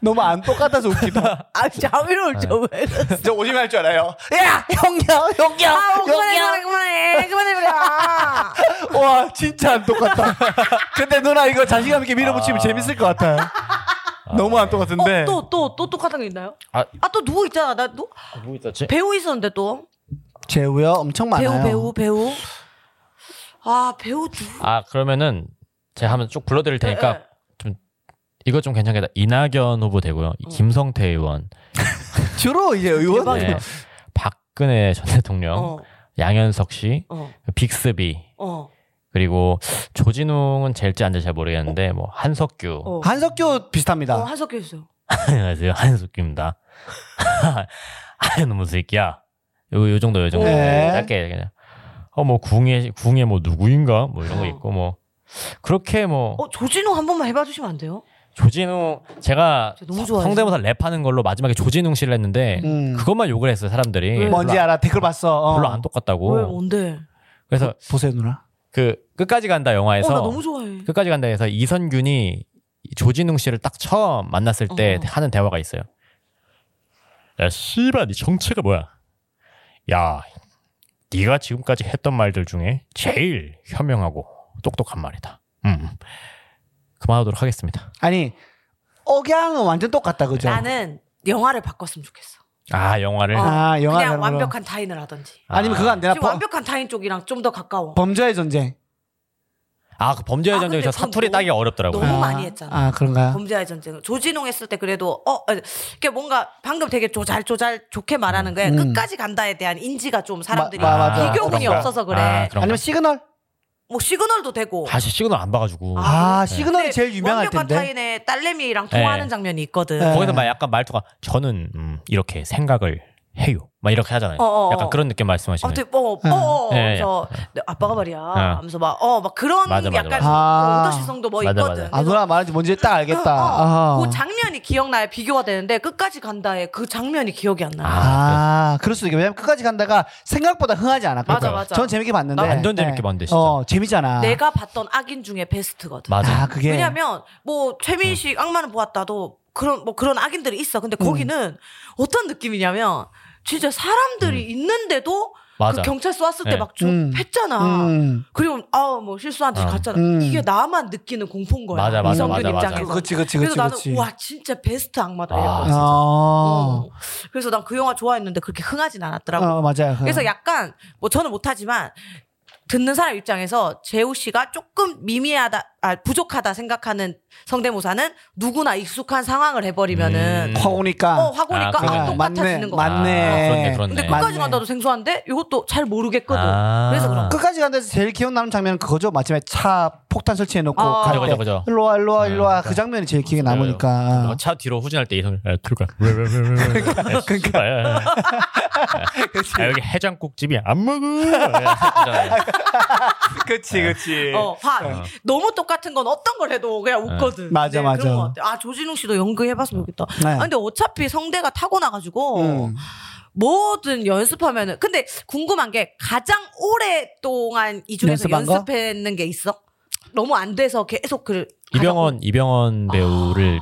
[SPEAKER 1] 너무 안 똑같아서 웃기다.
[SPEAKER 2] 아 장인을 좀왜 그러세요?
[SPEAKER 1] 저 오지 말줄 알아요. 야 형이야 형이야
[SPEAKER 2] 아 그만해
[SPEAKER 1] 형이야.
[SPEAKER 2] 그만해 그만해 그만해 그만해.
[SPEAKER 1] 와 진짜 안 똑같다. 근데 누나 이거 자신감 있게 밀어붙이면
[SPEAKER 3] 아.
[SPEAKER 1] 재밌을 것 같아요. 너무 안 똑같은데.
[SPEAKER 2] 어, 또 또 또 똑같은 게 있나요?
[SPEAKER 3] 아.
[SPEAKER 2] 아 또 누구 있잖아 나 누,
[SPEAKER 3] 뭐 있었지?
[SPEAKER 2] 배우 있었는데 또
[SPEAKER 1] 재우요 엄청 많아요.
[SPEAKER 2] 배우 배우 배우 아 배우 누구
[SPEAKER 3] 아 그러면은 제가 한번 쭉 불러드릴
[SPEAKER 2] 네,
[SPEAKER 3] 테니까
[SPEAKER 2] 네.
[SPEAKER 3] 좀 이거 좀 괜찮겠다. 이낙연 후보 되고요. 이 김성태 의원,
[SPEAKER 1] 주로 이제 의원
[SPEAKER 3] 네. 박근혜 전 대통령,
[SPEAKER 2] 어.
[SPEAKER 3] 양현석 씨, 빅스비
[SPEAKER 2] 네. 어어어아
[SPEAKER 3] 그리고 조진웅은 젤지 안지 잘 모르겠는데 뭐 한석규.
[SPEAKER 2] 어.
[SPEAKER 1] 아, 한석규 비슷합니다.
[SPEAKER 2] 한석규 있어요
[SPEAKER 3] 안녕하세요 한석규입니다. 아이 너무 새끼야. 요, 요 정도 요 정도
[SPEAKER 1] 네.
[SPEAKER 3] 짧게 그냥. 어뭐 궁예 궁예 뭐 누구인가 뭐 이런 거
[SPEAKER 2] 어.
[SPEAKER 3] 있고 뭐 그렇게 뭐
[SPEAKER 2] 어 조진웅 한 번만 해봐 주시면 안 돼요?
[SPEAKER 3] 조진웅 제가
[SPEAKER 2] 저 너무
[SPEAKER 3] 성-
[SPEAKER 2] 좋아해서.
[SPEAKER 3] 성대모사 랩하는 걸로 마지막에 조진웅 씨를 했는데
[SPEAKER 1] 음.
[SPEAKER 3] 그것만 욕을 했어요 사람들이
[SPEAKER 2] 왜?
[SPEAKER 1] 뭔지
[SPEAKER 3] 별로,
[SPEAKER 1] 알아 댓글 봤어.
[SPEAKER 3] 안-
[SPEAKER 1] 어.
[SPEAKER 3] 별로 안 똑같다고
[SPEAKER 2] 왜 뭔데? 어,
[SPEAKER 3] 그래서
[SPEAKER 1] 보세요 누나.
[SPEAKER 3] 그 끝까지 간다 영화에서
[SPEAKER 2] 어나 너무 좋아해
[SPEAKER 3] 끝까지 간다에서 이선균이 이 조진웅 씨를 딱 처음 만났을 때
[SPEAKER 2] 어.
[SPEAKER 3] 하는 대화가 있어요. 야 씨발 네 정체가 뭐야? 야 네가 지금까지 했던 말들 중에 제일 현명하고 똑똑한 말이다. 음 그만하도록 하겠습니다.
[SPEAKER 1] 아니 억양은 완전 똑같다 그죠?
[SPEAKER 2] 나는 영화를 바꿨으면 좋겠어.
[SPEAKER 3] 아 영화를
[SPEAKER 2] 어.
[SPEAKER 1] 아 영화
[SPEAKER 2] 그냥
[SPEAKER 1] 사람으로.
[SPEAKER 2] 완벽한 타인을 하든지.
[SPEAKER 1] 아니면 그거 안 되나?
[SPEAKER 2] 지금
[SPEAKER 1] 범,
[SPEAKER 2] 완벽한 타인 쪽이랑 좀 더 가까워.
[SPEAKER 1] 범죄의 전쟁
[SPEAKER 3] 아 그 범죄의
[SPEAKER 2] 아,
[SPEAKER 3] 전쟁
[SPEAKER 2] 근데
[SPEAKER 3] 저
[SPEAKER 2] 그건
[SPEAKER 3] 사투리
[SPEAKER 2] 너무-
[SPEAKER 3] 따기 어렵더라고요.
[SPEAKER 2] 너무
[SPEAKER 1] 아,
[SPEAKER 2] 많이 했잖아.
[SPEAKER 1] 아 그런가요?
[SPEAKER 2] 범죄의 전쟁. 조진웅 했을 때 그래도 어 이게 뭔가 방금 되게 조잘 조잘 좋게 말하는 거야.
[SPEAKER 1] 음.
[SPEAKER 2] 끝까지 간다에 대한 인지가 좀 사람들이
[SPEAKER 1] 마- 마- 맞아.
[SPEAKER 2] 비교군이
[SPEAKER 3] 그런가?
[SPEAKER 2] 없어서 그래.
[SPEAKER 3] 아, 그런가?
[SPEAKER 1] 아니면 시그널?
[SPEAKER 2] 뭐 시그널도 되고.
[SPEAKER 3] 다시 시그널 안 봐가지고
[SPEAKER 2] 아,
[SPEAKER 1] 아
[SPEAKER 3] 네.
[SPEAKER 1] 시그널이
[SPEAKER 2] 근데
[SPEAKER 1] 제일 유명할
[SPEAKER 2] 완벽한
[SPEAKER 1] 텐데
[SPEAKER 2] 타인의 딸내미랑 통화하는
[SPEAKER 3] 네.
[SPEAKER 2] 장면이 있거든.
[SPEAKER 1] 네.
[SPEAKER 3] 거기서 막 약간 말투가 저는 음, 이렇게 생각을 해요. 막 이렇게 하잖아요.
[SPEAKER 2] 어, 어,
[SPEAKER 3] 약간
[SPEAKER 2] 어.
[SPEAKER 3] 그런 느낌 말씀하시네요.
[SPEAKER 2] 아무튼 어, 어, 어,
[SPEAKER 3] 예, 예.
[SPEAKER 2] 그래서
[SPEAKER 1] 네.
[SPEAKER 2] 내 아빠가 말이야. 하면서 막 어, 막 그런
[SPEAKER 3] 맞아, 맞아,
[SPEAKER 2] 약간
[SPEAKER 3] 맞아.
[SPEAKER 1] 아.
[SPEAKER 2] 오더시성도 뭐
[SPEAKER 3] 맞아,
[SPEAKER 2] 있거든.
[SPEAKER 1] 아 누나 말하는지 뭔지 딱 알겠다
[SPEAKER 2] 어, 어.
[SPEAKER 1] 아하.
[SPEAKER 2] 그 장면이 기억나야 비교가 되는데 끝까지 간다에 그 장면이 기억이 안 나.
[SPEAKER 3] 아,
[SPEAKER 1] 아, 그럴 수도 있겠 왜냐면 끝까지 간다가 생각보다 흥하지 않았거든.
[SPEAKER 2] 맞아, 맞아.
[SPEAKER 1] 전 재밌게 봤는데.
[SPEAKER 3] 나 완전 재밌게 봤는데, 진짜.
[SPEAKER 1] 어, 재밌잖아.
[SPEAKER 2] 내가 봤던 악인 중에 베스트거든.
[SPEAKER 3] 맞아.
[SPEAKER 1] 아, 그게. 네.
[SPEAKER 2] 왜냐면 뭐 최민식 악마는 보았다도 그런 뭐 그런 악인들이 있어. 근데
[SPEAKER 1] 음.
[SPEAKER 2] 거기는 어떤 느낌이냐면 진짜 사람들이 있는데도
[SPEAKER 3] 맞아.
[SPEAKER 2] 그 경찰 쏘았을
[SPEAKER 3] 네.
[SPEAKER 2] 때 막
[SPEAKER 1] 음.
[SPEAKER 2] 줍했잖아.
[SPEAKER 1] 음.
[SPEAKER 2] 그리고 아우 뭐 실수한 듯이
[SPEAKER 3] 어.
[SPEAKER 2] 갔잖아.
[SPEAKER 1] 음.
[SPEAKER 2] 이게 나만 느끼는 공포인 거야.
[SPEAKER 3] 맞아, 맞아,
[SPEAKER 2] 이성균
[SPEAKER 3] 맞아, 맞아.
[SPEAKER 2] 입장에서.
[SPEAKER 1] 그치, 그치,
[SPEAKER 2] 래서
[SPEAKER 1] 그치,
[SPEAKER 2] 나는
[SPEAKER 1] 그치.
[SPEAKER 2] 와 진짜 베스트 악마다.
[SPEAKER 3] 아.
[SPEAKER 2] 이랬거든.
[SPEAKER 3] 진짜.
[SPEAKER 1] 어.
[SPEAKER 2] 어. 그래서 난 그 영화 좋아했는데 그렇게 흥하진 않았더라고.
[SPEAKER 1] 어, 맞아요.
[SPEAKER 2] 그래서 약간 뭐 저는 못하지만 듣는 사람 입장에서 재우 씨가 조금 미미하다, 아, 부족하다 생각하는 성대모사는 누구나 익숙한 상황을 해버리면은
[SPEAKER 3] 음.
[SPEAKER 1] 화오니까.
[SPEAKER 2] 어 화고니까
[SPEAKER 3] 아,
[SPEAKER 2] 아,
[SPEAKER 3] 그러네.
[SPEAKER 2] 똑같아지는
[SPEAKER 1] 맞네,
[SPEAKER 2] 거야.
[SPEAKER 1] 맞네.
[SPEAKER 3] 아, 그렇네, 그렇네.
[SPEAKER 2] 근데
[SPEAKER 1] 맞네.
[SPEAKER 2] 끝까지 간다도 생소한데 이것도 잘 모르겠거든.
[SPEAKER 3] 아.
[SPEAKER 2] 그래서 그런 거.
[SPEAKER 1] 끝까지 간다에서 제일 기억나는 장면은 그거죠. 마침에 차 폭탄 설치해놓고
[SPEAKER 2] 어.
[SPEAKER 1] 갈
[SPEAKER 3] 아, 그죠,
[SPEAKER 1] 때.
[SPEAKER 3] 그죠, 그죠.
[SPEAKER 1] 일로와, 일로와, 일로와.
[SPEAKER 3] 네.
[SPEAKER 1] 그 장면이 제일 기억에
[SPEAKER 3] 맞아요.
[SPEAKER 1] 남으니까.
[SPEAKER 3] 뭐 차 뒤로 후진할 때 이성 야, 들어가. 왜, 왜, 왜, 왜, 왜. 그러니까. 아, 여기 해장국 집이야. 안 먹어. 야,
[SPEAKER 1] 그치, 그치.
[SPEAKER 2] 어, 화. 너무 똑같은 건 어떤 걸 해도 그냥 웃거든.
[SPEAKER 1] 맞아,
[SPEAKER 2] 네,
[SPEAKER 1] 맞아.
[SPEAKER 2] 그런 것 같아. 아, 조진웅 씨도 연극해봤으면 좋겠다.
[SPEAKER 1] 네.
[SPEAKER 2] 아, 근데 어차피 성대가 타고나가지고,
[SPEAKER 1] 음.
[SPEAKER 2] 뭐든 연습하면은. 근데 궁금한 게 가장 오랫동안 이 중에서
[SPEAKER 1] 연습한 거?
[SPEAKER 2] 연습했는 게 있어? 너무 안 돼서 계속 그.
[SPEAKER 3] 이병헌, 이병헌 배우를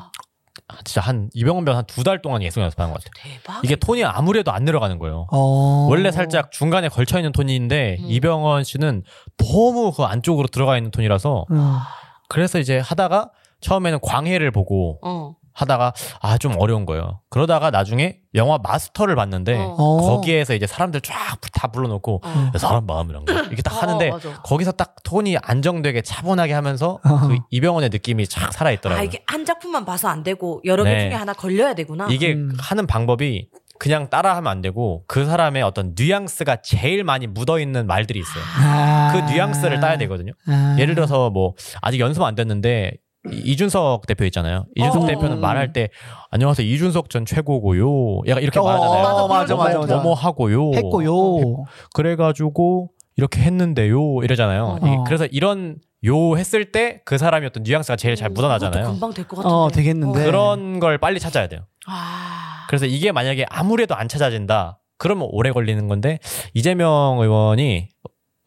[SPEAKER 2] 아,
[SPEAKER 3] 진짜 한, 이병헌 배우 한 두 달 동안 계속 연습하는 것 같아요.
[SPEAKER 2] 대박.
[SPEAKER 3] 이게 톤이 아무래도 안 내려가는 거예요.
[SPEAKER 1] 어.
[SPEAKER 3] 원래 살짝 중간에 걸쳐 있는 톤인데
[SPEAKER 2] 음.
[SPEAKER 3] 이병헌 씨는 너무 그 안쪽으로 들어가 있는 톤이라서
[SPEAKER 1] 음.
[SPEAKER 3] 그래서 이제 하다가 처음에는 광해를 보고
[SPEAKER 2] 어.
[SPEAKER 3] 하다가 아 좀 어려운 거예요. 그러다가 나중에 영화 마스터를 봤는데
[SPEAKER 2] 어.
[SPEAKER 1] 어.
[SPEAKER 3] 거기에서 이제 사람들 쫙 다 불러놓고
[SPEAKER 2] 어.
[SPEAKER 3] 야, 사람 마음이란 거 이렇게 딱
[SPEAKER 2] 어,
[SPEAKER 3] 하는데
[SPEAKER 2] 맞아.
[SPEAKER 3] 거기서 딱 톤이 안정되게 차분하게 하면서
[SPEAKER 1] 어.
[SPEAKER 3] 그 이병헌의 느낌이 쫙 살아
[SPEAKER 2] 아,
[SPEAKER 3] 있더라고요.
[SPEAKER 2] 이게 아. 한 작품만 봐서 안 되고, 여러 개
[SPEAKER 3] 네.
[SPEAKER 2] 중에 하나 걸려야 되구나.
[SPEAKER 3] 이게
[SPEAKER 1] 음.
[SPEAKER 3] 하는 방법이 그냥 따라하면 안 되고 그 사람의 어떤 뉘앙스가 제일 많이 묻어 있는 말들이 있어요.
[SPEAKER 1] 아.
[SPEAKER 3] 그 뉘앙스를 따야 되거든요.
[SPEAKER 1] 아.
[SPEAKER 3] 예를 들어서 뭐 아직 연습 안 됐는데 이- 이준석 대표 있잖아요. 이준석
[SPEAKER 2] 어.
[SPEAKER 3] 대표는 말할 때 안녕하세요 이준석 전 최고고요. 약간 이렇게
[SPEAKER 1] 어,
[SPEAKER 3] 말하잖아요.
[SPEAKER 2] 맞아, 맞아,
[SPEAKER 3] 뭐뭐
[SPEAKER 2] 맞아,
[SPEAKER 1] 맞아.
[SPEAKER 3] 뭐뭐 하고요.
[SPEAKER 1] 했고요.
[SPEAKER 3] 그래가지고 이렇게 했는데요. 이러잖아요.
[SPEAKER 1] 어.
[SPEAKER 3] 이- 그래서 이런 요 했을 때 그 사람이 어떤 뉘앙스가 제일 잘
[SPEAKER 2] 음, 그것도
[SPEAKER 3] 묻어나잖아요.
[SPEAKER 2] 금방 될 것 같은데.
[SPEAKER 1] 어, 되겠는데.
[SPEAKER 3] 그런 걸 빨리 찾아야 돼요.
[SPEAKER 2] 아.
[SPEAKER 3] 그래서 이게 만약에 아무래도 안 찾아진다. 그러면 오래 걸리는 건데 이재명 의원이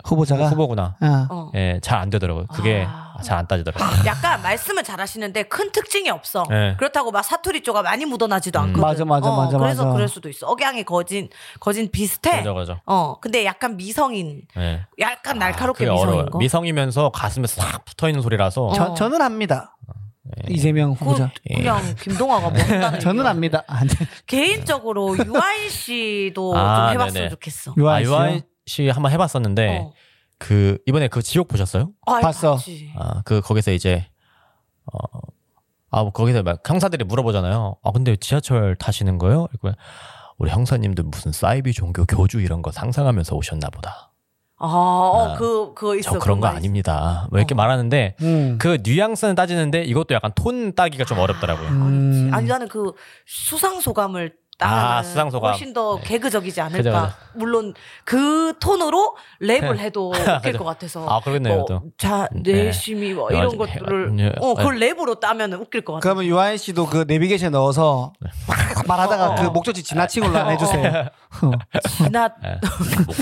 [SPEAKER 1] 후보자가.
[SPEAKER 3] 후보구나.
[SPEAKER 1] 아.
[SPEAKER 2] 어.
[SPEAKER 3] 예, 잘 안 되더라고요. 그게
[SPEAKER 2] 아.
[SPEAKER 3] 잘 안 따지더라고요.
[SPEAKER 2] 약간 말씀을 잘하시는데 큰 특징이 없어.
[SPEAKER 3] 네.
[SPEAKER 2] 그렇다고 막 사투리 쪼가 많이 묻어나지도
[SPEAKER 3] 음.
[SPEAKER 2] 않거든.
[SPEAKER 1] 맞아, 맞아,
[SPEAKER 2] 어,
[SPEAKER 1] 맞아,
[SPEAKER 2] 그래서
[SPEAKER 1] 맞아.
[SPEAKER 2] 그럴 수도 있어. 억양이 거진 거진 비슷해.
[SPEAKER 3] 그죠, 그죠.
[SPEAKER 2] 어, 근데 약간 미성인,
[SPEAKER 3] 예.
[SPEAKER 2] 약간
[SPEAKER 3] 아,
[SPEAKER 2] 날카롭게
[SPEAKER 3] 그게
[SPEAKER 2] 미성인
[SPEAKER 3] 어려워요.
[SPEAKER 2] 거.
[SPEAKER 3] 미성이면서 가슴에 싹 붙어 있는 소리라서
[SPEAKER 2] 어.
[SPEAKER 1] 저, 저는 합니다.
[SPEAKER 3] 예.
[SPEAKER 1] 이재명 후보자.
[SPEAKER 2] 그, 그냥 김동아가
[SPEAKER 3] 네.
[SPEAKER 2] 뭐 한다는
[SPEAKER 1] 음, 저는
[SPEAKER 2] 얘기야.
[SPEAKER 1] 압니다. 아, 네.
[SPEAKER 2] 개인적으로 유아인 씨도
[SPEAKER 3] 아,
[SPEAKER 2] 좀 해봤으면
[SPEAKER 3] 네네. 네.
[SPEAKER 2] 좋겠어.
[SPEAKER 3] 아,
[SPEAKER 1] 유아인 씨요?
[SPEAKER 3] 유아인 씨 한번 해봤었는데
[SPEAKER 2] 어.
[SPEAKER 3] 그 이번에 그 지옥 보셨어요?
[SPEAKER 2] 아이,
[SPEAKER 1] 봤어.
[SPEAKER 2] 봤지.
[SPEAKER 3] 아 그 거기서 이제 어, 아뭐 거기서 막 형사들이 물어보잖아요. 아 근데 지하철 타시는 거예요? 이거 우리 형사님들 무슨 사이비 종교 교주 이런 거 상상하면서 오셨나 보다.
[SPEAKER 2] 아, 어,
[SPEAKER 3] 아,
[SPEAKER 2] 그 그거 있어.
[SPEAKER 3] 저 그런 거
[SPEAKER 2] 있어.
[SPEAKER 3] 아닙니다. 뭐 이렇게
[SPEAKER 2] 어.
[SPEAKER 3] 말하는데
[SPEAKER 1] 음.
[SPEAKER 3] 그 뉘앙스는 따지는데 이것도 약간 톤 따기가 좀 어렵더라고요.
[SPEAKER 2] 어렵지.
[SPEAKER 1] 음.
[SPEAKER 2] 아니 나는 그 수상 소감을
[SPEAKER 3] 아,
[SPEAKER 2] 따면
[SPEAKER 3] 수상 소감. 네.
[SPEAKER 2] 훨씬 더 개그적이지 않을까.
[SPEAKER 3] 그죠, 그죠.
[SPEAKER 2] 물론 그 톤으로 랩을 해도 웃길
[SPEAKER 3] 그죠.
[SPEAKER 2] 것 같아서.
[SPEAKER 3] 아 그러겠네요,
[SPEAKER 2] 뭐,
[SPEAKER 3] 또.
[SPEAKER 2] 자
[SPEAKER 3] 네.
[SPEAKER 2] 내심이 뭐
[SPEAKER 3] 네,
[SPEAKER 2] 이런
[SPEAKER 3] 맞아.
[SPEAKER 2] 것들을
[SPEAKER 3] 네.
[SPEAKER 2] 어 그걸 랩으로 따면 웃길 것 같아.
[SPEAKER 1] 그러면 유아인 씨도 그 내비게이션 넣어서 막 말하다가
[SPEAKER 2] 어.
[SPEAKER 1] 그 목적지
[SPEAKER 3] 어.
[SPEAKER 1] 지나친 걸로 하나 해주세요.
[SPEAKER 2] 지나.
[SPEAKER 3] 예.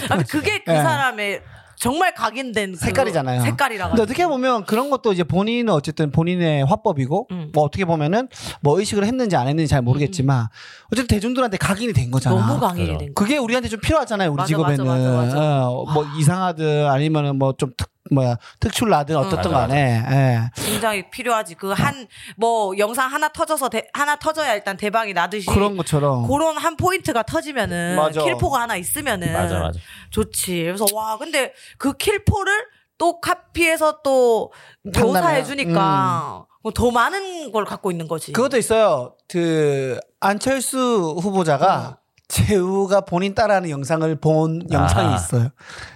[SPEAKER 2] 아니 그게 그
[SPEAKER 1] 네.
[SPEAKER 2] 사람의 정말 각인된 그
[SPEAKER 1] 색깔이잖아요.
[SPEAKER 2] 색깔이라 가지고.
[SPEAKER 1] 근데 어떻게 보면 그런 것도 이제 본인은 어쨌든 본인의 화법이고
[SPEAKER 2] 음.
[SPEAKER 1] 뭐 어떻게 보면은 뭐 의식을 했는지 안 했는지 잘 모르겠지만 어쨌든 대중들한테 각인이 된 거잖아.
[SPEAKER 2] 너무 강인이
[SPEAKER 3] 그죠.
[SPEAKER 2] 된 거.
[SPEAKER 1] 그게 우리한테 좀 필요하잖아요. 우리
[SPEAKER 2] 맞아,
[SPEAKER 1] 직업에는
[SPEAKER 2] 맞아, 맞아, 맞아.
[SPEAKER 1] 어, 뭐 이상하든 아니면은 뭐 좀 특 뭐야
[SPEAKER 2] 음.
[SPEAKER 1] 특출나든 어떻든
[SPEAKER 3] 맞아, 맞아.
[SPEAKER 1] 간에 예.
[SPEAKER 2] 굉장히 필요하지. 그 한 뭐 영상 하나 터져서 대- 하나 터져야 일단 대박이 나듯이
[SPEAKER 1] 그런 것처럼
[SPEAKER 2] 그런 한 포인트가 터지면은
[SPEAKER 1] 맞아.
[SPEAKER 2] 킬포가 하나 있으면은
[SPEAKER 3] 맞아 맞아.
[SPEAKER 2] 좋지. 그래서 와 근데 그 킬포를 또 카피해서 또
[SPEAKER 1] 판단해요.
[SPEAKER 2] 묘사해 주니까 더 많은 걸 갖고 있는 거지.
[SPEAKER 1] 음. 그것도 있어요. 그 안철수
[SPEAKER 2] 음.
[SPEAKER 1] 후보자가 재우가 본인 따라하는 영상을 본
[SPEAKER 3] 아.
[SPEAKER 1] 영상이 있어요.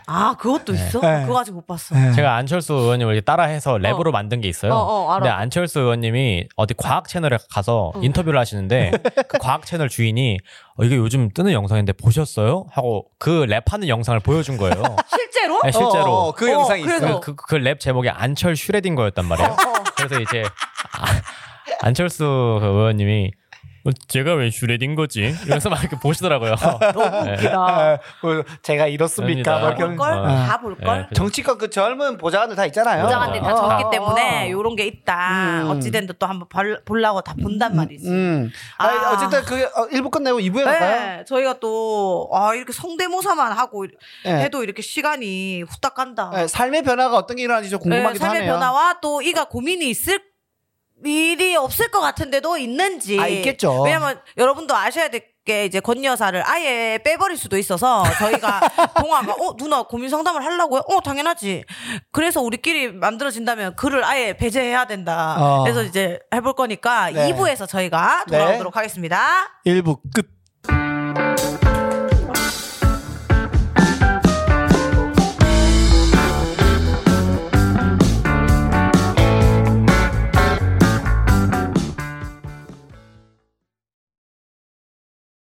[SPEAKER 2] 아 그것도 있어?
[SPEAKER 1] 네.
[SPEAKER 2] 그거 아직 못 봤어.
[SPEAKER 1] 예.
[SPEAKER 3] 제가 안철수 의원님을 따라해서 랩으로
[SPEAKER 2] 어.
[SPEAKER 3] 만든 게 있어요.
[SPEAKER 2] 어, 어, 알아. 어.
[SPEAKER 3] 근데 안철수 의원님이 어디 과학 채널에 가서 인터뷰를 하시는데 그 과학 채널 주인이 어, 이게 요즘 뜨는 영상인데 보셨어요? 하고 그 랩하는 영상을 보여준 거예요.
[SPEAKER 2] 실제로?
[SPEAKER 3] 네, 실제로.
[SPEAKER 1] 어, 어, 그
[SPEAKER 2] 어,
[SPEAKER 1] 영상이
[SPEAKER 2] 그래서- 어,
[SPEAKER 1] 있어요.
[SPEAKER 3] 그, 그 랩 제목이 안철 슈레딩거였단 말이에요. 그래서 이제 아, 안철수 의원님이
[SPEAKER 6] 어, 제가 왜 슈레딩 거지?
[SPEAKER 3] 이러면서 막 이렇게
[SPEAKER 2] 어,
[SPEAKER 3] 보시더라고요. 네.
[SPEAKER 2] 너무 웃기다.
[SPEAKER 1] 아, 그 제가 이렇습니까?
[SPEAKER 3] 아닙니다.
[SPEAKER 1] 막 이렇게.
[SPEAKER 2] 볼 걸?
[SPEAKER 3] 어.
[SPEAKER 2] 다 볼
[SPEAKER 3] 예,
[SPEAKER 2] 걸? 네.
[SPEAKER 3] 그래서
[SPEAKER 1] 정치권 그 젊은 보좌관들 다 있잖아요.
[SPEAKER 2] 부장한테 네. 다
[SPEAKER 1] 어,
[SPEAKER 2] 적기
[SPEAKER 1] 어,
[SPEAKER 2] 때문에
[SPEAKER 1] 어.
[SPEAKER 2] 요런 게 있다.
[SPEAKER 1] 음.
[SPEAKER 2] 어찌된 듯또 한번 벌- 보려고 다 본단 말이지.
[SPEAKER 1] 음. 아,
[SPEAKER 2] 아.
[SPEAKER 1] 어쨌든 그게 어, 1부 끝내고 2부에 갈까요?
[SPEAKER 2] 네, 저희가 또, 아, 이렇게 성대모사만 하고
[SPEAKER 1] 네.
[SPEAKER 2] 해도 이렇게 시간이 후딱 간다.
[SPEAKER 1] 네, 삶의 변화가 어떤 게 일어나는지 좀 궁금하기도
[SPEAKER 2] 삶의
[SPEAKER 1] 하네요.
[SPEAKER 2] 변화와 또 이가 고민이 있을 일이 없을 것 같은데도 있는지.
[SPEAKER 1] 아, 있겠죠.
[SPEAKER 2] 왜냐면 여러분도 아셔야 될 게 이제 권 여사를 아예 빼버릴 수도 있어서 저희가 동화가 어 누나 고민 상담을 하려고요? 어 당연하지. 그래서 우리끼리 만들어진다면 글을 아예 배제해야 된다.
[SPEAKER 1] 어.
[SPEAKER 2] 그래서 이제 해볼 거니까
[SPEAKER 1] 네.
[SPEAKER 2] 2부에서 저희가 돌아오도록 하겠습니다.
[SPEAKER 1] 1부 끝.